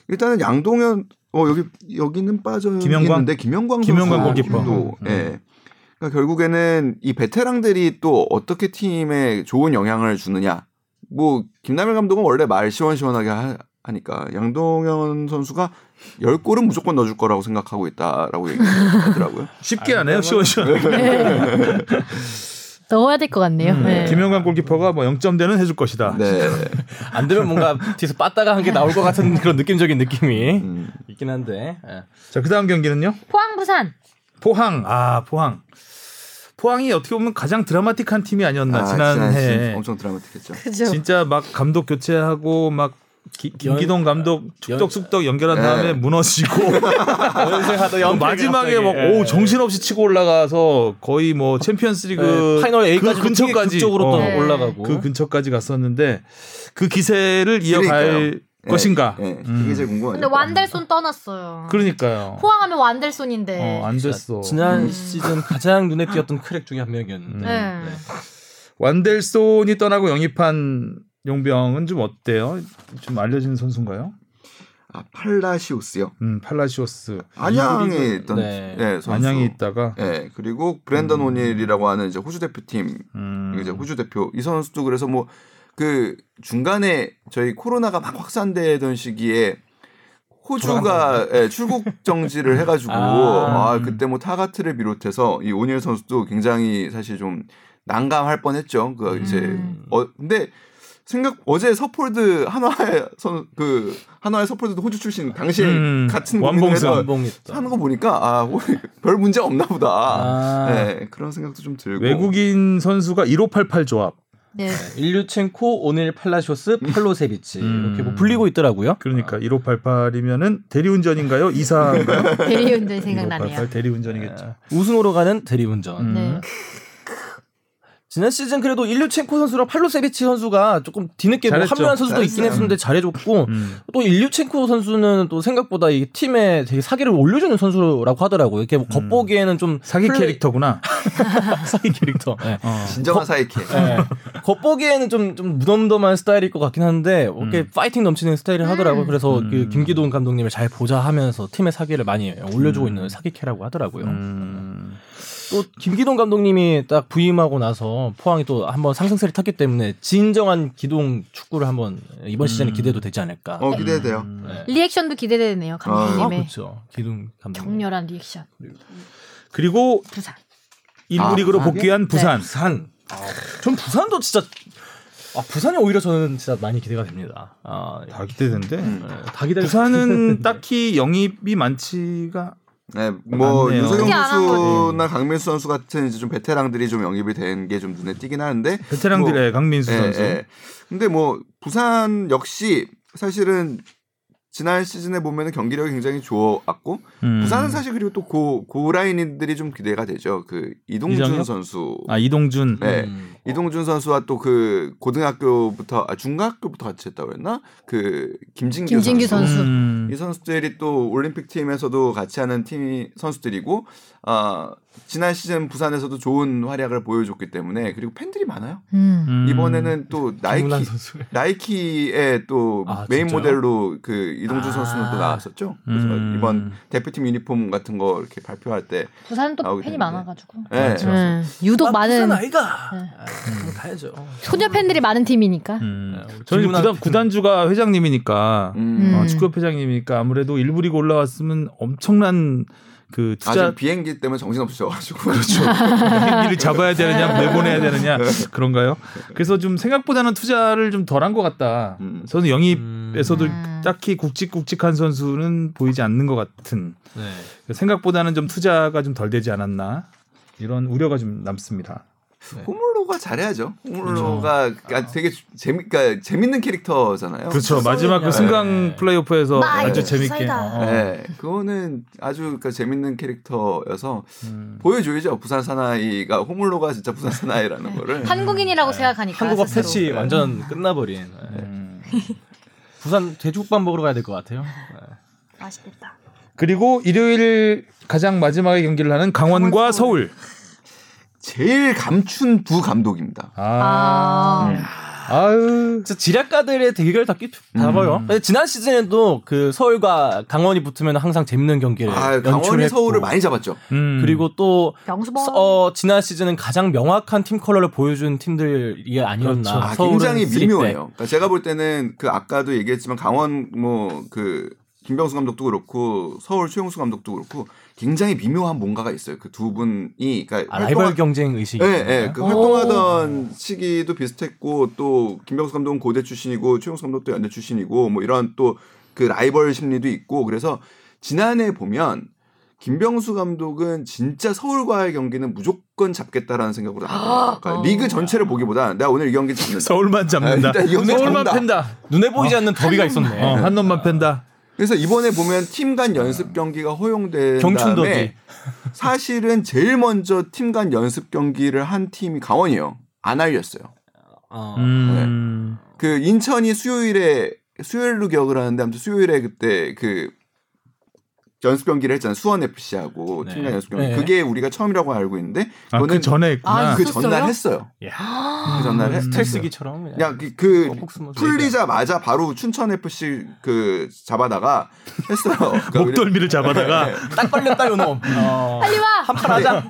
Speaker 4: 일단은 양동현 어 여기 여기는 빠져
Speaker 2: 김영광?
Speaker 4: 있는데 김영광
Speaker 2: 김영광
Speaker 4: 선수
Speaker 2: 골키퍼.
Speaker 4: 도
Speaker 2: 음.
Speaker 4: 예. 그러니까 결국에는 이 베테랑들이 또 어떻게 팀에 좋은 영향을 주느냐. 뭐 김남일 감독은 원래 말 시원시원하게 하, 니까 양동현 선수가 10골은 무조건 넣어줄 거라고 생각하고 있다라고 얘기하더라고요.
Speaker 2: 쉽게 하네요. 시원시원.
Speaker 1: 넣어야 될 것 같네요.
Speaker 2: 음,
Speaker 1: 네.
Speaker 2: 김영관 골키퍼가 뭐 0점대는 해줄 것이다.
Speaker 4: 네.
Speaker 3: 안 되면 뭔가 뒤에서 빠따가 한 게 나올 것 같은 그런 느낌적인 느낌이
Speaker 4: 음.
Speaker 3: 있긴 한데. 예.
Speaker 2: 자, 그다음 경기는요?
Speaker 1: 포항 부산.
Speaker 2: 포항. 아, 포항. 포항이 어떻게 보면 가장 드라마틱한 팀이 아니었나
Speaker 4: 아,
Speaker 2: 지난해.
Speaker 4: 지난해 엄청 드라마틱했죠.
Speaker 1: 그죠.
Speaker 2: 진짜 막 감독 교체하고 막 기- 김기동 감독
Speaker 3: 연-
Speaker 2: 툭덕숙덕 연결한
Speaker 4: 예.
Speaker 2: 다음에 무너지고 뭐
Speaker 3: 연승하다 연패가
Speaker 2: 마지막에
Speaker 3: 갑자기,
Speaker 2: 막
Speaker 3: 예.
Speaker 2: 오 정신없이 치고 올라가서 거의 뭐 챔피언스리그
Speaker 3: 예, 파이널 A까지
Speaker 2: 그 근처까지
Speaker 3: 쪽으로 또
Speaker 2: 어,
Speaker 1: 네.
Speaker 3: 올라가고.
Speaker 2: 그 근처까지 갔었는데 그 기세를 이어갈
Speaker 4: 그러니까요.
Speaker 2: 것인가?
Speaker 4: 예, 예.
Speaker 2: 음.
Speaker 4: 이게 제일 궁금하죠.
Speaker 1: 근데 완델손 떠났어요.
Speaker 2: 그러니까요.
Speaker 1: 포항하면 네. 완델손인데.
Speaker 2: 어, 안 됐어.
Speaker 3: 지난 시즌 가장 눈에 띄었던 크랙 중에 한 명이었는데.
Speaker 1: 네.
Speaker 3: 네.
Speaker 2: 완델손이 떠나고 영입한 용병은 좀 어때요? 좀 알려지는 선수인가요?
Speaker 4: 아 팔라시우스요.
Speaker 2: 음, 팔라시오스
Speaker 4: 안양에
Speaker 3: 이글이글.
Speaker 4: 있던
Speaker 3: 네.
Speaker 4: 예, 선수.
Speaker 2: 안양에 있다가
Speaker 4: 예, 그리고 브랜던 오닐이라고 하는 이제 호주 대표팀
Speaker 2: 음,
Speaker 4: 이제 호주 대표 이 선수도 그래서 뭐 그 중간에 저희 코로나가 막 확산되던 시기에 호주가 예, 출국
Speaker 2: 음.
Speaker 4: 정지를 해가지고
Speaker 3: 아.
Speaker 4: 아, 그때 뭐 타가트를 비롯해서 이 오닐 선수도 굉장히 사실 좀 난감할 뻔했죠. 그 이제
Speaker 1: 음.
Speaker 4: 어 근데 생각 어제 서폴드 한화의 선그 한화의 서폴드도 호주 출신 당시에
Speaker 2: 음,
Speaker 4: 같은
Speaker 2: 완봉선.
Speaker 4: 고민을 해서
Speaker 3: 연봉했다.
Speaker 4: 하는 거 보니까 아 별 문제 없나 보다.
Speaker 3: 아.
Speaker 4: 네, 그런 생각도 좀 들고.
Speaker 2: 외국인 선수가 1588 조합.
Speaker 1: 네.
Speaker 3: 일류첸코, 오늘 팔라쇼스, 팔로세비치
Speaker 2: 음.
Speaker 3: 이렇게 뭐 불리고 있더라고요.
Speaker 4: 아.
Speaker 2: 그러니까 1588이면은 대리운전인가요? 이사인가요?
Speaker 1: 대리운전 생각나네요.
Speaker 2: 대리운전이겠죠.
Speaker 3: 우승으로 가는 대리운전.
Speaker 2: 음.
Speaker 1: 네.
Speaker 3: 지난 시즌 그래도 일류첸코 선수랑 팔로세비치 선수가 조금 뒤늦게 뭐
Speaker 2: 잘했죠.
Speaker 3: 합류한 선수도 있긴
Speaker 4: 잘했어요.
Speaker 3: 했었는데 잘해줬고
Speaker 2: 음.
Speaker 3: 또 일류첸코 선수는 또 생각보다 이 팀에 되게 사기를 올려주는 선수라고 하더라고요. 이렇게 뭐 겉보기에는 좀
Speaker 2: 음. 사기
Speaker 3: 플레이-
Speaker 2: 캐릭터구나.
Speaker 3: 사기 캐릭터. 예.
Speaker 2: 어.
Speaker 4: 진정한 사이키.
Speaker 3: 예. 겉보기에는 좀, 좀 무덤덤한 스타일일 것 같긴 한데, 이렇게
Speaker 4: 음.
Speaker 3: 파이팅 넘치는 스타일을 하더라고요. 그래서 그 김기동 감독님을 잘 보자 하면서 팀의 사기를 많이
Speaker 4: 음.
Speaker 3: 올려주고 있는 사기캐라고 하더라고요.
Speaker 2: 음.
Speaker 3: 또 김기동 감독님이 딱 부임하고 나서 포항이 또 한번 상승세를 탔기 때문에 진정한 기동 축구를 한번 이번 시즌에 기대도 되지 않을까.
Speaker 4: 음. 어 기대돼요.
Speaker 2: 음.
Speaker 3: 네.
Speaker 1: 리액션도 기대되네요.
Speaker 3: 아,
Speaker 1: 감독님의
Speaker 3: 그렇죠. 기동 감독님.
Speaker 1: 격렬한 리액션.
Speaker 2: 그리고
Speaker 1: 부산.
Speaker 4: 아,
Speaker 2: 일부리그로
Speaker 4: 부산이요?
Speaker 2: 복귀한 부산.
Speaker 3: 부산. 전 부산도 진짜 아 부산이 오히려 저는 진짜 많이 기대가 됩니다. 아,
Speaker 2: 다 기대된대.
Speaker 4: 음.
Speaker 3: 예, 다 기대.
Speaker 2: 부산은 딱히 영입이 많지가
Speaker 4: 네, 뭐
Speaker 2: 맞네요. 네.
Speaker 4: 유세경
Speaker 1: 크게 안한
Speaker 4: 선수나 강민수 선수 같은 이제 좀 베테랑들이 좀 영입이 된 게 좀 눈에 띄긴 하는데.
Speaker 2: 베테랑들의 강민수
Speaker 4: 예,
Speaker 2: 네, 선수.
Speaker 4: 예. 근데 뭐 부산 역시 사실은 지난 시즌에 보면은 경기력이 굉장히 좋았고
Speaker 2: 음.
Speaker 4: 부산은 사실 그리고 또 고 고라인들이 좀 기대가 되죠. 그 이동준
Speaker 2: 이정혁?
Speaker 4: 선수.
Speaker 2: 아 이동준.
Speaker 4: 네. 이동준 선수와 또 그 고등학교부터 아 중학교부터 같이 했다고 했나? 그 김진규,
Speaker 1: 김진규
Speaker 4: 선수.
Speaker 1: 선수.
Speaker 2: 음.
Speaker 4: 이 선수들이 또 올림픽 팀에서도 같이 하는 팀 선수들이고 아 지난 시즌 부산에서도 좋은 활약을 보여줬기 때문에 그리고 팬들이 많아요.
Speaker 1: 음.
Speaker 2: 음.
Speaker 4: 이번에는 또 나이키
Speaker 3: 김문환 선수.
Speaker 4: 나이키의 또
Speaker 3: 아,
Speaker 4: 메인
Speaker 3: 진짜요?
Speaker 4: 모델로 그 이동준
Speaker 3: 아.
Speaker 4: 선수는 또 나왔었죠. 그래서
Speaker 2: 음.
Speaker 4: 이번 대표팀 유니폼 같은 거 이렇게 발표할 때
Speaker 1: 부산은 또
Speaker 4: 나오게
Speaker 1: 팬이
Speaker 4: 됐는데.
Speaker 1: 많아가지고.
Speaker 4: 예.
Speaker 1: 음, 유독 많은
Speaker 3: 아, 부산 아이가.
Speaker 1: 네.
Speaker 3: 아, 가야죠.
Speaker 1: 소녀 팬들이 많은 팀이니까.
Speaker 2: 음.
Speaker 4: 아,
Speaker 3: 네, 우리
Speaker 2: 저는
Speaker 3: 김문환
Speaker 2: 구단, 구단주가 회장님이니까
Speaker 4: 음.
Speaker 2: 어,
Speaker 1: 음.
Speaker 2: 축구협 회장님이니까 아무래도 일부리고 올라왔으면 엄청난 그
Speaker 4: 아, 지금
Speaker 2: 투자
Speaker 4: 비행기 때문에 정신 없으셔가지고
Speaker 2: 비행기를 잡아야 되느냐 내보내야 되느냐 그런가요? 그래서 좀 생각보다는 투자를 좀 덜한 것 같다.
Speaker 4: 음.
Speaker 2: 저는 영입에서도
Speaker 1: 음.
Speaker 2: 딱히 굵직굵직한 선수는 보이지 않는 것 같은
Speaker 4: 음,
Speaker 3: 네.
Speaker 2: 생각보다는 좀 투자가 좀 덜 되지 않았나 이런 우려가 좀 남습니다.
Speaker 4: 호물로가 잘해야죠. 호물로가 아, 되게 재미, 그러니까 재밌는 캐릭터잖아요.
Speaker 2: 그렇죠. 마지막 그
Speaker 3: 네.
Speaker 2: 승강 플레이오프에서
Speaker 1: 나
Speaker 2: 아주
Speaker 4: 이거
Speaker 2: 재밌게
Speaker 1: 수사이다.
Speaker 2: 어.
Speaker 4: 네, 그거는 아주 그러니까 재밌는 캐릭터여서
Speaker 2: 음.
Speaker 4: 보여줘야죠. 부산 사나이가 호물로가 진짜 부산 사나이라는 거를.
Speaker 1: 한국인이라고
Speaker 4: 네.
Speaker 1: 생각하니까.
Speaker 3: 한국어
Speaker 1: 스스로.
Speaker 3: 패치 완전 끝나버린. 네.
Speaker 2: 음.
Speaker 3: 부산 돼지국밥 먹으러 가야 될 것 같아요. 네.
Speaker 1: 맛있겠다.
Speaker 2: 그리고 일요일 가장 마지막에 경기를 하는 강원과 서울.
Speaker 4: 제일 감춘 두 감독입니다.
Speaker 2: 아.
Speaker 4: 음.
Speaker 1: 아.
Speaker 2: 아유.
Speaker 3: 진짜 지략가들의 대결 답기 다봐요.
Speaker 4: 음.
Speaker 3: 근데 지난 시즌에도 그 서울과 강원이 붙으면 항상 재밌는 경기를
Speaker 4: 아, 강원이
Speaker 3: 네, 연출했고
Speaker 4: 서울을 많이 잡았죠.
Speaker 2: 음.
Speaker 3: 그리고 또
Speaker 1: 명수범.
Speaker 3: 서- 어, 지난 시즌은 가장 명확한 팀 컬러를 보여준 팀들이 아니었나.
Speaker 2: 그렇죠.
Speaker 4: 아,
Speaker 3: 서울은
Speaker 4: 굉장히
Speaker 3: 쓰리 때.
Speaker 4: 미묘해요. 그러니까 제가 볼 때는 그 아까도 얘기했지만 강원 뭐 그 김병수 감독도 그렇고 서울 최용수 감독도 그렇고 굉장히 미묘한 뭔가가 있어요. 그 두 분이 그러니까
Speaker 3: 아, 라이벌
Speaker 4: 활동하-
Speaker 3: 경쟁 의식이.
Speaker 4: 예, 예. 그
Speaker 1: 오.
Speaker 4: 활동하던 시기도 비슷했고 또 김병수 감독은 고대 출신이고 최용수 감독도 연대 출신이고 뭐 이런 또 그 라이벌 심리도 있고 그래서 지난해 보면 김병수 감독은 진짜 서울과의 경기는 무조건 잡겠다라는 생각으로 나왔다. 그러니까
Speaker 1: 어.
Speaker 4: 리그 전체를 보기보다 내가 오늘 이 경기 잡는다.
Speaker 2: 서울만 잡는다.
Speaker 4: 아, 일단 이 형님
Speaker 2: 서울만
Speaker 4: 잡는다.
Speaker 2: 팬다.
Speaker 3: 눈에 보이지 않는 더비가 있었네.
Speaker 2: 어, 한 놈만 팬다.
Speaker 4: 그래서 이번에 보면 팀 간
Speaker 2: 아.
Speaker 4: 연습 경기가 허용된
Speaker 3: 경춘
Speaker 4: 다음에 사실은 제일 먼저 팀 간 연습 경기를 한 팀이 강원이에요. 안 알렸어요.
Speaker 3: 어.
Speaker 2: 음.
Speaker 4: 그 인천이 수요일에 수요일로 기억을 하는데 아무튼 수요일에 그때 그 연습 경기를 했잖아요. 수원 FC하고
Speaker 3: 네.
Speaker 4: 팀 간 연습 경기.
Speaker 3: 네.
Speaker 4: 그게 우리가 처음이라고 알고 있는데
Speaker 2: 아, 그
Speaker 4: 이거는
Speaker 2: 전에 했구나.
Speaker 1: 아,
Speaker 4: 그
Speaker 1: 있었어요?
Speaker 4: 전날 했어요. 그 전날 했-
Speaker 3: 예. 스트레스기처럼 그냥.
Speaker 4: 그냥 그, 그
Speaker 3: 어, 폭스 뭐
Speaker 4: 풀리자마자 바로 춘천 FC 그 잡아다가 했어요. 그러니까
Speaker 2: 목덜미를 잡아다가
Speaker 3: 딱 걸렸다 요놈. 어. 음.
Speaker 1: 빨리 와.
Speaker 3: 한판 하자.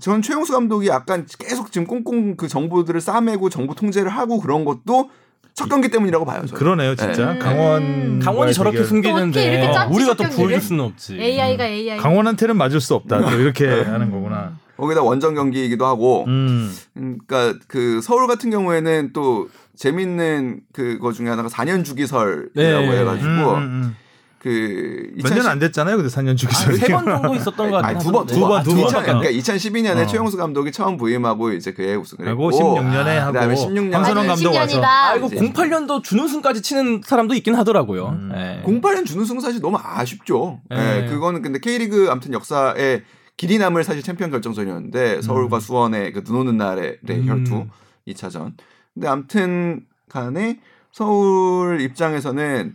Speaker 4: 전 최용수 감독이 약간 계속 지금 꽁꽁 그 정보들을 싸매고 정보 통제를 하고 그런 것도 첫 경기 때문이라고 봐요. 저는.
Speaker 2: 그러네요, 진짜.
Speaker 1: 네.
Speaker 2: 강원
Speaker 3: 강원이 저렇게
Speaker 1: 어떻게
Speaker 3: 숨기는데
Speaker 1: 이렇게 짠지
Speaker 3: 우리가 또
Speaker 1: 성격이래?
Speaker 3: 보여줄 수는 없지.
Speaker 1: AI가
Speaker 3: 네.
Speaker 1: AI.
Speaker 2: 강원한테는 맞을 수 없다. 또 이렇게 하는 거구나.
Speaker 4: 거기다 원정 경기이기도 하고,
Speaker 2: 음.
Speaker 4: 음, 그러니까 그 서울 같은 경우에는 또 재밌는 그거 중에 하나가 4년 주기설이라고
Speaker 3: 네.
Speaker 4: 해가지고
Speaker 2: 음.
Speaker 4: 그
Speaker 2: 몇 년 안 됐잖아요, 근데 4년 주기 전에.
Speaker 3: 세 번 정도 있었던 것 같아요.
Speaker 4: 아니 두 번
Speaker 2: 두 번,
Speaker 4: 두번
Speaker 2: 두
Speaker 4: 두
Speaker 2: 번.
Speaker 4: 번. 그러니까 2012년에
Speaker 2: 어.
Speaker 4: 최용수 감독이 처음 부임하고 이제 그해 우승을
Speaker 2: 하고
Speaker 4: 했고
Speaker 2: 16년에 하고
Speaker 4: 그다음에 16년
Speaker 2: 황선홍 감독 와서
Speaker 1: 16년이다.
Speaker 3: 아이고
Speaker 4: 이제.
Speaker 3: 08년도 준우승까지 치는 사람도 있긴 하더라고요.
Speaker 2: 음.
Speaker 3: 예.
Speaker 4: 08년 준우승 사실 너무 아쉽죠. 예,
Speaker 3: 네.
Speaker 4: 그거는 근데 K리그 아무튼 역사에 길이 남을 사실 챔피언 결정전이었는데 서울과 수원의 그 눈 오는 날의 네,
Speaker 3: 음.
Speaker 4: 혈투 2차전. 근데 아무튼 간에 서울 입장에서는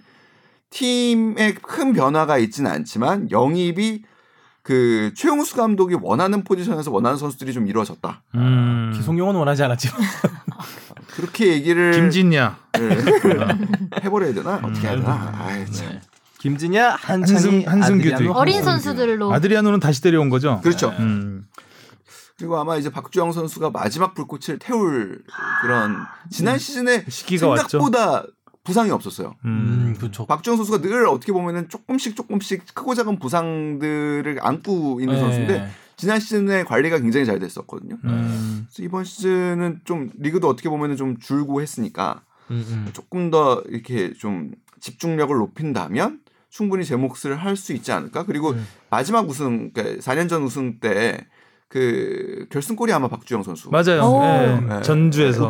Speaker 4: 팀에 큰 변화가 있지는 않지만 영입이 그 최용수 감독이 원하는 포지션에서 원하는 선수들이 좀 이루어졌다.
Speaker 2: 음.
Speaker 3: 기성용은 원하지 않았지만
Speaker 4: 그렇게 얘기를
Speaker 2: 김진야.
Speaker 4: 예, 해버려야 되나 어떻게 해야 되나. 아이, 참.
Speaker 3: 아. 네. 김진야 한승
Speaker 2: 한승- 한승규도
Speaker 3: 아드리아노,
Speaker 2: 있고.
Speaker 1: 어린
Speaker 3: 한승규.
Speaker 1: 선수들로
Speaker 2: 아드리아노는 다시 데려온 거죠?
Speaker 4: 그렇죠.
Speaker 2: 음.
Speaker 4: 그리고 아마 이제 박주영 선수가 마지막 불꽃을 태울 그런 지난 시즌에
Speaker 2: 아. 음. 시기가 왔죠.
Speaker 4: 생각보다 부상이 없었어요.
Speaker 2: 음.
Speaker 3: 음, 그렇죠.
Speaker 4: 박주영 선수가 늘 어떻게 보면은 조금씩 조금씩 크고 작은 부상들을 안고
Speaker 2: 네.
Speaker 3: 예.
Speaker 4: 있는 선수인데 지난 시즌에 관리가 굉장히 잘 됐었거든요.
Speaker 2: 음.
Speaker 4: 그래서 이번 시즌은 좀 리그도 어떻게 보면은 좀 줄고 했으니까
Speaker 3: 음,
Speaker 4: 조금 더 이렇게 좀 집중력을 높인다면 충분히 제 몫을 할 수 있지 않을까? 그리고
Speaker 2: 네.
Speaker 4: 마지막 우승, 그러니까 4년 전 우승 때 그 결승골이 아마 박주영 선수.
Speaker 1: 오.
Speaker 3: 어.
Speaker 2: 맞아요. 예.
Speaker 4: 네.
Speaker 2: 전주에서.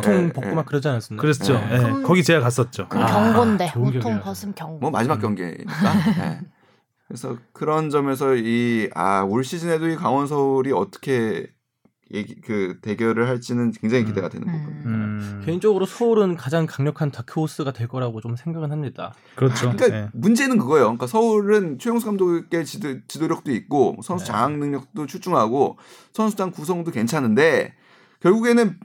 Speaker 4: 보통-
Speaker 3: 보통
Speaker 4: 예,
Speaker 3: 벗고
Speaker 4: 예.
Speaker 3: 막 그러지 않았었나?
Speaker 2: 그랬죠.
Speaker 4: 네.
Speaker 2: 예.
Speaker 1: 그럼-
Speaker 2: 거기 제가 갔었죠.
Speaker 1: 그럼
Speaker 3: 아,
Speaker 1: 경고인데
Speaker 3: 좋은
Speaker 1: 보통
Speaker 3: 경기라서.
Speaker 1: 벗으면 경고.
Speaker 4: 뭐 마지막
Speaker 3: 음.
Speaker 4: 경기니까. 예. 그래서 그런 점에서 이 아 올 시즌에도 이 강원 서울이 어떻게 얘기, 그 대결을 할지는 굉장히 기대가 되는 부분.
Speaker 1: 음.
Speaker 2: 음.
Speaker 3: 개인적으로 서울은 가장 강력한 다크호스가 될 거라고 좀 생각은 합니다.
Speaker 2: 그렇죠.
Speaker 4: 그러니까
Speaker 3: 네.
Speaker 2: 예.
Speaker 4: 문제는 그거예요. 그러니까 서울은 최용수 감독의 지도, 지도력도 있고 선수
Speaker 3: 네.
Speaker 4: 장악 능력도 출중하고 선수단 구성도 괜찮은데 결국에는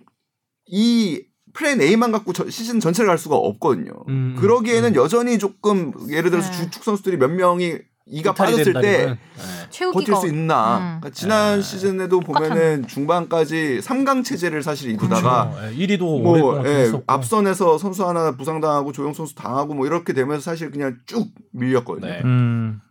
Speaker 4: 이 플랜 A만 갖고 저- 시즌 전체를 갈 수가 없거든요.
Speaker 3: 음,
Speaker 4: 그러기에는
Speaker 3: 음.
Speaker 4: 여전히 조금 예를 들어서
Speaker 1: 네.
Speaker 4: 주축 선수들이 몇 명이 이가
Speaker 3: 이탈이
Speaker 4: 빠졌을 때
Speaker 3: 된다면은, 예.
Speaker 1: 최우기가
Speaker 4: 버틸 수 있나.
Speaker 1: 음.
Speaker 4: 그러니까 지난
Speaker 3: 예.
Speaker 4: 시즌도 보면은 중반까지 삼강 체제를 사실 이루다가
Speaker 3: 그렇죠. 예, 1위도
Speaker 4: 뭐
Speaker 3: 오랫동안
Speaker 4: 예,
Speaker 3: 했었고
Speaker 4: 앞선에서 선수 하나 부상당하고 조용 선수 당하고 뭐 이렇게 되면서 사실 그냥 쭉 밀렸거든요.
Speaker 3: 네.
Speaker 2: 음.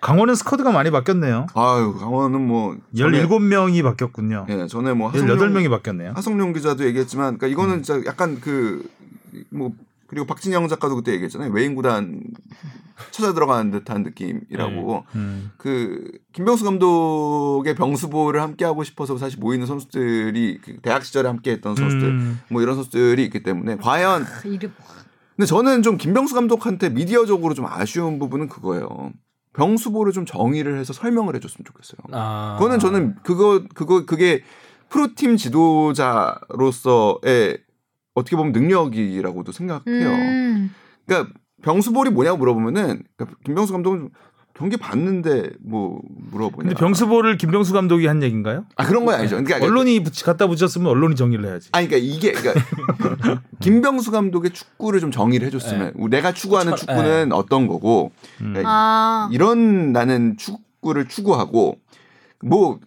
Speaker 2: 강원은 스쿼드가 많이 바뀌었네요.
Speaker 4: 아유 강원은 뭐 전에-
Speaker 2: 17명이 바뀌었군요.
Speaker 4: 예, 전에 뭐 하성룡,
Speaker 2: 18명이 바뀌었네요.
Speaker 4: 하성룡 기자도 얘기했지만 그러니까 이거는 진짜 약간 그 뭐 그리고 박진영 작가도 그때 얘기했잖아요. 외인 구단 찾아 들어가는 듯한 느낌이라고.
Speaker 2: 음.
Speaker 4: 그 김병수 감독의 병수보를 함께 하고 싶어서 사실 모이는 선수들이 그 대학 시절에 함께 했던 선수들
Speaker 2: 음.
Speaker 4: 뭐 이런 선수들이 있기 때문에 과연
Speaker 1: 그 이름
Speaker 4: 근데 저는 좀 김병수 감독한테 미디어적으로 좀 아쉬운 부분은 그거예요. 병수보를 좀 정의를 해서 설명을 해줬으면 좋겠어요.
Speaker 3: 아.
Speaker 4: 그거는 저는 그거 그거 그게 프로팀 지도자로서의 어떻게 보면 능력이라고도 생각해요.
Speaker 1: 음.
Speaker 4: 그러니까 병수볼이 뭐냐고 물어보면은 그러니까 김병수 감독은 경기 봤는데 뭐 물어보냐.
Speaker 2: 근데 병수보를 김병수 감독이 한 얘기인가요?
Speaker 4: 아 그런 건 아니죠. 그러니까
Speaker 2: 언론이 붙이 갖다 붙였으면 언론이 정리를 해야지.
Speaker 4: 아니 그러니까 이게 그러니까 김병수 감독의 축구를 좀 정의를 해줬으면 내가 추구하는
Speaker 3: 추천,
Speaker 4: 축구는 어떤 거고
Speaker 2: 음.
Speaker 4: 네.
Speaker 1: 아,
Speaker 4: 이런 나는 축구를 추구하고 뭐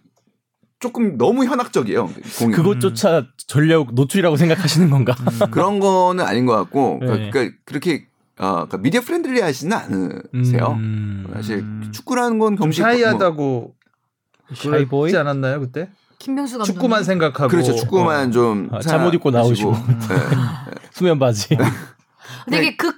Speaker 4: 조금 너무 현학적이에요. 공이.
Speaker 3: 그것조차
Speaker 4: 음.
Speaker 3: 전력 노출이라고 생각하시는 건가?
Speaker 4: 그런 거는 아닌 것 같고
Speaker 3: 네.
Speaker 4: 그러니까 그렇게 어, 그러니까 미디어 프렌들리 하시는 않으세요.
Speaker 3: 음.
Speaker 4: 사실
Speaker 2: 음.
Speaker 4: 축구라는 건
Speaker 2: 좀
Speaker 4: 경기
Speaker 2: 샤이하다고
Speaker 3: 뭐, 샤이보이?
Speaker 2: 그러지 않았나요 그때?
Speaker 1: 김병수 감독.
Speaker 2: 축구만 생각하고 어.
Speaker 4: 그렇죠. 축구만 좀
Speaker 3: 아, 잠옷 입고 네.
Speaker 4: 생각하시고.
Speaker 3: 수면 바지. 네.
Speaker 1: 되게 극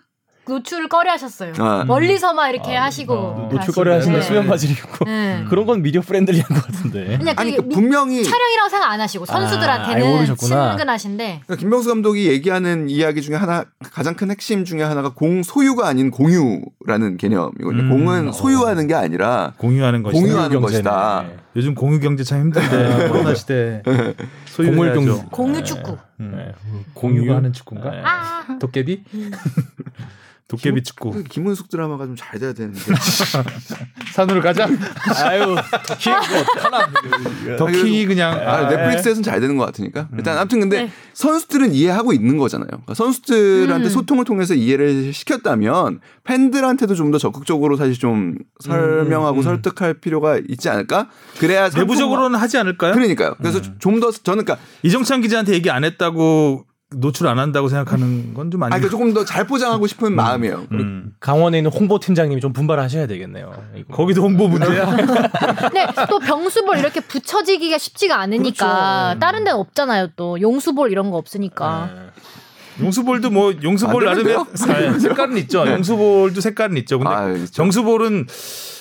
Speaker 1: 노출을 꺼려하셨어요.
Speaker 4: 네. 아,
Speaker 1: 멀리서만 이렇게
Speaker 3: 아,
Speaker 1: 하시고
Speaker 2: 어.
Speaker 3: 노출 거래 하시는
Speaker 2: 네.
Speaker 3: 수면 바지를 입고
Speaker 1: 네.
Speaker 3: 그런 건 미디어 프렌들리한 것 같은데.
Speaker 1: 그냥
Speaker 4: 아니
Speaker 1: 그게
Speaker 4: 그러니까
Speaker 1: 미-
Speaker 4: 분명히
Speaker 1: 촬영이라고 생각 안 하시고
Speaker 3: 아예
Speaker 1: 선수들한테는
Speaker 3: 모르셨구나.
Speaker 1: 친근하신데
Speaker 4: 그러니까 김병수 감독이 얘기하는 이야기 중에 하나 가장 큰 핵심 중에 하나가 공 소유가 아닌 공유라는 개념이거든요.
Speaker 2: 음,
Speaker 4: 공은
Speaker 3: 어.
Speaker 4: 소유하는 게 아니라
Speaker 2: 공유하는 것이다.
Speaker 4: 공유- 공유하는
Speaker 3: 경제네.
Speaker 4: 것이다. 네.
Speaker 3: 네.
Speaker 2: 요즘 공유 경제 참 힘든데 코로나 시대
Speaker 3: 공물
Speaker 2: 소유해야죠.
Speaker 3: 경제.
Speaker 1: 공유
Speaker 3: 네.
Speaker 1: 축구.
Speaker 3: 네.
Speaker 2: 공유가
Speaker 3: 공유?
Speaker 2: 하는 축구인가?
Speaker 3: 네.
Speaker 1: 아,
Speaker 2: 도깨비?
Speaker 4: 음.
Speaker 2: 도깨비 축구.
Speaker 4: 그 김은숙 드라마가 좀 잘 돼야 되는데
Speaker 2: 산으로 가자.
Speaker 3: 아유 키 하나
Speaker 2: 더키 그냥
Speaker 4: 뭐 아,
Speaker 2: 아, 음.
Speaker 4: 넷플릭스에서는 잘 되는 것 같으니까 일단 아무튼 근데
Speaker 1: 네.
Speaker 4: 선수들은 이해하고 있는 거잖아요. 그러니까 선수들한테
Speaker 1: 음.
Speaker 4: 소통을 통해서 이해를 시켰다면 팬들한테도 좀 더 적극적으로 사실 좀 설명하고
Speaker 2: 음.
Speaker 4: 설득할 필요가 있지 않을까? 그래야 상품화-
Speaker 2: 내부적으로는 네. 하지 않을까요?
Speaker 4: 그러니까요. 그래서 좀 더 저는 그러니까
Speaker 2: 이정찬 기자한테 얘기 안 했다고 노출 안 한다고 생각하는 건 좀
Speaker 4: 아
Speaker 2: 아니고.
Speaker 4: 그러니까 조금 더 잘 포장하고 싶은 마음이에요.
Speaker 2: 음.
Speaker 3: 강원에 있는 홍보 팀장님이 좀 분발하셔야 되겠네요. 이거.
Speaker 2: 거기도 홍보 문제야.
Speaker 4: 음.
Speaker 1: 근데 또 병수볼 이렇게 붙여지기가 쉽지가 않으니까 다른 데는 없잖아요. 또 용수볼 이런 거 없으니까.
Speaker 3: 네.
Speaker 2: 용수볼도 뭐 용수볼
Speaker 4: 안
Speaker 2: 나름의
Speaker 4: 되는데요?
Speaker 2: 색- 색깔은 있죠. 용수볼도 색깔은 있죠. 근데
Speaker 4: 아, 있죠.
Speaker 2: 정수볼은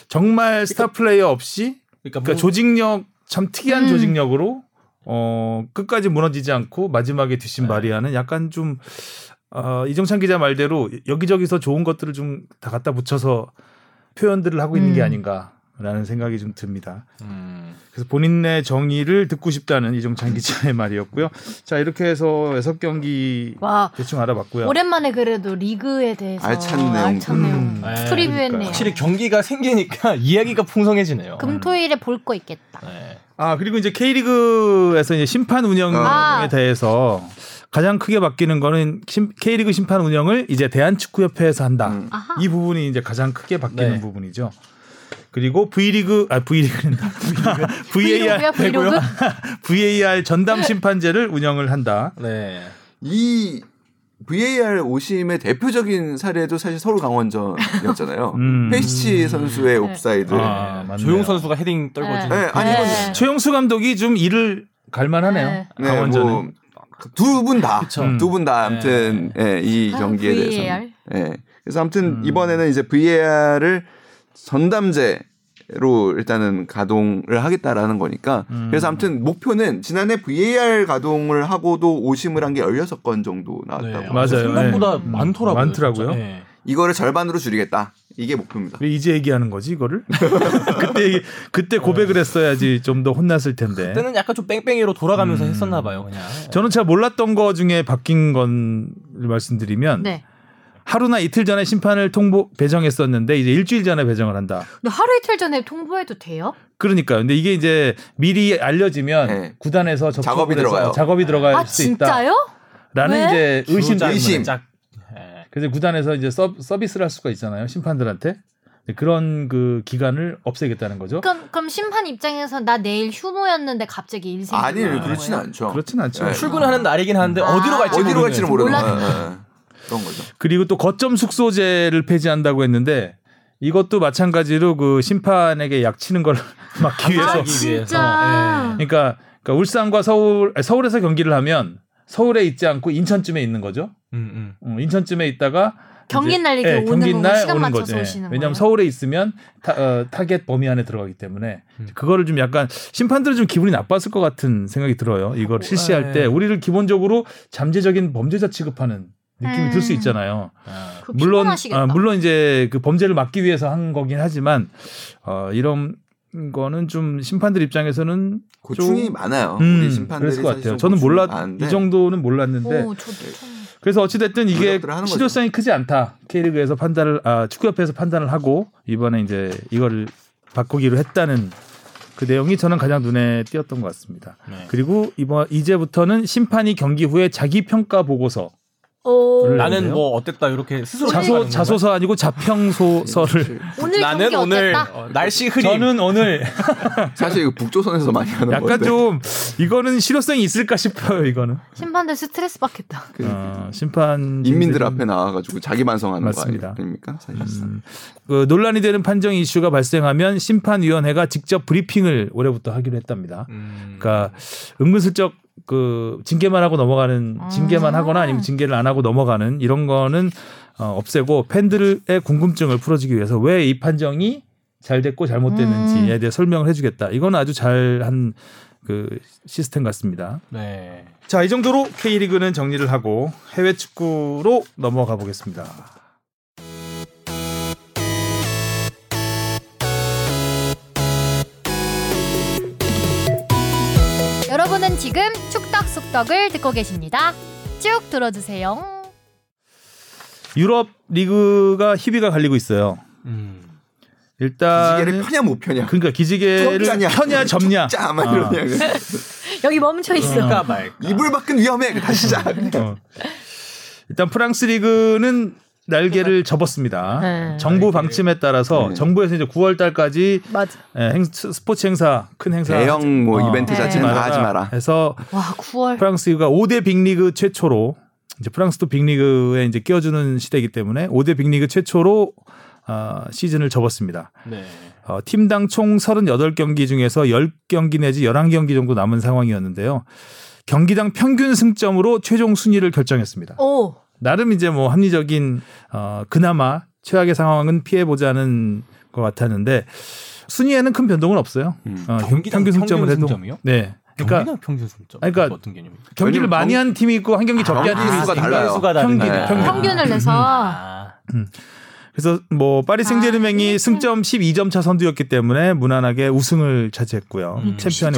Speaker 2: 정말 스타 플레이어 없이
Speaker 3: 그러니까,
Speaker 2: 그러니까 조직력 참 특이한
Speaker 1: 뭐. 음.
Speaker 2: 조직력으로 어 끝까지 무너지지 않고 마지막에 뒷심
Speaker 1: 네.
Speaker 2: 마리아는 약간 좀 어, 이정찬 기자 말대로 여기저기서 좋은 것들을 좀 다 갖다 붙여서 표현들을 하고 있는 게
Speaker 1: 음.
Speaker 2: 아닌가라는 생각이 좀 듭니다.
Speaker 3: 음.
Speaker 2: 그래서 본인의 정의를 듣고 싶다는
Speaker 1: 음.
Speaker 2: 이정찬 기자의 말이었고요. 자 이렇게 해서 여섯 경기
Speaker 1: 와
Speaker 2: 대충 알아봤고요.
Speaker 1: 오랜만에 그래도 리그에 대해서
Speaker 4: 알찬 내용.
Speaker 1: 알찬 내용
Speaker 2: 음.
Speaker 3: 네,
Speaker 1: 프리뷰했네요.
Speaker 3: 그러니까요. 확실히 경기가 생기니까 이야기가 풍성해지네요.
Speaker 1: 금토일에 볼 거 있겠다.
Speaker 3: 네.
Speaker 2: 아 그리고 이제 K리그에서 이제 심판 운영에
Speaker 1: 아.
Speaker 2: 대해서 가장 크게 바뀌는 거는 심- K리그 심판 운영을 이제 대한축구협회에서 한다.
Speaker 4: 음.
Speaker 1: 아하.
Speaker 2: 이 부분이 이제 가장 크게 바뀌는
Speaker 3: 네.
Speaker 2: 부분이죠. 그리고 V리그 아 V리그는다. VAR
Speaker 1: 브이로그야, 브이로그? 네.
Speaker 2: 되고요. VAR 전담 심판제를 운영을 한다.
Speaker 3: 네.
Speaker 4: 이 VAR 오심의 대표적인 사례도 사실 서울 강원전이었잖아요.
Speaker 2: 음.
Speaker 4: 페시치 선수의 옵사이드.
Speaker 2: 아, 맞네요.
Speaker 3: 조용 선수가 헤딩 떨궈진.
Speaker 4: 네, 아니,
Speaker 1: 네.
Speaker 2: 최용수 감독이 좀 일을 갈만하네요.
Speaker 1: 네.
Speaker 4: 네,
Speaker 2: 강원전은.
Speaker 4: 두 분 다,
Speaker 3: 그쵸.
Speaker 4: 두 분 다 아무튼
Speaker 2: 음.
Speaker 4: 예, 이
Speaker 1: 아,
Speaker 4: 경기에
Speaker 1: VAR.
Speaker 4: 대해서. 예. 그래서 아무튼 이번에는 이제 VAR을 전담제로 일단은 가동을 하겠다라는 거니까.
Speaker 2: 음.
Speaker 4: 그래서 아무튼 목표는 지난해 VAR 가동을 하고도 오심을 한 게 16건 정도 나왔다고.
Speaker 3: 네.
Speaker 2: 맞아요.
Speaker 3: 생각보다
Speaker 2: 네.
Speaker 3: 많더라고요.
Speaker 2: 많더라고요.
Speaker 3: 진짜. 네.
Speaker 4: 이거를 절반으로 줄이겠다. 이게 목표입니다.
Speaker 2: 왜 이제 얘기하는 거지 이거를? 그때 얘기- 그때 고백을 했어야지 좀 더 혼났을 텐데.
Speaker 3: 네. 그때는 약간 좀 뺑뺑이로 돌아가면서
Speaker 2: 음.
Speaker 3: 했었나 봐요, 그냥.
Speaker 2: 네. 저는 잘 몰랐던 거 중에 바뀐 건 말씀드리면
Speaker 1: 네.
Speaker 2: 하루나 이틀 전에 심판을 통보 배정했었는데 이제 일주일 전에 배정을 한다.
Speaker 1: 근데 하루 이틀 전에 통보해도 돼요?
Speaker 2: 그러니까 근데 이게 이제 미리 알려지면
Speaker 4: 네.
Speaker 2: 구단에서 접촉을
Speaker 4: 작업이
Speaker 2: 해서
Speaker 4: 들어가요.
Speaker 2: 작업이 들어갈
Speaker 1: 아
Speaker 2: 수 있다라는
Speaker 1: 진짜요? 왜?
Speaker 2: 이제 의심
Speaker 3: 주로
Speaker 2: 때문에
Speaker 4: 의심.
Speaker 3: 짝- 네.
Speaker 2: 그래서 구단에서 이제 서, 서비스를 할 수가 있잖아요 심판들한테 근데 그런 그 기간을 없애겠다는 거죠.
Speaker 1: 그럼 그럼 심판 입장에서 나 내일 휴무였는데 갑자기 일생
Speaker 4: 아니, 그렇진 않죠.
Speaker 2: 그렇진 않죠.
Speaker 4: 네.
Speaker 3: 출근하는 날이긴 한데
Speaker 1: 아.
Speaker 3: 어디로 갈지
Speaker 4: 어디로 갈지는 모르는
Speaker 1: 몰라.
Speaker 4: 거예요. 예, 예. 그런 거죠.
Speaker 2: 그리고 또 거점 숙소제를 폐지한다고 했는데 이것도 마찬가지로 그 심판에게 약치는 걸 막기 위해서
Speaker 1: 아
Speaker 3: 위해서. 네.
Speaker 1: 진짜.
Speaker 2: 그러니까, 그러니까 울산과 서울 아니, 서울에서 경기를 하면 서울에 있지 않고 인천쯤에 있는 거죠.
Speaker 3: 음,
Speaker 2: 어, 인천쯤에 있다가
Speaker 1: 경기
Speaker 2: 이제-
Speaker 1: 날 이렇게 오는 거고 시간 맞춰서
Speaker 2: 예.
Speaker 1: 오시는 거예요?
Speaker 2: 왜냐하면 서울에 있으면 타, 어, 타겟 범위 안에 들어가기 때문에 그거를 좀 약간 심판들은 좀 기분이 나빴을 것 같은 생각이 들어요. 이걸 실시할
Speaker 3: 예.
Speaker 2: 때 우리를 기본적으로 잠재적인 범죄자 취급하는 느낌이 들 수
Speaker 1: 음.
Speaker 2: 있잖아요.
Speaker 3: 음. 아.
Speaker 1: 그거
Speaker 2: 물론
Speaker 1: 피곤하시겠다.
Speaker 2: 아, 물론 이제 그 범죄를 막기 위해서 한 거긴 하지만 어, 이런 거는 좀 심판들 입장에서는
Speaker 4: 고충이
Speaker 2: 좀-
Speaker 4: 많아요.
Speaker 2: 음,
Speaker 4: 어, 우리 심판들이
Speaker 2: 그랬을 것
Speaker 4: 사실
Speaker 2: 같아요.
Speaker 4: 좀
Speaker 2: 저는
Speaker 4: 고충이
Speaker 2: 몰랐
Speaker 4: 많은데
Speaker 1: 어.
Speaker 2: 이 정도는 몰랐는데
Speaker 1: 오 저도 좀-
Speaker 2: 그래서 어찌됐든 이게
Speaker 4: 노력들을 하는 거죠.
Speaker 2: 실효성이 크지 않다. K리그에서 판단을 아 축구협회에서 판단을 하고 이번에 이제 이거를 바꾸기로 했다는 그 내용이 저는 가장 눈에 띄었던 것 같습니다.
Speaker 3: 네.
Speaker 2: 그리고 이번 이제부터는 심판이 경기 후에 자기 평가 보고서
Speaker 1: 오,
Speaker 2: 원래-
Speaker 3: 나는
Speaker 2: 그러네요.
Speaker 3: 뭐 어땠다 이렇게 스스로
Speaker 2: 자소
Speaker 3: 생각하는 건가요?
Speaker 2: 자소서 아니고
Speaker 4: 네.
Speaker 2: 자평소서를
Speaker 1: 오늘
Speaker 3: 나는
Speaker 1: 경기
Speaker 3: 오늘
Speaker 1: 어땠다?
Speaker 3: 어, 날씨 흐림
Speaker 2: 저는 오늘
Speaker 4: 사실 이거 북조선에서 많이 하는
Speaker 2: 약간
Speaker 4: 건데.
Speaker 2: 좀 이거는 실효성이 있을까 싶어요. 이거는
Speaker 1: 심판들 스트레스 받겠다.
Speaker 4: 그
Speaker 2: 어, 심판
Speaker 4: 인민들 앞에 나와가지고 자기 반성하는 거 아니-
Speaker 2: 맞습니다.
Speaker 4: 아닙니까? 사실상.
Speaker 2: 그 논란이 되는 판정 이슈가 발생하면 심판위원회가 직접 브리핑을 올해부터 하기로 했답니다.
Speaker 3: 음.
Speaker 2: 그러니까 은근슬쩍 그 징계만 하고 넘어가는
Speaker 1: 아.
Speaker 2: 징계만 하거나 아니면 징계를 안 하고 넘어가는 이런 거는 어, 없애고 팬들의 궁금증을 풀어주기 위해서 왜 이 판정이 잘 됐고 잘못됐는지에 대해 설명을 해주겠다. 이건 아주 잘한 그 시스템 같습니다.
Speaker 3: 네.
Speaker 2: 자, 이 정도로 K리그는 정리를 하고 해외 축구로 넘어가 보겠습니다.
Speaker 1: 여러분은 지금 축덕 속덕을 듣고 계십니다. 쭉 들어주세요.
Speaker 2: 유럽 리그가 희비가 갈리고 있어요.
Speaker 3: 음.
Speaker 2: 일단
Speaker 4: 기계를 펴냐 못 펴냐.
Speaker 2: 그러니까 기지개를
Speaker 4: 쫓자냐.
Speaker 2: 펴냐 접냐.
Speaker 4: 짜 아마
Speaker 2: 아.
Speaker 4: 이러냐.
Speaker 1: 여기 멈춰 있어.
Speaker 2: 음.
Speaker 3: 그러니까 말까.
Speaker 4: 이불 밖은 위험해. 다시 자.
Speaker 2: 어. 일단 프랑스 리그는 날개를 접었습니다.
Speaker 1: 네.
Speaker 2: 정부 방침에 따라서
Speaker 4: 네.
Speaker 2: 정부에서 이제 9월 달까지
Speaker 1: 어.
Speaker 2: 예,
Speaker 1: 맞아.
Speaker 2: 스포츠 행사 큰 행사
Speaker 4: 대형 뭐
Speaker 2: 어,
Speaker 4: 이벤트
Speaker 1: 네.
Speaker 4: 자체는 다 하지 마라.
Speaker 2: 해서
Speaker 1: 와 9월.
Speaker 2: 프랑스 리그가 5대 빅리그 최초로 이제 프랑스도 빅리그에 이제 끼워주는 시대이기 때문에 5대 빅리그 최초로 어, 시즌을 접었습니다.
Speaker 3: 네.
Speaker 2: 어, 팀당 총 38경기 중에서 10경기 내지 11경기 정도 남은 상황이었는데요. 경기당 평균 승점으로 최종 순위를 결정했습니다.
Speaker 1: 오.
Speaker 2: 나름 이제 뭐 합리적인 어 그나마 최악의 상황은 피해 보자는 것 같았는데 순위에는 큰 변동은 없어요.
Speaker 4: 음.
Speaker 2: 어, 경-
Speaker 3: 경기당
Speaker 2: 평균 승점을
Speaker 3: 평균
Speaker 2: 해도
Speaker 3: 승점이요?
Speaker 2: 네. 그러니까
Speaker 3: 경기당 평균 승점.
Speaker 2: 아니, 그러니까-
Speaker 3: 어떤 개념입니까?
Speaker 2: 경기를
Speaker 4: 왜냐면
Speaker 2: 많이 한 팀이 있고 한 경기 적게 한
Speaker 4: 경기
Speaker 2: 팀이
Speaker 4: 수가
Speaker 3: 아.
Speaker 2: 있고
Speaker 4: 달라요.
Speaker 3: 수가
Speaker 2: 평균,
Speaker 3: 다르니까.
Speaker 2: 평균.
Speaker 1: 평균을 내서.
Speaker 3: 아.
Speaker 2: 그래서 뭐 파리 생제르맹이
Speaker 1: 아,
Speaker 2: 승점 12점 차 선두였기 때문에 무난하게 우승을 차지했고요.
Speaker 3: 음.
Speaker 2: 챔피언에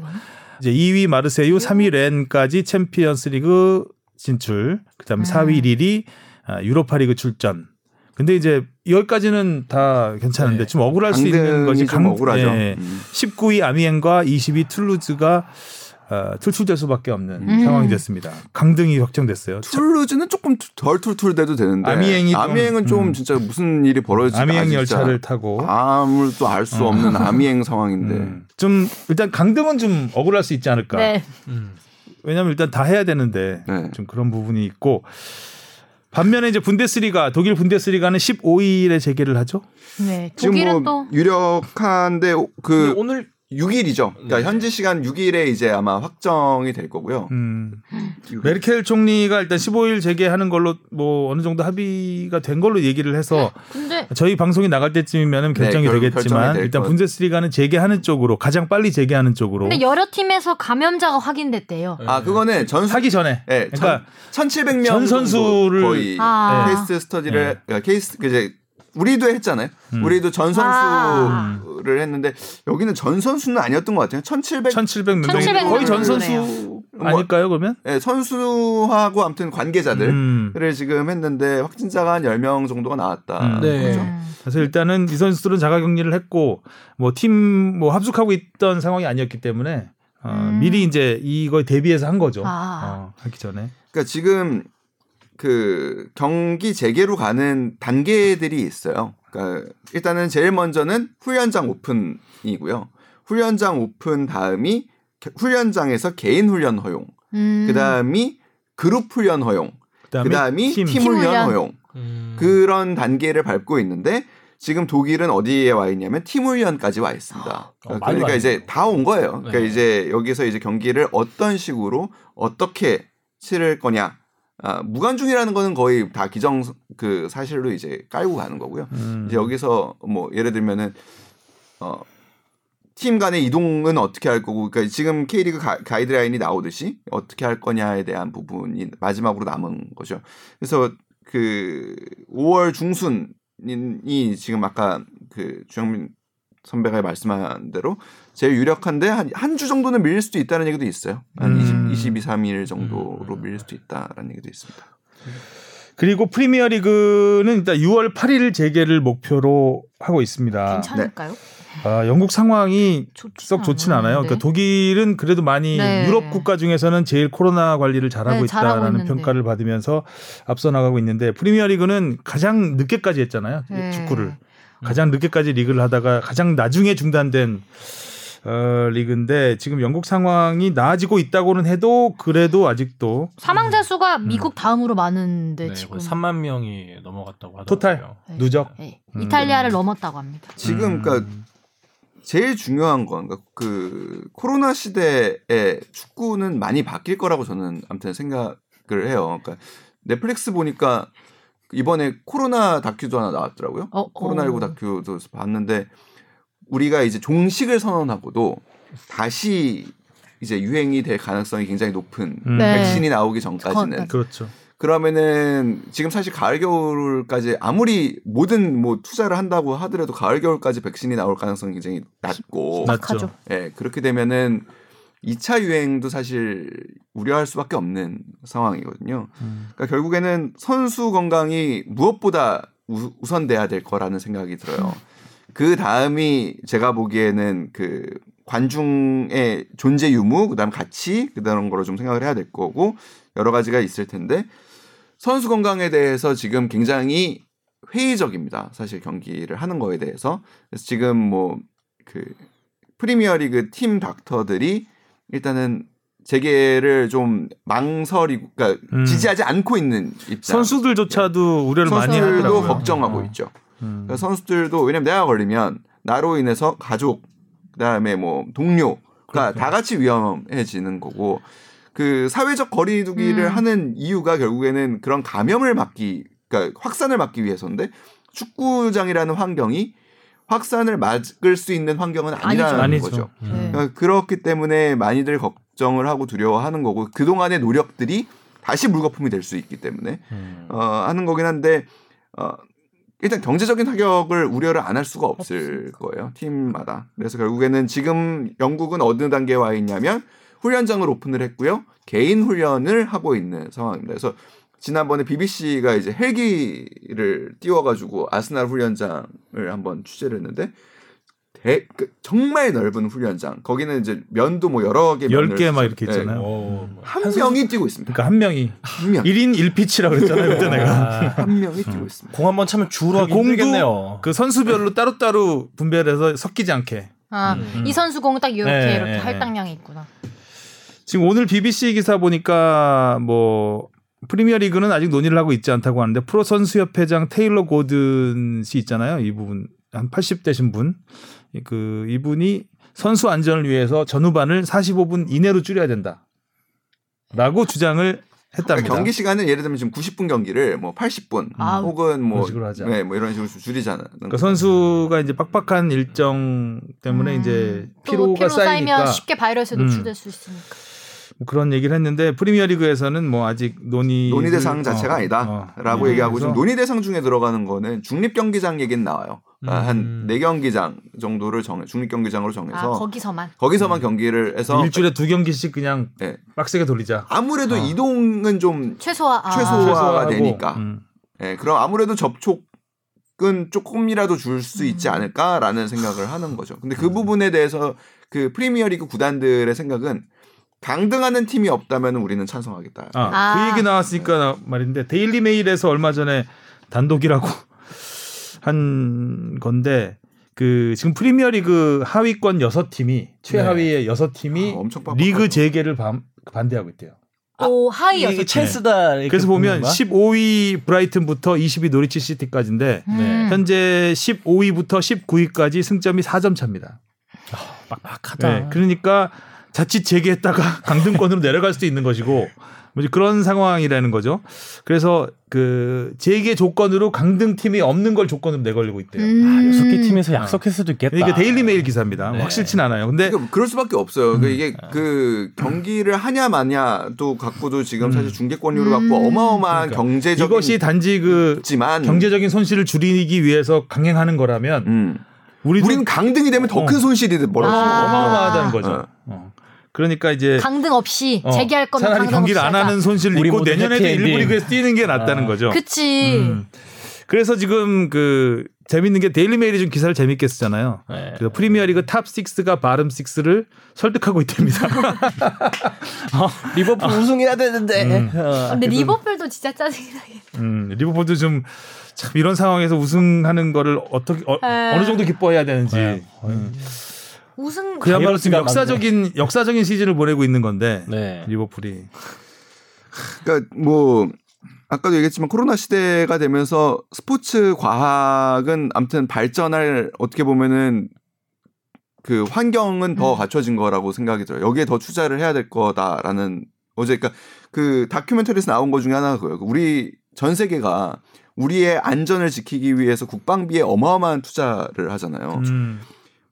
Speaker 1: 그치, 이거는?
Speaker 2: 이제 2위
Speaker 4: 음.
Speaker 2: 마르세유, 3위 렌까지 챔피언스리그 진출. 그다음에
Speaker 1: 음.
Speaker 2: 4위 릴이 아, 유로파리그 출전. 근데 이제 여기까지는 다 괜찮은데
Speaker 3: 네.
Speaker 2: 좀 억울할 수 있는 것이
Speaker 4: 강등이 좀
Speaker 2: 강-
Speaker 4: 억울하죠.
Speaker 2: 예, 예.
Speaker 4: 음.
Speaker 2: 19위 아미엔과 20위 툴루즈가 어, 출출될 수밖에 없는
Speaker 1: 음.
Speaker 2: 상황이 됐습니다. 강등이 확정됐어요.
Speaker 4: 툴루즈는 조금 투- 덜 툴툴대도 되는데
Speaker 2: 아미앵이 좀-
Speaker 4: 아미앵은 좀
Speaker 2: 음.
Speaker 4: 진짜 무슨 일이 벌어질지
Speaker 2: 아미행 열차를 타고
Speaker 4: 아무도 네. 알 수 없는 아미행 상황인데
Speaker 2: 음, 좀 일단 강등은 좀 억울할 수 있지 않을까.
Speaker 1: 네.
Speaker 3: 음.
Speaker 2: 왜냐하면 일단 다 해야 되는데
Speaker 4: 네.
Speaker 2: 좀 그런 부분이 있고 반면에 이제 분데스리가 독일 분데스리가는 15일에 재개를 하죠.
Speaker 1: 네.
Speaker 4: 지금
Speaker 1: 독일은
Speaker 4: 뭐
Speaker 1: 또.
Speaker 4: 유력한데 그
Speaker 3: 근데 오늘
Speaker 4: 6일이죠. 그러니까
Speaker 3: 네.
Speaker 4: 현지 시간 6일에 이제 아마 확정이 될 거고요.
Speaker 2: 음.
Speaker 4: 네. 육-
Speaker 2: 메르켈 총리가 일단 15일 재개하는 걸로 뭐 어느 정도 합의가 된 걸로 얘기를 해서
Speaker 1: 근데
Speaker 2: 저희 방송이 나갈 때쯤이면
Speaker 4: 네,
Speaker 2: 결정이
Speaker 4: 결- 결정이
Speaker 2: 되겠지만
Speaker 4: 될
Speaker 2: 일단
Speaker 4: 것.
Speaker 2: 분데스리가는 재개하는 쪽으로 가장 빨리 재개하는 쪽으로
Speaker 1: 근데 여러 팀에서 감염자가 확인됐대요.
Speaker 4: 아 그거는 전수
Speaker 2: 하기 전에
Speaker 4: 예,
Speaker 2: 그러니까
Speaker 4: 1,700명
Speaker 2: 전 선수를- 네.
Speaker 4: 거의
Speaker 1: 아.
Speaker 4: 케이스 스터디를 그러니까 케이스 그 이제 우리도 했잖아요.
Speaker 2: 음.
Speaker 4: 우리도 전
Speaker 1: 아.
Speaker 4: 선수를 했는데 여기는 전 선수는 아니었던 것 같아요. 1,700
Speaker 2: 1,700명 정도
Speaker 1: 1700
Speaker 2: 거의 전
Speaker 1: 정도네요.
Speaker 2: 선수 아닐까요 그러면?
Speaker 4: 예, 선수하고 아무튼 관계자들을
Speaker 2: 음.
Speaker 4: 지금 했는데 확진자가 한 10명 정도가 나왔다.
Speaker 2: 음.
Speaker 3: 네.
Speaker 1: 음.
Speaker 2: 그래서 일단은 이 선수들은 자가격리를 했고 뭐 팀 뭐 합숙하고 있던 상황이 아니었기 때문에 어,
Speaker 1: 음.
Speaker 2: 미리 이제 이거에 대비해서 한 거죠.
Speaker 1: 아.
Speaker 2: 어, 하기 전에.
Speaker 4: 그러니까 지금 그 경기 재개로 가는 단계들이 있어요. 그러니까 일단은 제일 먼저는 훈련장 오픈이고요. 훈련장 오픈 다음이 개- 훈련장에서 개인 훈련 허용.
Speaker 1: 음.
Speaker 4: 그다음이 그룹 훈련 허용.
Speaker 2: 그다음에,
Speaker 4: 그다음이 팀,
Speaker 1: 팀
Speaker 4: 훈련,
Speaker 1: 훈련.
Speaker 4: 허용.
Speaker 3: 음.
Speaker 4: 그런 단계를 밟고 있는데 지금 독일은 어디에 와 있냐면 팀 훈련까지 와 있습니다.
Speaker 3: 어, 많이
Speaker 4: 그러니까
Speaker 3: 와
Speaker 4: 이제
Speaker 3: 있네요.
Speaker 4: 다 온 거예요. 그러니까
Speaker 3: 네.
Speaker 4: 이제 여기서 이제 경기를 어떤 식으로 어떻게 치를 거냐. 아, 무관중이라는 거는 거의 다 기정 그 사실로 이제 깔고 가는 거고요.
Speaker 2: 음.
Speaker 4: 이제 여기서 뭐 예를 들면은 어, 팀 간의 이동은 어떻게 할 거고, 그러니까 지금 K리그 가, 가이드라인이 나오듯이 어떻게 할 거냐에 대한 부분이 마지막으로 남은 거죠. 그래서 그 5월 중순이 지금 아까 그 주영민 선배가 말씀한 대로 제일 유력한데 한 한 주 정도는 밀릴 수도 있다는 얘기도 있어요. 한
Speaker 2: 음.
Speaker 4: 20, 22, 23일 정도로 밀릴 수도 있다라는 얘기도 있습니다.
Speaker 2: 그리고 프리미어 리그는 일단 6월 8일 재개를 목표로 하고 있습니다.
Speaker 1: 괜찮을까요?
Speaker 2: 아, 영국 상황이
Speaker 1: 좋지
Speaker 2: 썩 좋진 않아요. 그러니까 독일은 그래도 많이
Speaker 1: 네.
Speaker 2: 유럽 국가 중에서는 제일 코로나 관리를 잘하고
Speaker 1: 네, 잘하고
Speaker 2: 있다라는
Speaker 1: 있는데.
Speaker 2: 평가를 받으면서 앞서 나가고 있는데 프리미어 리그는 가장 늦게까지 했잖아요.
Speaker 1: 네.
Speaker 2: 축구를. 가장 늦게까지 리그를 하다가 가장 나중에 중단된 어, 리그인데 지금 영국 상황이 나아지고 있다고는 해도 그래도 아직도
Speaker 1: 사망자 수가 미국 다음으로 많은데
Speaker 3: 네,
Speaker 1: 지금
Speaker 3: 거의 3만 명이 넘어갔다고 하더라고요.
Speaker 2: 토탈.
Speaker 1: 네.
Speaker 2: 누적
Speaker 1: 네.
Speaker 2: 음.
Speaker 1: 이탈리아를 넘었다고 합니다.
Speaker 4: 지금 그러니까 제일 중요한 건, 그러니까 그, 코로나 시대에 축구는 많이 바뀔 거라고 저는 아무튼 생각을 해요. 그러니까 넷플릭스 보니까 이번에 코로나 다큐도 하나 나왔더라고요.
Speaker 1: 어,
Speaker 4: 코로나19
Speaker 1: 어.
Speaker 4: 다큐도 봤는데 우리가 이제 종식을 선언하고도 다시 이제 유행이 될 가능성이 굉장히 높은
Speaker 2: 음,
Speaker 1: 네.
Speaker 4: 백신이 나오기 전까지는
Speaker 1: 전-
Speaker 2: 그렇죠.
Speaker 4: 그러면은 지금 사실 가을 겨울까지 아무리 모든 뭐 투자를 한다고 하더라도 가을 겨울까지 백신이 나올 가능성이 굉장히 낮고
Speaker 2: 낮-
Speaker 1: 하죠.
Speaker 4: 예, 그렇게 되면은 2차 유행도 사실 우려할 수밖에 없는 상황이거든요. 그러니까 결국에는 선수 건강이 무엇보다 우, 우선돼야 될 거라는 생각이 들어요. 그 다음이 제가 보기에는 그 관중의 존재 유무, 그다음 가치, 그다음 거로 좀 생각을 해야 될 거고 여러 가지가 있을 텐데 선수 건강에 대해서 지금 굉장히 회의적입니다. 사실 경기를 하는 거에 대해서 그래서 지금 뭐 그 프리미어리그 팀 닥터들이 일단은 재개를 좀 망설이고 그러니까
Speaker 2: 음.
Speaker 4: 지지하지 않고 있는 입장.
Speaker 2: 선수들조차도 우려를 많이
Speaker 1: 선수들도
Speaker 2: 하더라고요.
Speaker 4: 선수들도 걱정하고
Speaker 2: 어.
Speaker 4: 있죠.
Speaker 2: 음.
Speaker 4: 그러니까 선수들도 왜냐면 내가 걸리면 나로 인해서 가족 그다음에 뭐 동료 그러니까
Speaker 2: 그렇죠.
Speaker 4: 다 같이 위험해지는 거고 그 사회적 거리두기를
Speaker 1: 음.
Speaker 4: 하는 이유가 결국에는 그런 감염을 막기 그러니까 확산을 막기 위해서인데 축구장이라는 환경이 확산을 막을 수 있는 환경은 아니라는
Speaker 2: 아니죠.
Speaker 4: 거죠.
Speaker 3: 음.
Speaker 1: 네.
Speaker 4: 그러니까 그렇기 때문에 많이들 걱정을 하고 두려워하는 거고 그동안의 노력들이 다시 물거품이 될 수 있기 때문에
Speaker 3: 음.
Speaker 4: 어, 하는 거긴 한데 어, 일단 경제적인 타격을 우려를 안 할 수가 없을 거예요 팀마다. 그래서 결국에는 지금 영국은 어느 단계에 와 있냐면 훈련장을 오픈을 했고요 개인 훈련을 하고 있는 상황입니다. 그래서 지난번에 BBC가 이제 헬기를 띄워가지고 아스날 훈련장을 한번 취재를 했는데 대, 그 정말 넓은 훈련장 거기는 이제 면도 뭐 여러 개 면을
Speaker 2: 10개 막
Speaker 4: 쓰-
Speaker 2: 이렇게
Speaker 4: 네.
Speaker 2: 있잖아요.
Speaker 3: 어, 음. 뭐.
Speaker 4: 한 명이 뛰고 있습니다.
Speaker 2: 그러니까 한 명이 어.
Speaker 4: 한 명.
Speaker 2: 1인 1피치라고 그랬잖아요. 그때 내가.
Speaker 4: 한 명이 뛰고 있습니다.
Speaker 3: 공 한 번 차면 주로 하기
Speaker 2: 공도
Speaker 3: 힘들겠네요.
Speaker 2: 그 선수별로 따로따로 분별해서 섞이지 않게.
Speaker 1: 아,
Speaker 2: 음,
Speaker 3: 음.
Speaker 1: 이 선수 공은 딱 이렇게
Speaker 2: 네,
Speaker 1: 이렇게
Speaker 2: 네,
Speaker 1: 할당량이 있구나.
Speaker 2: 지금 오늘 BBC 기사 보니까 뭐 프리미어 리그는 아직 논의를 하고 있지 않다고 하는데 프로 선수 협회장 테일러 고든 씨 있잖아요. 이분 한 80대신 분. 이그 이분이 선수 안전을 위해서 전후반을 45분 이내로 줄여야 된다. 라고 주장을 했답니다.
Speaker 4: 그러니까 경기 시간은 예를 들면 지금 90분 경기를 뭐 80분
Speaker 1: 아,
Speaker 4: 혹은 뭐,
Speaker 2: 그런 식으로 하자.
Speaker 4: 네, 뭐 이런 식으로 좀 줄이잖아. 요
Speaker 2: 그러니까 선수가 이제 빡빡한 일정 때문에
Speaker 1: 음.
Speaker 2: 이제
Speaker 1: 또
Speaker 2: 피로가
Speaker 1: 피로
Speaker 2: 쌓이니까
Speaker 1: 쌓이면 쉽게 바이러스에
Speaker 2: 음.
Speaker 1: 노출될 수 있으니까. 아,
Speaker 2: 뭐 그런 얘기를 했는데 프리미어 리그에서는 뭐 아직 논의 어,
Speaker 4: 논의 대상 자체가 아니다라고
Speaker 2: 네,
Speaker 4: 얘기하고 지금 논의 대상 중에 들어가는 거는 중립 경기장 얘기는 나와요. 그러니까
Speaker 3: 음.
Speaker 4: 한네 경기장 정도를 정해 중립 경기장으로
Speaker 1: 아,
Speaker 4: 정해서
Speaker 1: 거기서만.
Speaker 4: 거기... 서만 경기를 해서
Speaker 2: 일주일에 두 경기씩 그냥
Speaker 4: 예.
Speaker 2: 빡세게 돌리자.
Speaker 4: 아무래도
Speaker 2: 어.
Speaker 4: 이동은 좀
Speaker 1: 최소화. 아,
Speaker 4: 최소화. 소화가
Speaker 2: 최소화하고,
Speaker 4: 되니까.
Speaker 2: 음.
Speaker 4: 예, 그럼 아무래도 접촉은 조금이라도 줄 수 있지
Speaker 1: 음.
Speaker 4: 않을까라는 생각을 하는 거죠. 근데
Speaker 2: 음.
Speaker 4: 그 부분에 대해서 그 프리미어리그 구단들의 생각은 강등하는 팀이 없다면 우리는 찬성하겠다.
Speaker 2: 아,
Speaker 1: 아.
Speaker 2: 그 얘기 나왔으니까 나- 말인데 데일리 메일에서 얼마 전에 단독이라고 한 건데 그 지금 프리미어 리그 하위권 여섯 팀이 최하위의 여섯 팀이
Speaker 4: 아, 엄청 빡빡하죠.
Speaker 2: 리그 재개를 반- 반대하고 있대요.
Speaker 1: 오, 하이 여섯.
Speaker 3: 이게 첼스다. 이렇게
Speaker 2: 그래서 보면
Speaker 3: 보는 건가?
Speaker 2: 15위 브라이튼부터 20위 노리치 시티까지인데
Speaker 1: 음.
Speaker 2: 네. 현재 15위부터 19위까지 승점이 4점 차입니다.
Speaker 3: 빡빡하다.
Speaker 2: 네, 그러니까 자칫 재개했다가 강등권으로 내려갈 수도 있는 것이고 뭐 이제 그런 상황이라는 거죠. 그래서 그 재개 조건으로 강등 팀이 없는 걸 조건으로 내걸리고 있대요.
Speaker 3: 아,
Speaker 1: 음.
Speaker 3: 여섯 개 팀에서 약속했을 수도 있겠다.
Speaker 2: 이게 데일리 메일 기사입니다.
Speaker 3: 네.
Speaker 2: 확실치 않아요. 근데
Speaker 4: 그러니까 그럴 수밖에 없어요.
Speaker 2: 음.
Speaker 4: 그 이게
Speaker 2: 아.
Speaker 4: 그 경기를 하냐 마냐도 갖고도 지금 사실 중계권료를 갖고
Speaker 1: 음.
Speaker 4: 어마어마한
Speaker 2: 그러니까
Speaker 4: 경제적인
Speaker 2: 이것이 단지 그
Speaker 4: 지만
Speaker 2: 경제적인 손실을 줄이기 위해서 강행하는 거라면
Speaker 4: 음.
Speaker 2: 우리도
Speaker 4: 우리는 강등이 되면 더 큰
Speaker 2: 어.
Speaker 4: 손실이 벌어지죠.
Speaker 1: 아.
Speaker 2: 어마어마하다는 거죠.
Speaker 4: 어.
Speaker 2: 어. 그러니까 이제
Speaker 1: 음. 강등 없이
Speaker 3: 어,
Speaker 1: 재개할 거면
Speaker 2: 차라리
Speaker 1: 강등
Speaker 2: 경기를
Speaker 1: 없이
Speaker 2: 안
Speaker 1: 하자.
Speaker 2: 하는 손실을
Speaker 3: 우리
Speaker 2: 입고
Speaker 3: 모두
Speaker 2: 내년에도
Speaker 3: 해피 엔딩.
Speaker 2: 일부리그에서 뛰는 게 낫다는
Speaker 3: 아.
Speaker 2: 거죠.
Speaker 1: 그치.
Speaker 3: 음.
Speaker 2: 그래서 지금 그 재밌는 게 데일리메일이 좀 기사를 재밌게 쓰잖아요.
Speaker 3: 네.
Speaker 2: 그래서 프리미어리그 탑 6가 바름 6를 설득하고 있답니다.
Speaker 3: 리버풀 우승해야 되는데. 어.
Speaker 1: 아, 근데 리버풀도 진짜 짜증이 나게.
Speaker 2: 음, 리버풀도 좀 참 이런 상황에서 우승하는 거를 어떻게 어,
Speaker 1: 에.
Speaker 2: 느 정도 기뻐해야 되는지
Speaker 3: 네.
Speaker 2: 음.
Speaker 1: 우승
Speaker 2: 그야말로 지금
Speaker 3: 자유롭지가
Speaker 2: 역사적인 역사적인 시즌을 보내고 있는 건데
Speaker 3: 네.
Speaker 2: 리버풀이
Speaker 4: 그러니까 뭐 아까도 얘기했지만 코로나 시대가 되면서 스포츠 과학은 아무튼 발전할 어떻게 보면은 그 환경은 더
Speaker 1: 음.
Speaker 4: 갖춰진 거라고 생각이 들어요. 여기에 더 투자를 해야 될 거다라는 어제 그러니까 그 다큐멘터리에서 나온 거 중에 하나가 그거예요. 우리 전 세계가 우리의 안전을 지키기 위해서 국방비에 어마어마한 투자를 하잖아요.
Speaker 2: 음,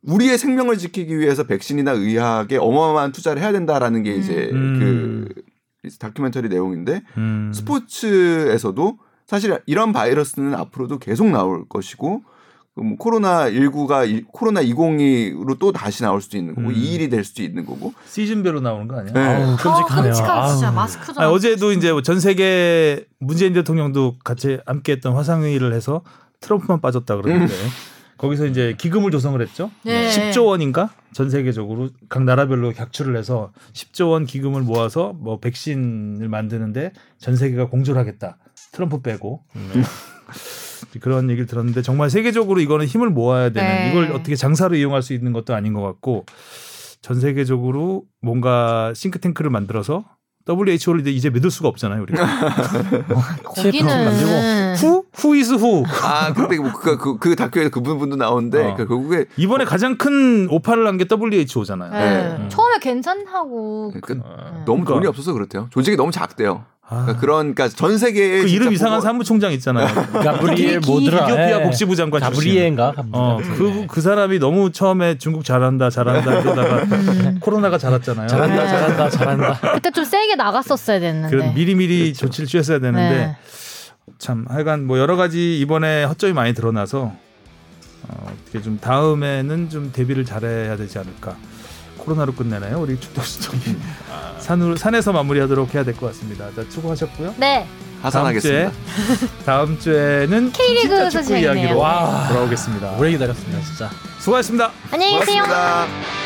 Speaker 4: 우리의 생명을 지키기 위해서 백신이나 의학에 어마어마한 투자를 해야 된다라는 게 이제
Speaker 2: 음.
Speaker 4: 그 다큐멘터리 내용인데
Speaker 2: 음.
Speaker 4: 스포츠에서도 사실 이런 바이러스는 앞으로도 계속 나올 것이고 그뭐 코로나 19가 코로나 20이로 또 다시 나올 수도 있는 거고
Speaker 2: 음.
Speaker 4: 이 일이 될 수도 있는 거고
Speaker 2: 시즌별로 나오는 거 아니야?
Speaker 4: 네.
Speaker 3: 아우, 끔찍하네요.
Speaker 1: 끔찍하다 진짜
Speaker 3: 아우.
Speaker 1: 마스크도.
Speaker 2: 아니,
Speaker 1: 안
Speaker 2: 어제도 이제 전 세계 문재인 대통령도 같이 함께했던 화상회의를 해서 트럼프만 빠졌다 그러는데 거기서 이제 기금을 조성을 했죠.
Speaker 1: 네.
Speaker 2: 10조 원인가 전 세계적으로 각 나라별로 객출을 해서 10조 원 기금을 모아서 뭐 백신을 만드는데 전 세계가 공조를 하겠다. 트럼프 빼고 그런 얘기를 들었는데 정말 세계적으로 이거는 힘을 모아야 되는
Speaker 1: 네.
Speaker 2: 이걸 어떻게 장사로 이용할 수 있는 것도 아닌 것 같고 전 세계적으로 뭔가 싱크탱크를 만들어서 WHO를 이제, 이제 믿을 수가 없잖아요 우리가
Speaker 1: 거기는 네.
Speaker 2: 후후이스후
Speaker 4: 아 그때 뭐 그가 그, 그 다큐에 그 부분도 나오는데
Speaker 2: 어.
Speaker 4: 그 결국에
Speaker 2: 이번에 가장 큰 오파를 난 게 WHO잖아요.
Speaker 1: 네.
Speaker 3: 음.
Speaker 1: 처음에 괜찮다고
Speaker 4: 그러니까
Speaker 1: 음.
Speaker 4: 너무 돈이
Speaker 2: 그러니까.
Speaker 4: 없어서 그렇대요 조직이 너무 작대요
Speaker 2: 아,
Speaker 4: 그러니까 그런 그러니까 전 세계에
Speaker 2: 그
Speaker 4: 진짜
Speaker 2: 이름 이상한
Speaker 4: 보고-
Speaker 2: 사무총장 있잖아요.
Speaker 3: 가브리엘
Speaker 1: 기-
Speaker 3: 뭐더라?
Speaker 2: 이디오피아
Speaker 3: 예.
Speaker 2: 복지부 장관 출신.
Speaker 3: 가브리엘인가?
Speaker 2: 어, 그, 그 사람이 너무 처음에 중국 잘한다, 잘한다,
Speaker 1: 음.
Speaker 2: 이러다가 코로나가 잘았잖아요.
Speaker 3: 잘한다,
Speaker 1: 네.
Speaker 3: 잘한다, 잘한다.
Speaker 1: 그때 좀 세게 나갔었어야 됐는데.
Speaker 2: 그런 미리미리 조치를 취했어야 되는데
Speaker 1: 네.
Speaker 2: 참 하여간 뭐 여러 가지 이번에 허점이 많이 드러나서 어, 어떻게 좀 다음에는 좀 대비를 잘해야 되지 않을까. 코로나로 끝내나요? 우리 축덕 수정이 산으로 산에서 마무리하도록 해야 될 것 같습니다. 자, 수고하셨고요.
Speaker 1: 네.
Speaker 4: 하산하겠습니다
Speaker 2: 다음 주에 는
Speaker 1: K리그
Speaker 2: 진짜 축구
Speaker 1: 소식이네요.
Speaker 2: 이야기로
Speaker 3: 와.
Speaker 2: 돌아오겠습니다.
Speaker 3: 오래 기다렸습니다, 진짜.
Speaker 2: 수고하셨습니다.
Speaker 1: 안녕히 계세요.
Speaker 4: 고맙습니다.